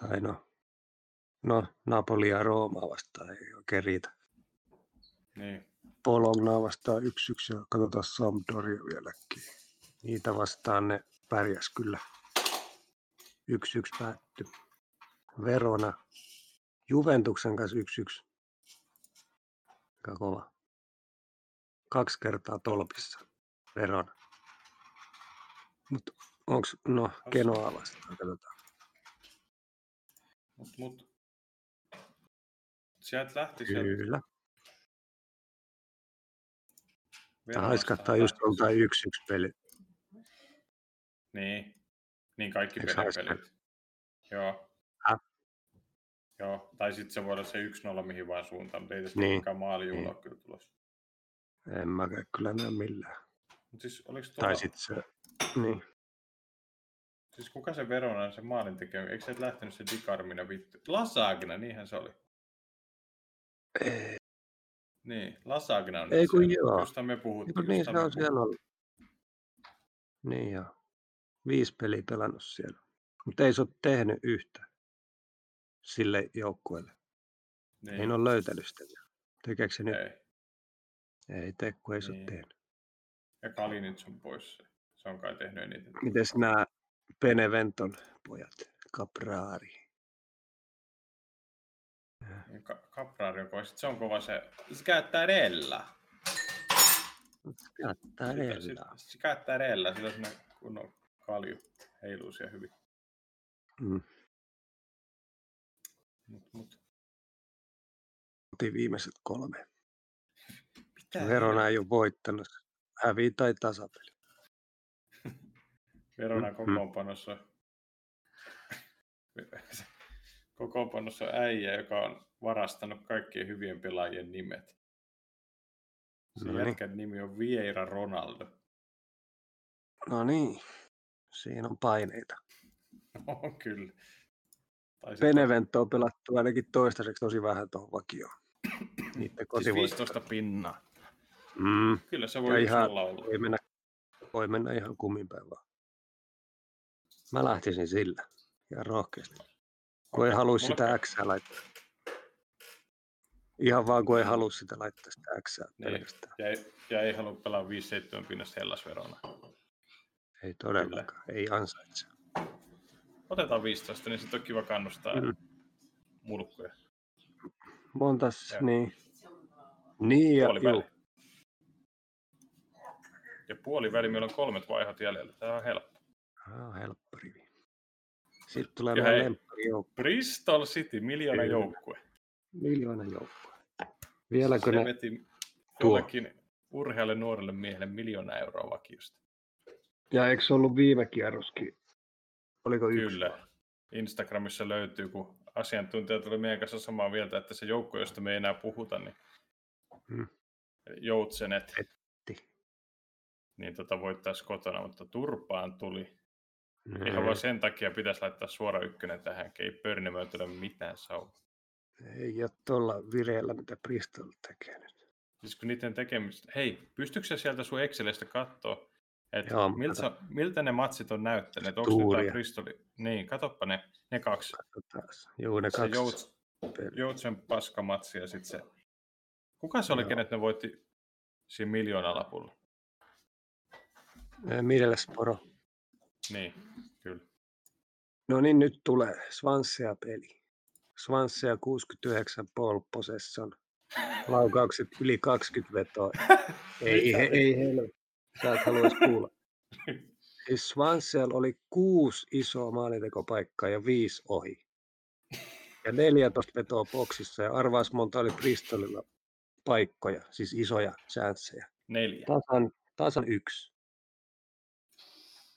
Speaker 2: Tai no, no Napoli ja Roomaa vastaan ei oikein riitä.
Speaker 1: Niin,
Speaker 2: Polognaa vastaan 1-1 ja katsotaan Sampdoria vieläkin. Niitä vastaan ne pärjäs kyllä. 1-1 päättyi. Verona. Juventuksen kanssa 1-1. Aika kova. Kaksi kertaa tolpissa. Verona. Mutta onks, no, Genoa vastaan, katsotaan.
Speaker 1: mutta mut, sieltä lähti sieltä
Speaker 2: Kyllä. Tää
Speaker 1: Veronasta
Speaker 2: haiskahtaa just
Speaker 1: lähtisi.
Speaker 2: joltain 1-1 peli.
Speaker 1: Niin, niin kaikki
Speaker 2: Eiks
Speaker 1: pelipelit. Joo.
Speaker 2: Häh?
Speaker 1: Joo, tai sitten se voi olla se 1-0 mihin vaan suuntaan, mutta ei tässä
Speaker 2: Niin,
Speaker 1: niin. mikään maalijuhla
Speaker 2: niin.
Speaker 1: niin. ole kyllä tulossa.
Speaker 2: En mäkään kyllä näe millään.
Speaker 1: Mut siis, oliks tuolla,
Speaker 2: Tai sitten se, niin.
Speaker 1: siis kuka se Veronan se maalin tekee? Eikö se lähtenyt se Dikarmina vittu? Lasagna, niinhän se oli.
Speaker 2: Ei,
Speaker 1: Niin, Lasagna on
Speaker 2: Ei
Speaker 1: nyt
Speaker 2: kun
Speaker 1: se,
Speaker 2: joo.
Speaker 1: Josta me
Speaker 2: Niin,
Speaker 1: puhuttiin.
Speaker 2: kun niin se
Speaker 1: josta me
Speaker 2: on siellä ollut. Niin joo. Viisi peliä pelannut siellä. Mutta ei se ole tehnyt yhtä sille joukkueelle. Niin. Ei ne ole löytänyt sitä vielä. Tekeekö se nyt?
Speaker 1: Ei.
Speaker 2: Ei tee, kun ei se ole
Speaker 1: Niin.
Speaker 2: tehnyt.
Speaker 1: Ja Kali nyt on pois. Se on kai tehnyt eniten.
Speaker 2: Mites nämä Beneventon pojat? Caprari. Äh,
Speaker 1: Ja Ka- Caprari on pois. Sit Se on kova se. Se käyttää rellä. Sitä-
Speaker 2: Cattarella.
Speaker 1: sit- Se käyttää rellä. Sillä on semmoinen kunnon kalju. Heiluu siellä hyvin.
Speaker 2: Mm.
Speaker 1: Mut, mut.
Speaker 2: Otin viimeiset kolme.
Speaker 1: Mitä
Speaker 2: No, Verona ei ole voittanut. Hävi tai tasapeli.
Speaker 1: Verona
Speaker 2: Mm,
Speaker 1: kokoonpanossa. kokoonpanossa on äijä, joka on varastanut kaikkien hyvien pelaajien nimet. Se
Speaker 2: No niin.
Speaker 1: jätkän nimi on Vieira Ronaldo.
Speaker 2: No niin. Siinä on paineita.
Speaker 1: On kyllä. Tai sitten
Speaker 2: Benevento on pelattu ainakin toistaiseksi tosi vähän tuohon vakioon. Niiden
Speaker 1: siis
Speaker 2: kotivoitto.
Speaker 1: 15 pinnaa.
Speaker 2: Mm.
Speaker 1: Kyllä se
Speaker 2: Ja
Speaker 1: voi ihan...
Speaker 2: ihan-
Speaker 1: olla.
Speaker 2: Voi mennä, voi mennä ihan kummin päin vaan. Mä lähtisin sillä. Ja rohkeasti. Kun ei
Speaker 1: Okei,
Speaker 2: halua
Speaker 1: mulla
Speaker 2: sitä
Speaker 1: käy-
Speaker 2: X laittaa. Ihan vaan kun ei halua sitä laittaa sitä X
Speaker 1: Niin.
Speaker 2: pelkästään.
Speaker 1: Ja ei, ja ei halua pelaa 5-7 pinnasta Hellas Verona.
Speaker 2: Ei todellakaan. Ei ansaitse.
Speaker 1: Otetaan 15, niin sitten on kiva kannustaa
Speaker 2: Mm.
Speaker 1: mm. mulkkuja.
Speaker 2: Montas,
Speaker 1: Joo.
Speaker 2: niin. Niin ja
Speaker 1: Puoliväli.
Speaker 2: juu,
Speaker 1: Ja puoliväli, meillä on kolmet vaihot jäljellä. Tämä on helppo.
Speaker 2: Aa, Ah, helppo rivi. Sitten tulee
Speaker 1: Ja
Speaker 2: meidän
Speaker 1: hei.
Speaker 2: lempparijoukko,
Speaker 1: Bristol City, miljoona
Speaker 2: Kyllä.
Speaker 1: joukkue.
Speaker 2: miljoona joukkoa. Vieläkö
Speaker 1: Se
Speaker 2: ne,
Speaker 1: veti
Speaker 2: tuo?
Speaker 1: jollekin urhealle nuorelle miehelle miljoona euroa vakiosta.
Speaker 2: ja eikö se ollut viime kierroskin? Oliko yksi?
Speaker 1: Kyllä. Instagramissa löytyy, kun asiantuntijat oli meidän kanssa samaa mieltä, että se joukko, josta me ei enää puhuta, niin
Speaker 2: Mm.
Speaker 1: joutsenet,
Speaker 2: Etti.
Speaker 1: niin tota voittaisi kotona, mutta turpaan tuli.
Speaker 2: Mm.
Speaker 1: Ihan vaan sen takia pitäisi laittaa suora ykkönen tähän, kun ei pörnimöityllä mitään saa.
Speaker 2: Ei ole tuolla vireellä, mitä Bristol tekee nyt.
Speaker 1: Siis kun niiden tekemistä... Hei, pystyykö sä sieltä sun Excelistä katsoa, että
Speaker 2: Joo, mä
Speaker 1: miltä, miltä, ne matsit on näyttänyt? Onko
Speaker 2: Tuuria.
Speaker 1: jotain Bristoli? Niin, katoppa ne, ne kaksi.
Speaker 2: Katsotaas. Juu, ne
Speaker 1: Se
Speaker 2: kaksi.
Speaker 1: jouts,
Speaker 2: peliä.
Speaker 1: Joutsen paskamatsi ja sitten se... Kuka se oli,
Speaker 2: Joo.
Speaker 1: kenet ne voitti siinä miljoonalapulla?
Speaker 2: Eh, Middlesbrough.
Speaker 1: Niin, kyllä.
Speaker 2: No niin, nyt tulee Swansea peli. Swansea 69 pole possession. Laukaukset yli 20 vetoa. Ei,
Speaker 1: Mitä?
Speaker 2: he, ei helvetti. Sä et haluaisi kuulla. Siis Swansealla oli kuusi isoa maalintekopaikkaa ja viisi ohi. Ja 14 vetoa boksissa ja arvaas monta oli Bristolilla paikkoja, siis isoja chanceja.
Speaker 1: Neljä.
Speaker 2: Tasan, tasan yksi.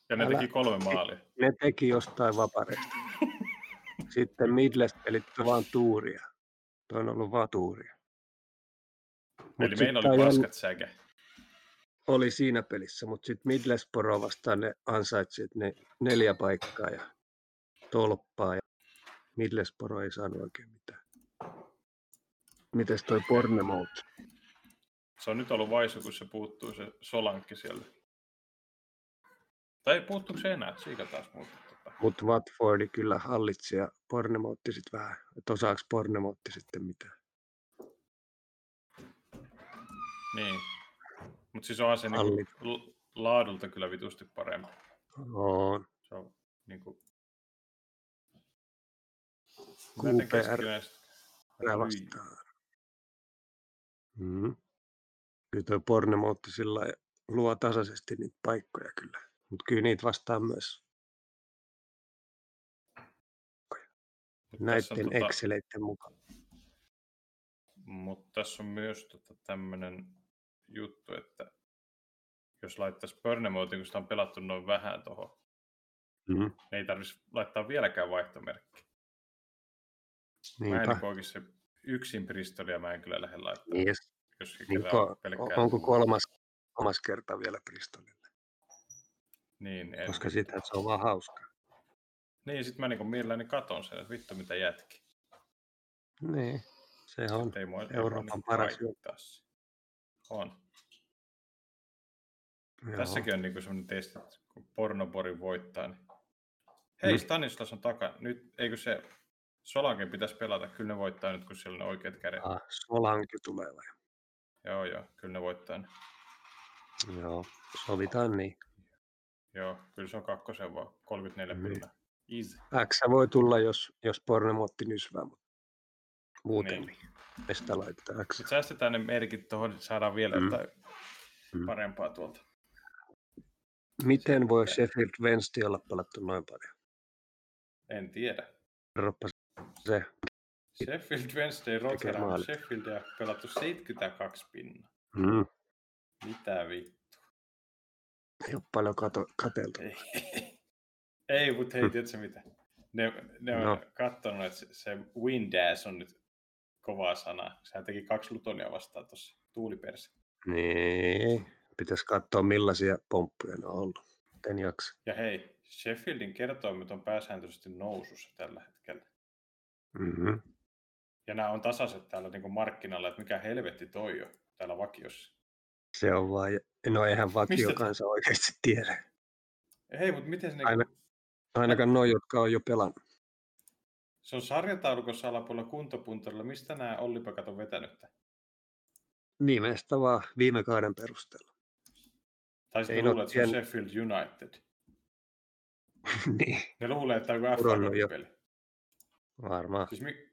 Speaker 1: Ja ne
Speaker 2: Älä-
Speaker 1: teki kolme maalia.
Speaker 2: Ne teki jostain vapareista. Sitten Midles pelitti vaan tuuria. Toi on ollut vaan tuuria.
Speaker 1: Eli
Speaker 2: Mut sit
Speaker 1: meillä
Speaker 2: tää
Speaker 1: oli
Speaker 2: jäl-
Speaker 1: paskat säkä.
Speaker 2: oli siinä pelissä, mutta sitten Midlesboro vastaan ne ansaitsivat ne neljä paikkaa ja tolppaa. Ja Midlesboro ei saanut oikein mitään. Mites toi Pornemouth?
Speaker 1: Se on nyt ollut vaisu, kun se puuttuu se solankki siellä. Tai puuttuuko se enää? Siika taas muuttuu. tota.
Speaker 2: Mutta Watfordi kyllä hallitsi ja Pornemoutti sitten vähän. Että osaako Pornemoutti sitten mitään?
Speaker 1: Niin. Mutta siis onhan se
Speaker 2: Halli.
Speaker 1: niinku l- laadulta kyllä vitusti parempi.
Speaker 2: On.
Speaker 1: Se on niinku...
Speaker 2: QPR.
Speaker 1: Näiden keskinäistä-
Speaker 2: Älä
Speaker 1: Hyi.
Speaker 2: vastaan. Mm. Kyllä toi Pornemoutti sillä lailla luo tasaisesti niitä paikkoja kyllä. Mutta kyllä niitä vastaan myös
Speaker 1: Mut tässä on
Speaker 2: näiden tota... Exceleiden mukaan.
Speaker 1: Mutta tässä on myös tota tämmöinen juttu, että jos laittaisi Burnemoutin, kun sitä on pelattu noin vähän tuohon,
Speaker 2: Mm.
Speaker 1: niin ei tarvitsisi laittaa vieläkään vaihtomerkkiä. Mä en
Speaker 2: Niinpä.
Speaker 1: niin oikein se yksin Bristolia mä en kyllä lähde laittaa,
Speaker 2: Niin, jos-
Speaker 1: jos
Speaker 2: niin
Speaker 1: kyllä
Speaker 2: ko-
Speaker 1: pelkkää.
Speaker 2: onko kolmas, kolmas kerta vielä Bristolille?
Speaker 1: Niin, en.
Speaker 2: Koska sitä se on vaan hauska.
Speaker 1: niin sit mä niin mielelläni katon sen, että vittu mitä jätki.
Speaker 2: Niin, se on.
Speaker 1: Ei mua, niinku ei mua
Speaker 2: Euroopan
Speaker 1: niinku
Speaker 2: paras
Speaker 1: haittaa se. On. Joo. Tässäkin on niinku semmoinen testi, että kun pornoporin voittaa. Niin... Hei, mm. Stanislas on takana. Nyt, eikö se Solankin pitäisi pelata? Kyllä ne voittaa nyt, kun sillä on oikeat kädet.
Speaker 2: Ah, Solanki tulee vai?
Speaker 1: Joo, joo. Kyllä ne voittaa. Ne.
Speaker 2: Joo, sovitaan niin.
Speaker 1: Joo, kyllä se on kakkosen vaan. 34 mm.
Speaker 2: Niin.
Speaker 1: pinnaa. Easy.
Speaker 2: X voi tulla, jos, jos pornemotti nysvää, mutta muuten niin. Mistä laittaa X?
Speaker 1: Nyt säästetään ne merkit tuohon, saadaan vielä mm. jotain mm. parempaa tuolta.
Speaker 2: Miten Sen voi käy. Sheffield Wednesday olla pelattu noin paljon?
Speaker 1: En tiedä.
Speaker 2: Roppa se.
Speaker 1: Sheffield Wednesday Rotterdam Sheffieldia pelattu 72 pinnaa.
Speaker 2: Mm.
Speaker 1: Mitä vittu?
Speaker 2: Ei ole paljon kato, kateltu.
Speaker 1: Ei, ei mutta hei, tiedätkö mitä? Ne, ne on Hm. no. katsonut, että se, se Windass on nyt kovaa sanaa. Sehän teki kaksi lutonia vastaan tuossa tuulipersi.
Speaker 2: Niin, pitäisi katsoa millaisia pomppuja ne on ollut. En jaksa.
Speaker 1: Ja hei, Sheffieldin kertoimet on pääsääntöisesti nousussa tällä hetkellä.
Speaker 2: Mm-hmm.
Speaker 1: Ja nämä on tasaiset täällä niin markkinalla, että mikä helvetti toi on täällä vakiossa.
Speaker 2: Se on vaan, no eihän vakio kanssa oikeasti tiedä.
Speaker 1: Hei, mutta miten niinku ne...
Speaker 2: Aina, ainakaan noi, jotka on jo pelannut.
Speaker 1: Se on sarjataulukossa alapuolella kuntopuntarilla. Mistä nämä Ollipakat on vetänyt tämän?
Speaker 2: Viimeistä vaan viime kauden perusteella.
Speaker 1: Tai sitten luulee, että se on Sheffield United.
Speaker 2: niin.
Speaker 1: Ne luulee, että tämä on FA peli.
Speaker 2: Varmaan.
Speaker 1: Siis mi-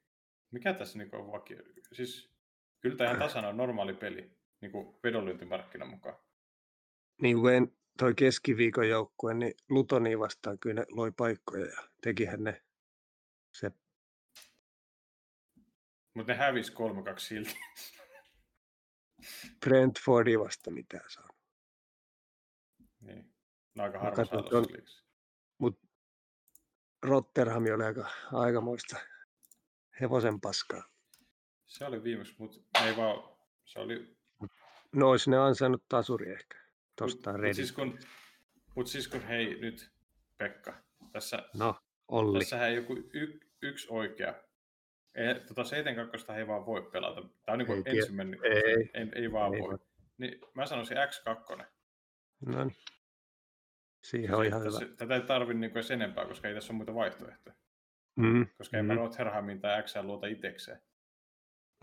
Speaker 1: mikä tässä niinku on vakio? Siis kyllä tämä ihan tasana on normaali peli niin kuin vedonlyöntimarkkinan mukaan.
Speaker 2: Niin Wen, toi keskiviikon joukkue, niin Lutoni vastaan kyllä ne loi paikkoja ja tekihän ne se.
Speaker 1: Mutta ne hävisi 3-2 silti.
Speaker 2: Brentfordi vasta mitään saa.
Speaker 1: Niin. No aika harva saa
Speaker 2: Mutta Rotterham oli aika, aikamoista hevosen paskaa.
Speaker 1: Se oli viimeksi, mutta ei vaan, se oli
Speaker 2: No olisi ne ansainnut tasuri ehkä. Tosta
Speaker 1: Mm, mut, mut siis kun, mut siis kun, hei nyt Pekka, tässä,
Speaker 2: no, Olli.
Speaker 1: tässähän joku y, yksi oikea. E, tota 72 ei vaan voi pelata. Tämä on niin kuin ensimmäinen.
Speaker 2: Ei, ei,
Speaker 1: ei, ei vaan ei voi. voi. Niin, mä sanoisin X2.
Speaker 2: No niin. Siihen on ihan
Speaker 1: tässä,
Speaker 2: hyvä.
Speaker 1: Tätä ei tarvi niin sen enempää, koska ei tässä ole muita vaihtoehtoja.
Speaker 2: Mm.
Speaker 1: Koska mm. en mä Rotherhamin tai X luota itekseen.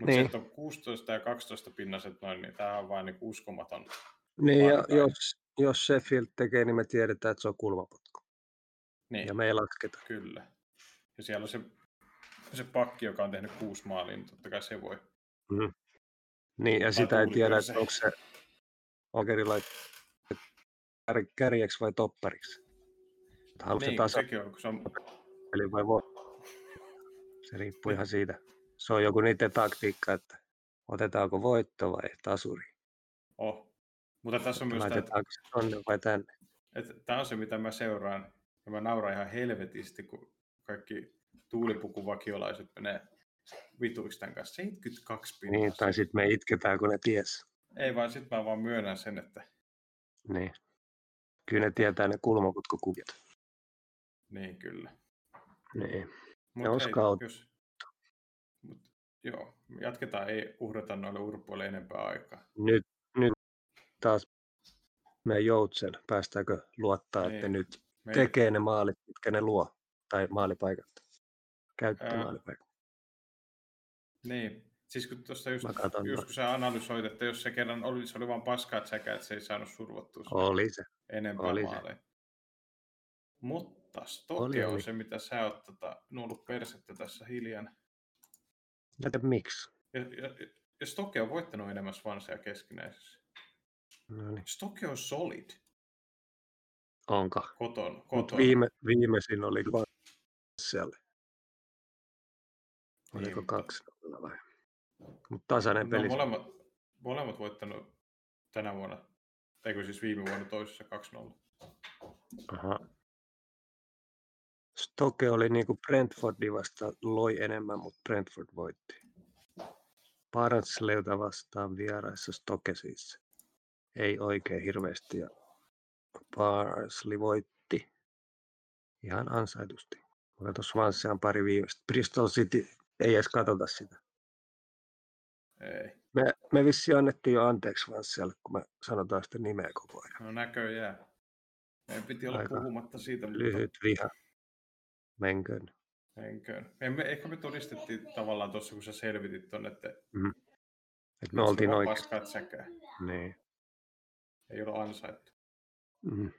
Speaker 1: Mutta niin. se, on 16 ja 12 pinnaset noin, niin tämä on vain niin uskomaton.
Speaker 2: Niin, ja jos, jos Sheffield tekee, niin me tiedetään, että se on kulmapotku.
Speaker 1: Niin.
Speaker 2: Ja me ei lasketa.
Speaker 1: Kyllä. Ja siellä on se, se pakki, joka on tehnyt kuusi maalia, niin totta kai se voi.
Speaker 2: Mm. Niin, ja Mä sitä ei tiedä, että onko se Okeri kär, kärjeksi vai toppariksi.
Speaker 1: Haluatko niin, se tasa... sekin on, kun se on...
Speaker 2: Eli vai voi. Se riippuu niin. ihan siitä se on joku niiden taktiikka, että otetaanko voitto vai tasuri.
Speaker 1: Oh. Mutta tässä on myös
Speaker 2: Laitetaanko se tonne vai tänne?
Speaker 1: Tämä on se, mitä mä seuraan. Ja mä nauran ihan helvetisti, kun kaikki tuulipukuvakiolaiset menee vituiksi tämän kanssa. 72 pinnaa.
Speaker 2: Niin, tai sitten me itketään, kun ne ties.
Speaker 1: Ei vaan, sitten mä vaan myönnän sen, että...
Speaker 2: Niin. Kyllä ne tietää ne kulmaputkokuviot.
Speaker 1: Niin, kyllä.
Speaker 2: Niin. Mut ne on scout. Jos,
Speaker 1: Joo, jatketaan, ei uhrata noille urpoille enempää aikaa.
Speaker 2: Nyt, nyt taas me joutsen, päästäänkö luottaa, niin. että nyt me... tekee ne maalit, mitkä ne luo, tai maalipaikat, käyttää Ää... maalipaikat.
Speaker 1: Niin, siis kun tuossa just,
Speaker 2: tota.
Speaker 1: just kun sä analysoit, että jos se kerran oli, se oli vaan paskaa tsäkä, että se ei saanut survottua
Speaker 2: oli se.
Speaker 1: enempää oli maaleja. Se. Mutta Stoke on se, mitä sä oot tota, nuollut persettä tässä hiljan.
Speaker 2: Näitä miksi?
Speaker 1: Ja, ja, ja Stoke on voittanut enemmän Swansia keskinäisessä.
Speaker 2: Noniin.
Speaker 1: Stoke on solid.
Speaker 2: Onko?
Speaker 1: Koton. koton.
Speaker 2: Mut viime, viimeisin oli Swansialle. Oliko niin, kaksi mutta... vai? Mutta tasainen peli.
Speaker 1: No, molemmat, molemmat voittanut tänä vuonna. Eikö siis viime vuonna toisessa 2-0.
Speaker 2: Aha. Stoke oli niin kuin Brentfordi vasta loi enemmän, mutta Brentford voitti. Barnsleyta vastaan vieraissa Stoke siis. Ei oikein hirveästi ja Barnsley voitti ihan ansaitusti. Mutta tuossa Swansea on pari viimeistä. Bristol City ei edes katsota sitä.
Speaker 1: Ei.
Speaker 2: Me, me vissi annettiin jo anteeksi Vanssialle, kun me sanotaan sitä nimeä koko ajan.
Speaker 1: No näköjään. Meidän piti olla
Speaker 2: Aika
Speaker 1: puhumatta siitä, mutta
Speaker 2: Lyhyt viha, menköön.
Speaker 1: enköön. Me, me, ehkä me todistettiin tavallaan tuossa, kun sä selvitit tuonne, että
Speaker 2: Mm. Et me
Speaker 1: et se
Speaker 2: oltiin
Speaker 1: vaan
Speaker 2: oikein.
Speaker 1: paskat säkää.
Speaker 2: Niin.
Speaker 1: Ei ole ansaittu.
Speaker 2: Mm.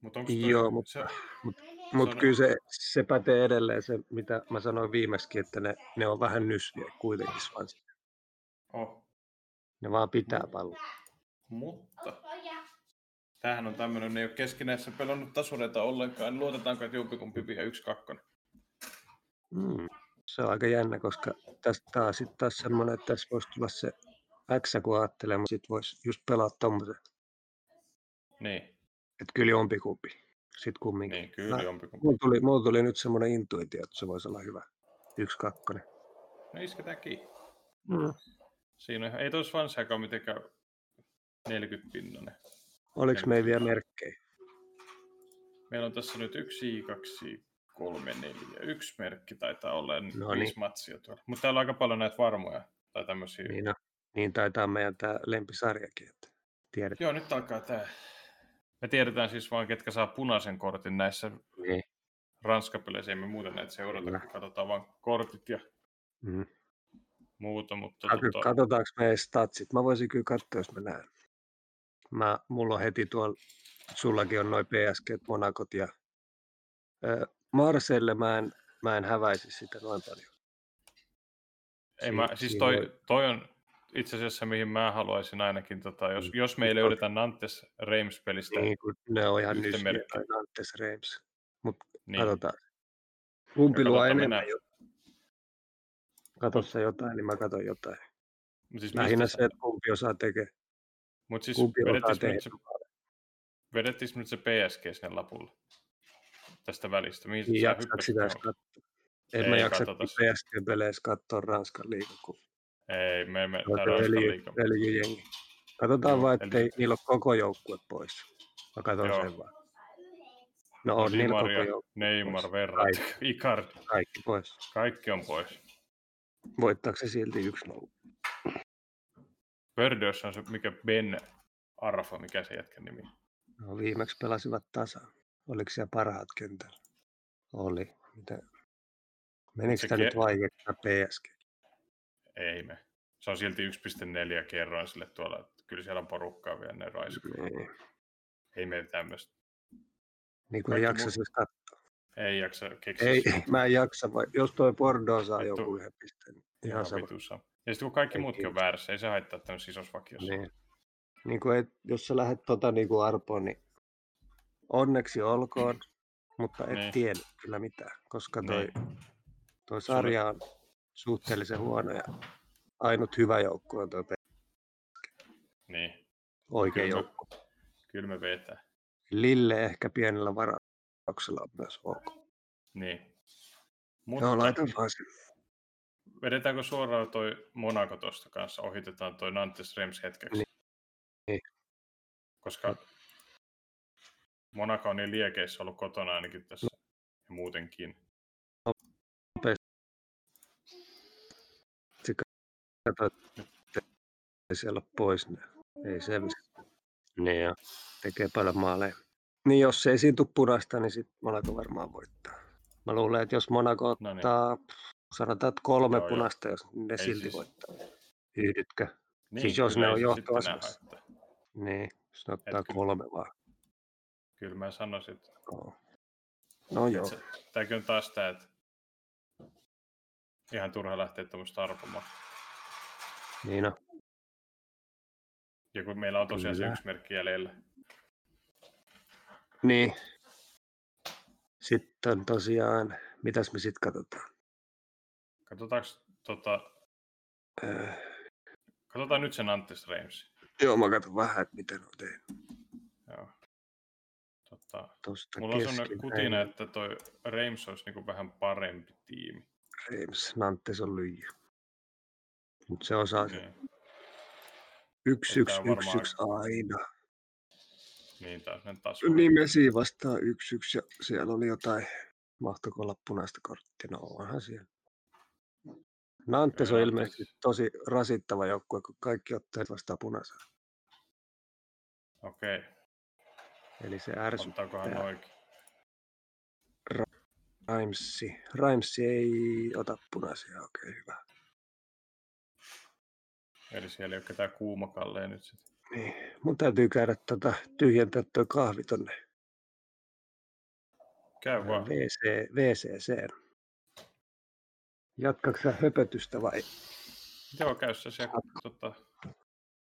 Speaker 1: Mutta onko
Speaker 2: Joo, mutta
Speaker 1: se,
Speaker 2: Mutta
Speaker 1: on-
Speaker 2: kyllä se, se pätee edelleen se, mitä mä sanoin viimeksi, että ne, ne on vähän nysviä kuitenkin Swansea.
Speaker 1: oh,
Speaker 2: Ne vaan pitää pallon.
Speaker 1: mutta tämähän on tämmöinen, ne ei ole keskinäisessä pelannut tasureita ollenkaan. Luotetaanko, että jompikumpi vie yksi kakkonen?
Speaker 2: Mm. Se on aika jännä, koska tästä taas, sit taas semmoinen, että tässä voisi tulla se X, kun ajattelee, mutta sitten voisi just pelaa tommosen,
Speaker 1: Niin,
Speaker 2: että kyllä jompikumpi. Sitten kumminkin.
Speaker 1: niin kyllä
Speaker 2: No.
Speaker 1: jompikumpi.
Speaker 2: Mulla tuli, mulla tuli nyt semmoinen intuitio, että se voisi olla hyvä. Yksi kakkonen.
Speaker 1: No isketään kiinni.
Speaker 2: Mm.
Speaker 1: Siinä on ihan- ei tois vansiakaan mitenkään 40 pinnanen.
Speaker 2: Oliko meillä vielä merkkejä?
Speaker 1: Meillä on tässä nyt yksi, kaksi, kolme, neljä. Yksi merkki taitaa olla no
Speaker 2: No
Speaker 1: viisi
Speaker 2: niin.
Speaker 1: niin. matsia tuolla. Mutta täällä on aika paljon näitä varmoja tai tämmöisiä. Niin.
Speaker 2: Niin, no, niin taitaa meidän tämä lempisarjakin, että tiedät.
Speaker 1: Joo, nyt alkaa tää. Me tiedetään siis vaan, ketkä saa punaisen kortin näissä
Speaker 2: Niin.
Speaker 1: Ranskapeleissä. Emme muuten näitä seurata,
Speaker 2: Kyllä.
Speaker 1: kun katsotaan vaan kortit ja
Speaker 2: Mm.
Speaker 1: muuta. Mutta
Speaker 2: Kat-
Speaker 1: tota,
Speaker 2: Katsotaanko meidän statsit? Mä voisin kyllä katsoa, jos mä näen. Mä, mulla on heti tuolla, sullakin on noin PSG, Monakot ja ö, Marselle mä en, mä en häväisi sitä noin paljon.
Speaker 1: ei mä,
Speaker 2: siin-
Speaker 1: siis
Speaker 2: siinä
Speaker 1: toi,
Speaker 2: voi-
Speaker 1: toi on itse asiassa, mihin mä haluaisin ainakin, tota, jos,
Speaker 2: Mm.
Speaker 1: jos me ei
Speaker 2: Siis toi-
Speaker 1: löydetä Nantes Reims-pelistä,
Speaker 2: Niin, kun ne on ihan
Speaker 1: Yhtä
Speaker 2: nyt
Speaker 1: merkkiä.
Speaker 2: Nantes Reims. Niin.
Speaker 1: niin
Speaker 2: Katsotaan. Kumpi
Speaker 1: Ja
Speaker 2: luo
Speaker 1: katsotaan,
Speaker 2: enemmän?
Speaker 1: mennään-
Speaker 2: Jo... Kato sä jotain, niin mä katon jotain.
Speaker 1: Mut Siis
Speaker 2: Lähinnä se, että kumpi osaa tekee.
Speaker 1: Mutta siis
Speaker 2: Kumpi osaa
Speaker 1: vedettiinkö me
Speaker 2: tehdä.
Speaker 1: nyt, se, vedettiinkö me nyt se PSG sinne lapulle tästä välistä? Mihin
Speaker 2: Niin
Speaker 1: sä
Speaker 2: jaksatko
Speaker 1: hyppäsit
Speaker 2: sitä edes
Speaker 1: tuohon?
Speaker 2: katsoa? En mä
Speaker 1: Ei
Speaker 2: jaksa
Speaker 1: katsota sitä.
Speaker 2: PSG-peleissä katsoa Ranskan liikaa, kun
Speaker 1: Ei, me emme
Speaker 2: Joo,
Speaker 1: tää
Speaker 2: se
Speaker 1: Ranskan
Speaker 2: öljy-
Speaker 1: liiga.
Speaker 2: öljyjengi. Katsotaan
Speaker 1: Joo,
Speaker 2: vaan,
Speaker 1: eli
Speaker 2: ettei
Speaker 1: se-
Speaker 2: niillä ole koko joukkue pois. Mä katson
Speaker 1: Mm, Joo.
Speaker 2: sen vaan. No on niillä
Speaker 1: Neymar
Speaker 2: koko
Speaker 1: ja
Speaker 2: joukkue
Speaker 1: Neymar,
Speaker 2: pois.
Speaker 1: Verrat, Icardi,
Speaker 2: kaikki pois.
Speaker 1: kaikki on pois.
Speaker 2: Voittaako se silti 1-0?
Speaker 1: Verdes on se, mikä Ben Arfa, mikä se jätkän nimi. on.
Speaker 2: No, viimeksi pelasivat tasan. Oliko siellä parhaat kentällä? Oli. Mitä? Menikö
Speaker 1: Se
Speaker 2: tämä nyt
Speaker 1: ke-
Speaker 2: vaikeutta PSG?
Speaker 1: Ei me. Se on silti 1,4 kerroin sille tuolla, että kyllä siellä on porukkaa vielä ne raisku.
Speaker 2: Niin,
Speaker 1: Ei me tämmöistä.
Speaker 2: niin kuin ei
Speaker 1: Kaikki
Speaker 2: jaksa
Speaker 1: muu-
Speaker 2: siis katsoa.
Speaker 1: Ei jaksa keksiä.
Speaker 2: Ei, mä en jaksa. Vai, jos toi Bordeaux saa
Speaker 1: Vittu.
Speaker 2: joku yhden pisteen, niin ihan sama.
Speaker 1: vitussa. Ja sitten kun kaikki
Speaker 2: Ei
Speaker 1: muutkin on
Speaker 2: kiinnosta.
Speaker 1: väärässä, ei se haittaa tämmöisessä isossa vakiossa.
Speaker 2: Niin. Niin kuin et, jos sä lähdet tota niin kuin arpoon, niin onneksi olkoon, mutta et
Speaker 1: Niin.
Speaker 2: niin. tiedä kyllä mitään, koska
Speaker 1: Niin.
Speaker 2: toi, toi sarja on suhteellisen huono ja ainut hyvä joukko on toi pe-
Speaker 1: niin.
Speaker 2: oikea
Speaker 1: Kyllä.
Speaker 2: joukko.
Speaker 1: Kyllä me vetää.
Speaker 2: Lille ehkä pienellä varauksella on myös ok.
Speaker 1: Niin.
Speaker 2: Mutta... Joo,
Speaker 1: Mutta
Speaker 2: laitan vaan sen.
Speaker 1: vedetäänkö suoraan toi Monaco tuosta kanssa, ohitetaan toi Nantes Rems hetkeksi.
Speaker 2: Niin. Niin.
Speaker 1: Koska Monaco on niin liekeissä ollut kotona ainakin tässä ja muutenkin.
Speaker 2: Kato, ettei siellä ole pois. Ne. Ei se Niin jo. Tekee paljon maaleja. Niin jos ei siinä tule purasta, niin sitten Monaco varmaan voittaa. Mä luulen, että jos Monaco
Speaker 1: No niin.
Speaker 2: ottaa, pff, sanotaan, että kolme
Speaker 1: Joo, joo.
Speaker 2: joo, punaista, jos ne
Speaker 1: Ei
Speaker 2: silti
Speaker 1: siis-
Speaker 2: siis... voittaa. Yhdytkö?
Speaker 1: Niin,
Speaker 2: Siis jos
Speaker 1: kyllä
Speaker 2: ne
Speaker 1: ei
Speaker 2: on
Speaker 1: se sitten enää
Speaker 2: johtoasemassa.
Speaker 1: haittaa.
Speaker 2: Niin, jos ne ottaa
Speaker 1: kyllä.
Speaker 2: kolme vaan.
Speaker 1: Kyllä mä sanoisin, että
Speaker 2: Joo. No joo,
Speaker 1: se, tämäkin on taas tää, että ihan turha lähteä tuommoista arpomaan.
Speaker 2: niin on.
Speaker 1: Ja kun meillä on tosiaan se
Speaker 2: Kyllä.
Speaker 1: yksi merkki jäljellä.
Speaker 2: Niin. Sitten on tosiaan, mitäs me sitten katsotaan?
Speaker 1: Katsotaanko tota,
Speaker 2: Öö,
Speaker 1: katsotaan nyt sen Antti Reims.
Speaker 2: joo, mä katson vähän, että miten on tehnyt
Speaker 1: Joo. Tota,
Speaker 2: tuosta
Speaker 1: mulla on sellainen kutina, että toi Reims olisi niinku vähän parempi tiimi.
Speaker 2: Reims, Nantes on lyijy. Mutta se osaa sen.
Speaker 1: Niin,
Speaker 2: Yksi,
Speaker 1: ei
Speaker 2: yksi,
Speaker 1: tää
Speaker 2: yksi,
Speaker 1: varmaan-
Speaker 2: yksi aina.
Speaker 1: niin taas ne taso. Niin.
Speaker 2: Nimesi vastaa yksi, yksi ja siellä oli jotain. Mahtoiko olla punaista korttia? No onhan siellä. Nantes on ilmeisesti tosi rasittava joukkue, kun kaikki otteet vastaan punaisena.
Speaker 1: Okei,
Speaker 2: Eli se
Speaker 1: ottaakohan
Speaker 2: ärsyttää
Speaker 1: oikein.
Speaker 2: Raimsi. Raimsi ei ota punaisia oikein hyvä.
Speaker 1: Eli siellä ei ole ketään kuumakalleja nyt sitten.
Speaker 2: Niin. Mun täytyy käydä tota, tyhjentää tuo kahvi tonne
Speaker 1: Käy vaan.
Speaker 2: VC, VCC. Jatkaksä höpötystä vai?
Speaker 1: Joo, käy se siellä, tota,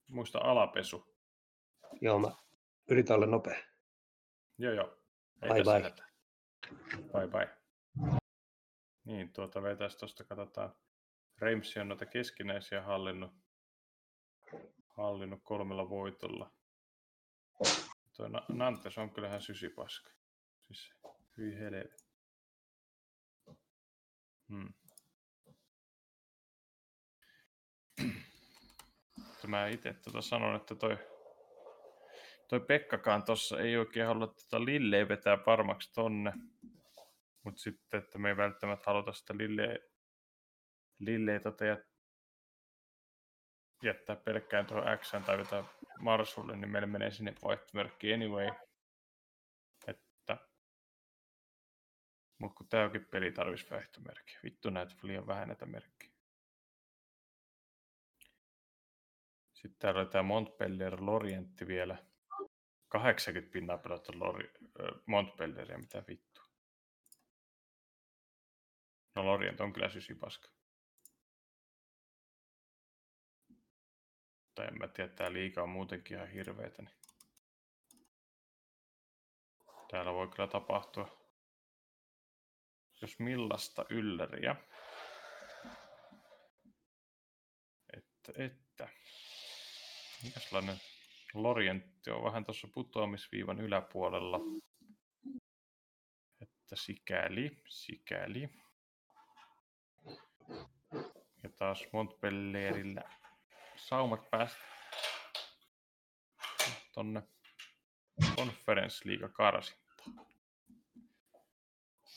Speaker 1: muista alapesu.
Speaker 2: Joo, mä yritän olla nopea.
Speaker 1: Joo, joo. Ei
Speaker 2: Bye
Speaker 1: tässä
Speaker 2: bye.
Speaker 1: hätää. Bye bye. Niin, tuota vetäis tuosta, katsotaan. Reimsi on noita keskinäisiä hallinnut, hallinnut kolmella voitolla. Tuo Na- Nantes on kyllähän sysipaska. Siis hyi helvetti. Hmm. Mutta Mä itse tota sanon, että toi toi Pekkakaan tuossa ei oikein halua tota Lilleä vetää varmaksi tonne. Mutta sitten, että me ei välttämättä haluta sitä Lilleä, Lilleä tota jät- jättää pelkkään tuohon X tai vetää Marsulle, niin meillä menee sinne vaihtomerkki anyway. Että... Mutta kun tämäkin peli tarvisi vaihtomerkkiä. Vittu näitä liian vähän näitä merkkejä. Sitten täällä oli tämä Montpellier Lorientti vielä. 80 pinnaa pelattu Lori, ö, Montpellieria, mitä vittu. No Lorient on kyllä sysipaska. Tai en mä tiedä, tää liiga on muutenkin ihan hirveetä. Niin. Täällä voi kyllä tapahtua. Jos millaista ylläriä. Että, että. Mikäslainen Lorientti on vähän tuossa putoamisviivan yläpuolella. Että sikäli, sikäli. Ja taas Montpellierillä saumat päästä tonne konferenssliigakarsintaan.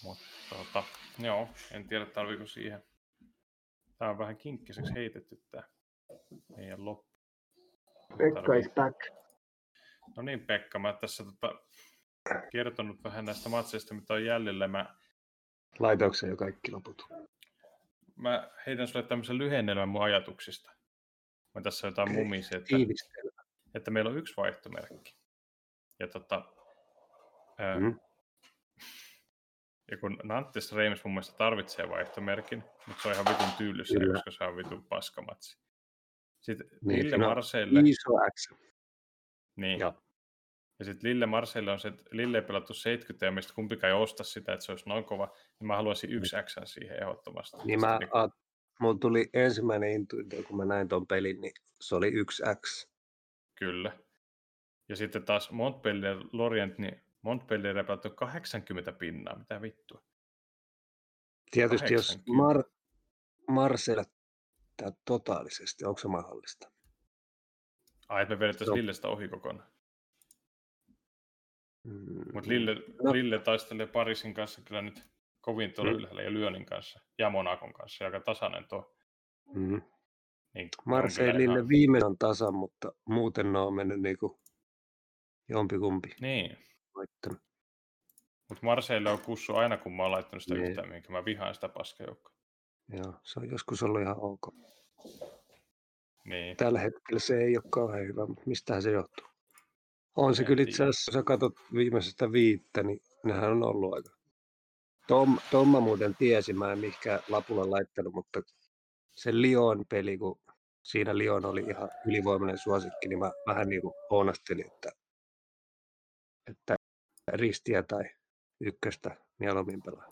Speaker 1: Mutta tota, joo, en tiedä tarviiko siihen. Tää on vähän kinkkiseksi heitetty tää meidän loppu. Tarvii-
Speaker 2: back.
Speaker 1: No niin Pekka, mä oon tässä tota, kertonut vähän näistä matseista, mitä on jäljellä. Mä,
Speaker 2: Laitokseen jo kaikki loput.
Speaker 1: mä heitän sulle tämmöisen lyhennelmän mun ajatuksista. Mä tässä jotain
Speaker 2: Okei,
Speaker 1: mumisi, että,
Speaker 2: Tiivistelmä.
Speaker 1: että meillä on yksi vaihtomerkki. Ja, tota, ää,
Speaker 2: Mm.
Speaker 1: ja kun Nanttis Reims mun mielestä tarvitsee vaihtomerkin, mutta se on ihan vitun tyylyssä,
Speaker 2: Kyllä.
Speaker 1: koska se on vitun paskamatsi. Sitten
Speaker 2: Niin,
Speaker 1: Lille
Speaker 2: no,
Speaker 1: Marseille.
Speaker 2: Iso X.
Speaker 1: Niin. Ja,
Speaker 2: Joo.
Speaker 1: ja sitten Lille Marselle on se, että Lille ei pelattu 70 ja mistä kumpikaan ei osta sitä, että se olisi noin kova, niin mä haluaisin yksi X siihen ehdottomasti.
Speaker 2: Niin
Speaker 1: Sitten
Speaker 2: mä, a, mulla tuli ensimmäinen intuitio, kun mä näin ton pelin, niin se oli 1X.
Speaker 1: Kyllä. Ja sitten taas Montpellier Lorient, niin Montpellier ei pelattu 80 pinnaa, mitä vittua.
Speaker 2: Tietysti jos
Speaker 1: 80.
Speaker 2: Mar, Marseille tää totaalisesti, onko se mahdollista?
Speaker 1: Ai, että me vedettäisiin
Speaker 2: Joo.
Speaker 1: Lillestä ohi kokonaan.
Speaker 2: Mm,
Speaker 1: Mutta Lille,
Speaker 2: No.
Speaker 1: Lille taistelee Parisin kanssa kyllä nyt kovin tuolla
Speaker 2: Mm.
Speaker 1: ylhäällä ja Lyönin kanssa ja Monakon kanssa. Aika tasainen tuo.
Speaker 2: Mm.
Speaker 1: Niin, on kyllä
Speaker 2: Marseillille
Speaker 1: ihan-
Speaker 2: viimeinen on tasan, mutta muuten ne on mennyt niinku jompikumpi
Speaker 1: Niin.
Speaker 2: voittanut.
Speaker 1: Mutta Marseille on kussu aina, kun mä oon laittanut sitä
Speaker 2: Niin.
Speaker 1: yhtään minkä mä vihaan sitä paskajoukkoa.
Speaker 2: Joo, se on joskus ollut ihan ok.
Speaker 1: Niin,
Speaker 2: Tällä hetkellä se ei ole kauhean hyvä, mutta mistähän se johtuu? On se
Speaker 1: En
Speaker 2: kyllä
Speaker 1: tiedä.
Speaker 2: itse asiassa, jos sä katsot viimeisestä viittä, niin nehän on ollut aika. Tom, Tomma muuten tiesi, mä en mihinkään lapulle laittanut, mutta se Lion peli, kun siinä Lion oli ihan ylivoimainen suosikki, niin mä vähän niin kuin ounastelin, että, että ristiä tai ykköstä mieluummin pelaa.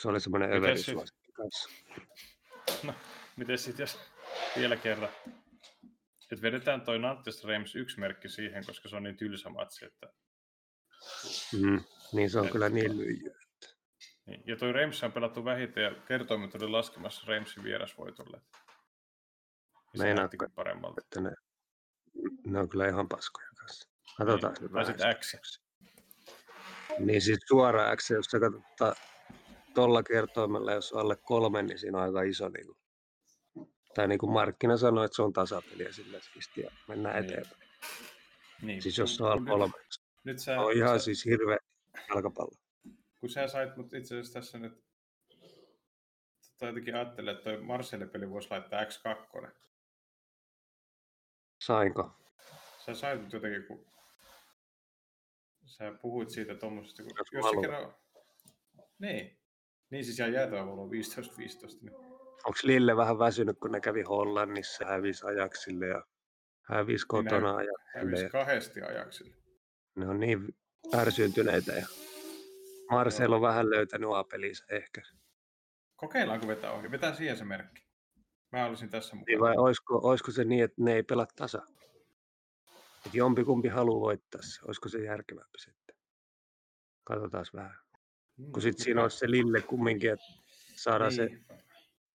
Speaker 2: Se oli semmoinen
Speaker 1: Mites
Speaker 2: överi
Speaker 1: siis-
Speaker 2: suosikki kanssa.
Speaker 1: miten sitten jos vielä kerran, että vedetään toi Nantes Reims yksi merkki siihen, koska se on niin tylsä matsi. Että,
Speaker 2: Mm. Niin se on
Speaker 1: Et-
Speaker 2: kyllä niin lyijy.
Speaker 1: niin. Ja toi Reims on pelattu vähiten ja kertoimet oli laskemassa Reimsin vierasvoitolle. Ja se
Speaker 2: Meinaatko?
Speaker 1: näyttikin paremmalta.
Speaker 2: että ne, ne on kyllä ihan paskoja kanssa. Katsotaan
Speaker 1: Niin.
Speaker 2: niin,
Speaker 1: Tai
Speaker 2: vähän.
Speaker 1: sitten X.
Speaker 2: Niin siis suora X, jos sä katsotaan tuolla kertoimella, jos on alle kolme, niin siinä on aika iso. Niin kuin, tai niin kuin Markkina sanoi, että se on tasapeli ja sillä siisti ja mennään
Speaker 1: Niin.
Speaker 2: eteenpäin.
Speaker 1: Niin.
Speaker 2: Siis jos se on alle
Speaker 1: Nyt-
Speaker 2: kolme,
Speaker 1: Nyt
Speaker 2: se
Speaker 1: sä,
Speaker 2: on ihan
Speaker 1: sä,
Speaker 2: siis hirveä jalkapallo.
Speaker 1: kun sä sait mut itse asiassa tässä nyt, tai jotenkin ajattelin, että toi Marseille peli voisi laittaa X2.
Speaker 2: Sainko?
Speaker 1: Sä sait mut jotenkin, kun sä puhuit siitä tuommoisesta, kun
Speaker 2: Jos
Speaker 1: jos sä
Speaker 2: valuu.
Speaker 1: kerran... Niin. Niin siis ihan jäätävä valuu 15-15. Niin.
Speaker 2: Onko Lille vähän väsynyt, kun ne kävi Hollannissa ja hävisi ajaksille ja hävisi kotona
Speaker 1: hävi-
Speaker 2: ajaksille.
Speaker 1: Hävisi kahdesti ajaksille.
Speaker 2: Ne on niin ärsyntyneitä ja Marcel on vähän löytänyt apeliinsa ehkä.
Speaker 1: Kokeillaanko vetää ohi? Vetää siihen se merkki. Mä olisin tässä
Speaker 2: Niin
Speaker 1: mukana.
Speaker 2: vai olisiko, olisiko se niin, että ne ei pelaa tasa? Et jompikumpi haluaa voittaa se. Olisiko se järkevämpi sitten? Katsotaan vähän.
Speaker 1: Mm,
Speaker 2: Kun sitten siinä
Speaker 1: mutta-
Speaker 2: olisi se Lille kumminkin, että saadaan niin. se
Speaker 1: niin.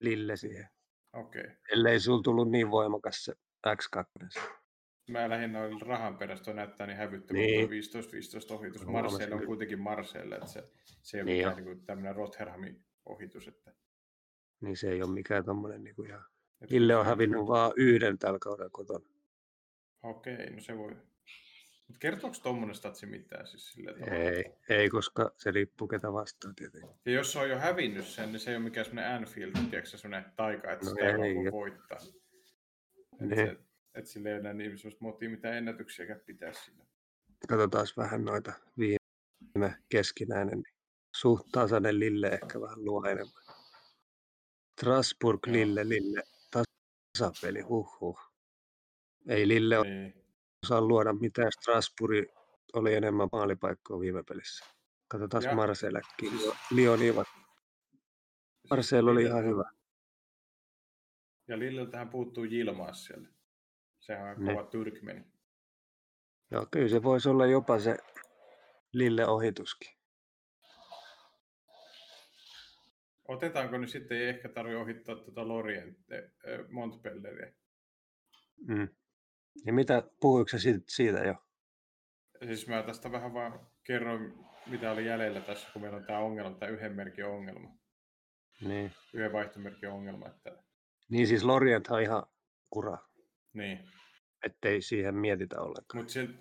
Speaker 2: Lille siihen.
Speaker 1: Okei. Okay.
Speaker 2: Ellei sulla tullut niin voimakas se X2.
Speaker 1: Mä lähinnä olin rahan perästä, toi näyttää niin hävyttömältä
Speaker 2: Niin.
Speaker 1: niin. 15-15 ohitus.
Speaker 2: Mä huomasin
Speaker 1: Marseille on
Speaker 2: kyllä.
Speaker 1: kuitenkin Marseille, että se, se ei
Speaker 2: Niin
Speaker 1: niin ole
Speaker 2: jo.
Speaker 1: mikään niin tämmöinen Rotherhamin ohitus. Että,
Speaker 2: Niin se ei ole mikään tommonen niinku ihan...
Speaker 1: että
Speaker 2: Lille on
Speaker 1: se-
Speaker 2: hävinnyt vaan yhden tällä kaudella kotona.
Speaker 1: Okei, okay, no se voi. Mutta kertooko tuommoinen statsi mitään siis sillä tavalla?
Speaker 2: Ei, ei, koska se riippuu ketä vastaan tietenkin.
Speaker 1: Ja jos se on jo hävinnyt sen, niin se ei ole mikään semmoinen Anfield, tiedätkö semmoinen taika, että
Speaker 2: No
Speaker 1: no sitä ei
Speaker 2: ei
Speaker 1: vaan voi
Speaker 2: oo.
Speaker 1: voittaa.
Speaker 2: Niin.
Speaker 1: Että et sillä ei enää niin semmoista motia mitään ennätyksiäkään pitää sillä.
Speaker 2: Katsotaan vähän noita viime keskinäinen. Niin suht tasainen Lille ehkä vähän luo enemmän. Strasbourg,
Speaker 1: Joo.
Speaker 2: Lille, Lille. Tasapeli, huhhuh. Ei Lille
Speaker 1: Niin.
Speaker 2: osaa luoda mitään. Strasbourg oli enemmän maalipaikkoa viime pelissä.
Speaker 1: Ja-
Speaker 2: Katsotaan Marseillekin. Lioni Marseille oli ihan hyvä.
Speaker 1: Ja Lilleltähän puuttuu Jilmaas siellä. Sehän on
Speaker 2: Ne.
Speaker 1: kova tyrkmeni.
Speaker 2: Joo, kyllä se voisi olla jopa se Lille ohituskin.
Speaker 1: Otetaanko nyt sitten, ei ehkä tarvitse ohittaa tuota äh, Lorient, Montpelleriä.
Speaker 2: Mm. Ja mitä, puhuiko sä siitä, siitä jo?
Speaker 1: Siis mä tästä vähän vaan kerron, mitä oli jäljellä tässä, kun meillä on tämä ongelma, tämä yhden merkin ongelma.
Speaker 2: Niin.
Speaker 1: Yhden vaihtomerkin ongelma. Että...
Speaker 2: Niin siis Lorient on ihan kura,
Speaker 1: Niin.
Speaker 2: ettei siihen mietitä ollenkaan.
Speaker 1: Mutta silti,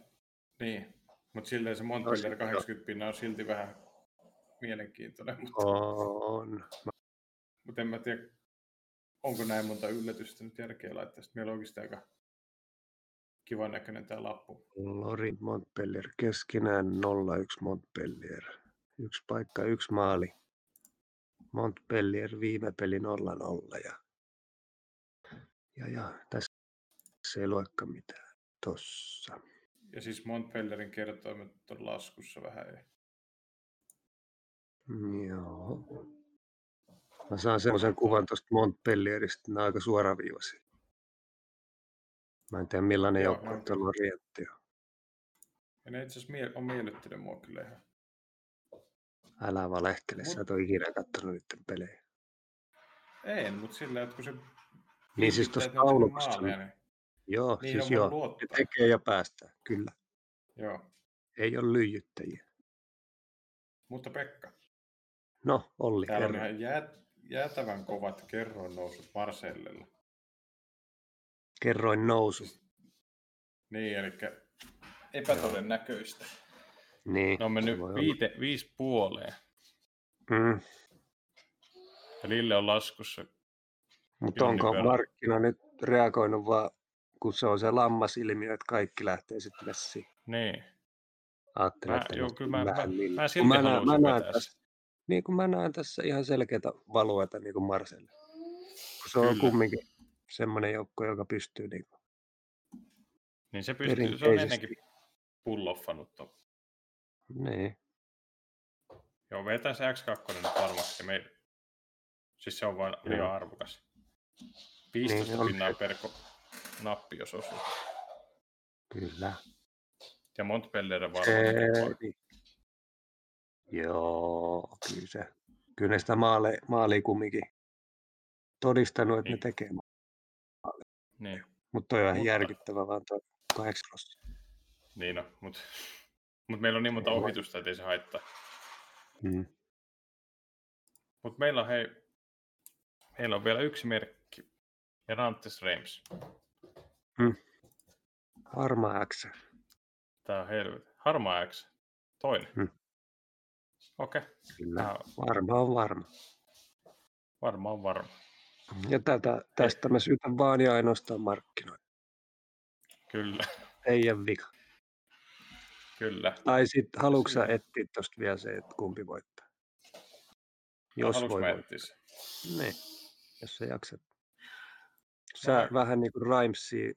Speaker 1: niin. Mut silleen se Montpellier
Speaker 2: sitten-
Speaker 1: 80 pinna on silti vähän mielenkiintoinen, mutta
Speaker 2: On.
Speaker 1: mut en mä tiedä, onko näin monta yllätystä nyt järkeä laittaa. Sitten meillä on oikeasti aika kivan näköinen tämä lappu.
Speaker 2: Lorient Montpellier keskinään 0-1 Montpellier. Yksi paikka, yksi maali. Montpellier viime peli 0-0 ja, ja, ja tässä ei luekka mitään. Tossa.
Speaker 1: Ja siis Montpellierin kertoimet on laskussa vähän.
Speaker 2: Joo. Mä saan semmoisen kuvan tuosta Montpellieristä, että ne on aika suoraviivaisia. Mä en tiedä millainen
Speaker 1: Joo,
Speaker 2: joukkue
Speaker 1: on.
Speaker 2: tuolla on rietti.
Speaker 1: Ja ne itse asiassa mie- on miellyttänyt mua kyllä ihan.
Speaker 2: Älä valehtele,
Speaker 1: Mut- Niin,
Speaker 2: sä et ole ikinä kattonut niiden pelejä.
Speaker 1: Ei, mutta sillä, että kun se...
Speaker 2: Niin siis
Speaker 1: pitää,
Speaker 2: tuossa
Speaker 1: että ne on tehnyt
Speaker 2: taulukosta.
Speaker 1: maaleja, niin
Speaker 2: Joo,
Speaker 1: niihin
Speaker 2: siis
Speaker 1: on
Speaker 2: joo.
Speaker 1: voinut
Speaker 2: Ne
Speaker 1: luottaa.
Speaker 2: tekee ja päästää, kyllä.
Speaker 1: Joo.
Speaker 2: Ei ole lyijyttäjiä.
Speaker 1: Mutta Pekka,
Speaker 2: No, Olli,
Speaker 1: täällä on
Speaker 2: kerro.
Speaker 1: ihan jää, jäätävän kovat kerroin nousut Marsellella.
Speaker 2: kerroin nousu.
Speaker 1: Niin, eli epätodennäköistä.
Speaker 2: Niin,
Speaker 1: Ne on mennyt
Speaker 2: se voi olla.
Speaker 1: viite, viisi puoleen.
Speaker 2: Mm.
Speaker 1: Ja Lille on laskussa.
Speaker 2: Mutta
Speaker 1: Jonni
Speaker 2: onko
Speaker 1: Pölä.
Speaker 2: markkina nyt reagoinut vaan, kun se on se lammasilmiö, että kaikki lähtee sitten messiin?
Speaker 1: Niin.
Speaker 2: Ajattelin,
Speaker 1: Mä-
Speaker 2: että
Speaker 1: joo,
Speaker 2: nyt
Speaker 1: kyllä mä-
Speaker 2: vähän
Speaker 1: mä-
Speaker 2: niin.
Speaker 1: mä
Speaker 2: Kun
Speaker 1: silti
Speaker 2: näen-
Speaker 1: haluaisin
Speaker 2: näen
Speaker 1: vetää
Speaker 2: tässä, niin kun mä näen tässä ihan selkeätä valueta niin kuin Marselle. Kun se on
Speaker 1: Kyllä.
Speaker 2: kumminkin semmoinen joukko, joka pystyy niin kuin,
Speaker 1: Niin se pystyy, se on
Speaker 2: perinteisesti.
Speaker 1: ennenkin pulloffanut ton.
Speaker 2: Niin.
Speaker 1: Joo, vetää se X2 nyt varmasti. Me... Siis se on vaan
Speaker 2: Joo. Niin
Speaker 1: liian arvokas. 15
Speaker 2: on.
Speaker 1: pinnaa per ko- nappi, jos osuu.
Speaker 2: Kyllä.
Speaker 1: Ja Montpellier on varmaan.
Speaker 2: Se,
Speaker 1: Ee...
Speaker 2: niin. Joo, kyllä se. Kyllä ne sitä maale, maalia kumminkin todistanut, että ne
Speaker 1: Niin.
Speaker 2: tekee.
Speaker 1: Niin,
Speaker 2: Mutta toi on ihan
Speaker 1: Mutta-
Speaker 2: järkyttävä, vaan toi kahdeksan prosenttia.
Speaker 1: niin no, mutta mut meillä on niin monta
Speaker 2: Ei voi.
Speaker 1: ohitusta, että ei se haittaa.
Speaker 2: Mm.
Speaker 1: Mutta meillä on, hei, meillä on vielä yksi merkki. Ja Rantes Reims.
Speaker 2: Harmaa X.
Speaker 1: Tää on helvetti. Harmaa X. Toinen.
Speaker 2: Mm.
Speaker 1: Okei. Okay.
Speaker 2: Kyllä.
Speaker 1: Tää on
Speaker 2: Varma on varma.
Speaker 1: varmaan varma.
Speaker 2: Ja tätä, tästä mä syytän vaan ja ainoastaan markkinoita.
Speaker 1: Kyllä,
Speaker 2: Teidän vika.
Speaker 1: kyllä.
Speaker 2: Tai sitten haluatko sä etsiä tuosta vielä se, että kumpi voittaa? Jos
Speaker 1: Haluatko
Speaker 2: voi
Speaker 1: No, mä
Speaker 2: voittaa.
Speaker 1: etsiä sen?
Speaker 2: Niin, jos sä jaksat. Sä
Speaker 1: Mä-
Speaker 2: vähän niin kuin Rimesia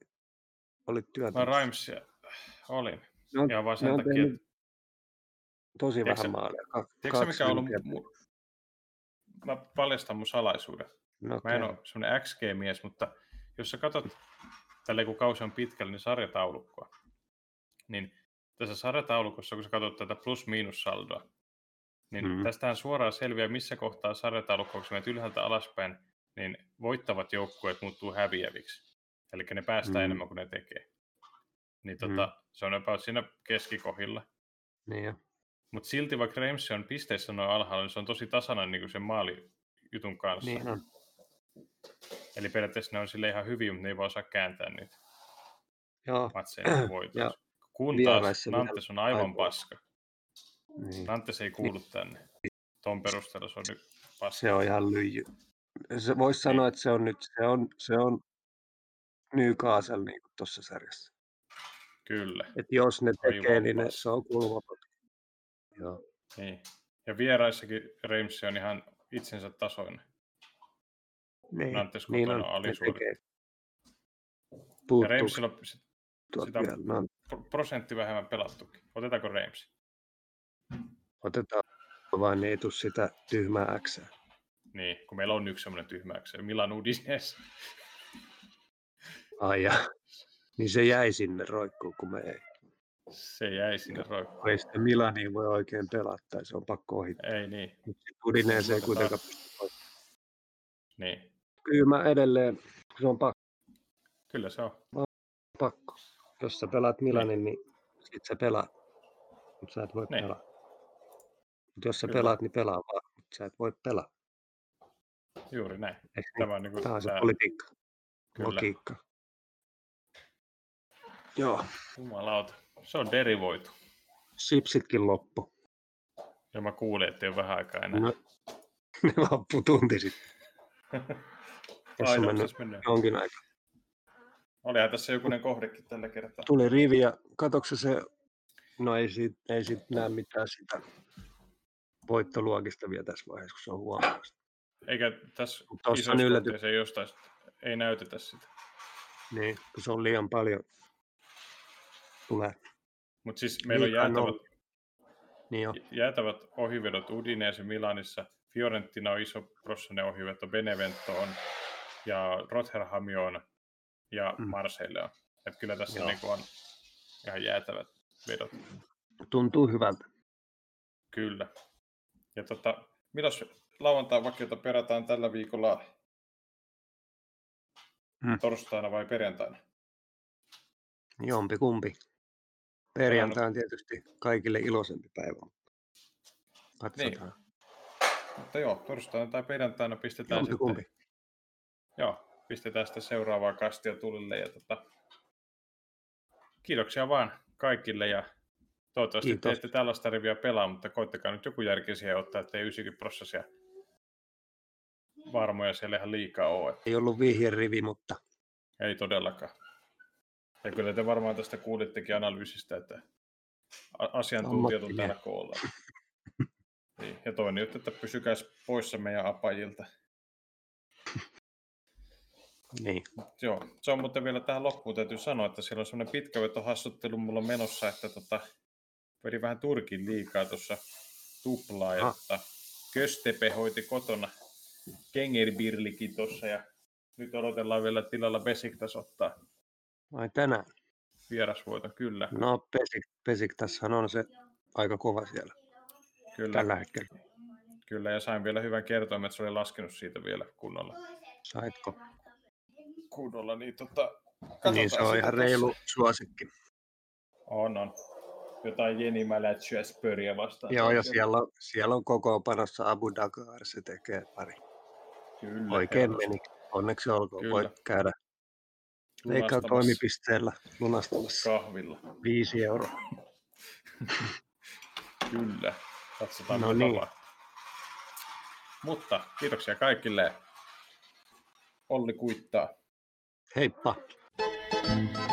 Speaker 2: olit työtä.
Speaker 1: Mä Rimesia olin.
Speaker 2: Ne on-
Speaker 1: Ihan vaan
Speaker 2: ne
Speaker 1: sen
Speaker 2: on
Speaker 1: takia,
Speaker 2: tehnyt
Speaker 1: että
Speaker 2: tosi
Speaker 1: Tiedätkö
Speaker 2: vähän
Speaker 1: sä-
Speaker 2: maaleja. Ka-
Speaker 1: tiedätkö sä, mikä on ollut...
Speaker 2: neljä-
Speaker 1: Mun... Mä paljastan mun salaisuuden.
Speaker 2: no,
Speaker 1: Mä en
Speaker 2: okei.
Speaker 1: ole semmoinen XG-mies, mutta jos sä katsot tälle kun kausi on pitkällä, niin sarjataulukkoa, niin tässä sarjataulukossa, kun sä katsot tätä plus-miinus-saldoa, niin
Speaker 2: Mhm.
Speaker 1: mm. tästähän suoraan selviää, missä kohtaa sarjataulukkoa, kun sä menet ylhäältä alaspäin, niin voittavat joukkueet muuttuu häviäviksi. Eli ne päästää
Speaker 2: Mm.
Speaker 1: mm. enemmän kuin ne tekee. Niin tota,
Speaker 2: Mm-hmm.
Speaker 1: mm. se on about siinä keskikohilla.
Speaker 2: Niin jo.
Speaker 1: Mutta silti vaikka Reims on pisteissä noin alhaalla, niin se on tosi tasainen niin sen maalijutun kanssa.
Speaker 2: Niin on.
Speaker 1: Eli periaatteessa ne on sille ihan hyviä, mutta ne ei vaan osaa kääntää niitä
Speaker 2: Joo,
Speaker 1: matseja voitoksi.
Speaker 2: Ja
Speaker 1: Kun taas
Speaker 2: vieraissa
Speaker 1: Nantes on aivan
Speaker 2: aivan.
Speaker 1: paska.
Speaker 2: niin.
Speaker 1: Nantes ei kuulu tänne. Ton perusteella se on nyt paska.
Speaker 2: se on ihan lyijy. Se
Speaker 1: Niin.
Speaker 2: voisi sanoa, että se on nyt, se on, se on Newcastle niin tuossa sarjassa.
Speaker 1: Kyllä.
Speaker 2: Et jos ne
Speaker 1: Aivan
Speaker 2: tekee, niin ne,
Speaker 1: paska.
Speaker 2: se on kulmapotku. Joo.
Speaker 1: Niin. Ja vieraissakin Reims on ihan itsensä tasoinen.
Speaker 2: Niin,
Speaker 1: Nantes
Speaker 2: niin
Speaker 1: kotona
Speaker 2: on, ne
Speaker 1: alisuoritti.
Speaker 2: tekee.
Speaker 1: Ja
Speaker 2: Puuttuu
Speaker 1: Reimsillä on sit
Speaker 2: tuot
Speaker 1: sitä-
Speaker 2: vielä. No,
Speaker 1: pro- prosentti vähemmän pelattukin. Otetaanko Reims?
Speaker 2: otetaan vaan, niin ei tule sitä tyhmää äksää.
Speaker 1: Niin, kun meillä on yksi semmoinen tyhmäyksä. Milan Udinese.
Speaker 2: Ai ja. Niin se jäi sinne roikkuun, kun me ei.
Speaker 1: Se jäi sinne roikkuun.
Speaker 2: Kun ei sitä Milania voi oikein pelata, tai se on pakko ohittaa.
Speaker 1: Ei niin.
Speaker 2: Udineen se ei
Speaker 1: Tota-
Speaker 2: kuitenkaan pysty. voittamaan.
Speaker 1: Niin.
Speaker 2: Kyllä mä edelleen, se on pakko.
Speaker 1: Kyllä se on.
Speaker 2: pakko. Jos sä pelaat Milanin, niin sit sä pelaat. Mut sä et voi
Speaker 1: Niin.
Speaker 2: pelaa. Mut jos sä
Speaker 1: Kyllä.
Speaker 2: pelaat, niin pelaa vaan. Mut sä et voi pelaa.
Speaker 1: Juuri näin.
Speaker 2: Eiks niin?
Speaker 1: Tämä on, niin kuin,
Speaker 2: Tää on se politiikka,
Speaker 1: Kyllä.
Speaker 2: logiikka. Joo,
Speaker 1: Jumalauta. Se on derivoitu.
Speaker 2: sipsitkin loppu.
Speaker 1: Ja mä kuulin, että ei ole vähän aikaa enää.
Speaker 2: No, ne loppu tunti sitten. tässä on
Speaker 1: Aina,
Speaker 2: mennyt
Speaker 1: siis mennyt.
Speaker 2: jonkin aikaa.
Speaker 1: Olihan tässä jokunen kohdekin tällä kertaa.
Speaker 2: Tuli rivi ja katokse se, no ei siitä, ei siitä näe mitään sitä voittoluokista vielä tässä vaiheessa, kun se on huomenna.
Speaker 1: Eikä tässä
Speaker 2: Mutta tuossa on yllätys,
Speaker 1: isoissa ei jostain ei näytetä sitä.
Speaker 2: Niin, kun se on liian paljon. Tulee.
Speaker 1: Mutta siis meillä on
Speaker 2: Liikaa
Speaker 1: jäätävät,
Speaker 2: nolla. Niin jo.
Speaker 1: jäätävät ohivedot Udinese Milanissa. Fiorentina on iso prossainen ohiveto, Benevento on ja Rotherham on ja
Speaker 2: Mm.
Speaker 1: Marseille on. Et kyllä tässä
Speaker 2: Joo.
Speaker 1: niinku on ihan jäätävät vedot.
Speaker 2: Tuntuu hyvältä.
Speaker 1: Kyllä. Ja tota, milloin lauantain vakiota perataan tällä viikolla?
Speaker 2: Mm.
Speaker 1: Torstaina vai perjantaina?
Speaker 2: Jompi kumpi. Perjantai on tietysti kaikille iloisempi päivä. Katsotaan.
Speaker 1: Mutta joo, torstaina tai perjantaina pistetään
Speaker 2: Jompi
Speaker 1: sitten,
Speaker 2: kumpi.
Speaker 1: joo, pistetään sitten seuraavaa kastia tulille. Ja tota, kiitoksia vaan kaikille ja toivottavasti
Speaker 2: Kiitos.
Speaker 1: Kiitos. te ette tällaista riviä pelaa, mutta koittakaa nyt joku järki siihen ottaa, ettei 90 prosessia varmoja siellä ihan liikaa ole.
Speaker 2: Ei ollut vihjerivi, mutta
Speaker 1: Ei todellakaan. Ja kyllä te varmaan tästä kuulittekin analyysistä, että a- asiantuntijat on täällä koolla. Niin. Ja toinen juttu, että pysykää poissa meidän apajilta.
Speaker 2: niin.
Speaker 1: Mut Joo, se on muuten vielä tähän loppuun täytyy sanoa, että siellä on semmoinen pitkävetohassuttelu mulla menossa, että tota, vedin vähän Turkin liikaa tuossa tuplaa. Ja
Speaker 2: Aha.
Speaker 1: tota, Köstepe hoiti kotona Kengerbirlikin tuossa ja nyt odotellaan vielä että tilalla Besiktas ottaa
Speaker 2: Ai tänään.
Speaker 1: vierasvoiton, kyllä.
Speaker 2: No pesik, pesik tässä on se aika kova siellä
Speaker 1: kyllä.
Speaker 2: tällä hetkellä.
Speaker 1: Kyllä, ja sain vielä hyvän kertoimen, että se oli laskenut siitä vielä kunnolla.
Speaker 2: Saitko?
Speaker 1: Kunnolla, niin tota,
Speaker 2: niin se on
Speaker 1: sitä tässä.
Speaker 2: ihan reilu suosikki.
Speaker 1: On, on. jotain Jeni Mälätsyä Spöriä vastaan.
Speaker 2: Joo, ja siellä on, siellä on kokoonpanossa Abu Dakar, se tekee pari.
Speaker 1: Kyllä,
Speaker 2: Oikein
Speaker 1: helposti.
Speaker 2: meni. Onneksi olkoon,
Speaker 1: Kyllä.
Speaker 2: voit käydä Veikkaa
Speaker 1: Lunastamassa
Speaker 2: toimipisteellä lunastamassa
Speaker 1: Kahvilla.
Speaker 2: viisi euroa.
Speaker 1: Kyllä. Katsotaan,
Speaker 2: No
Speaker 1: no
Speaker 2: niin.
Speaker 1: niin. Mutta kiitoksia kaikille. Olli kuittaa.
Speaker 2: Heippa!
Speaker 3: Thank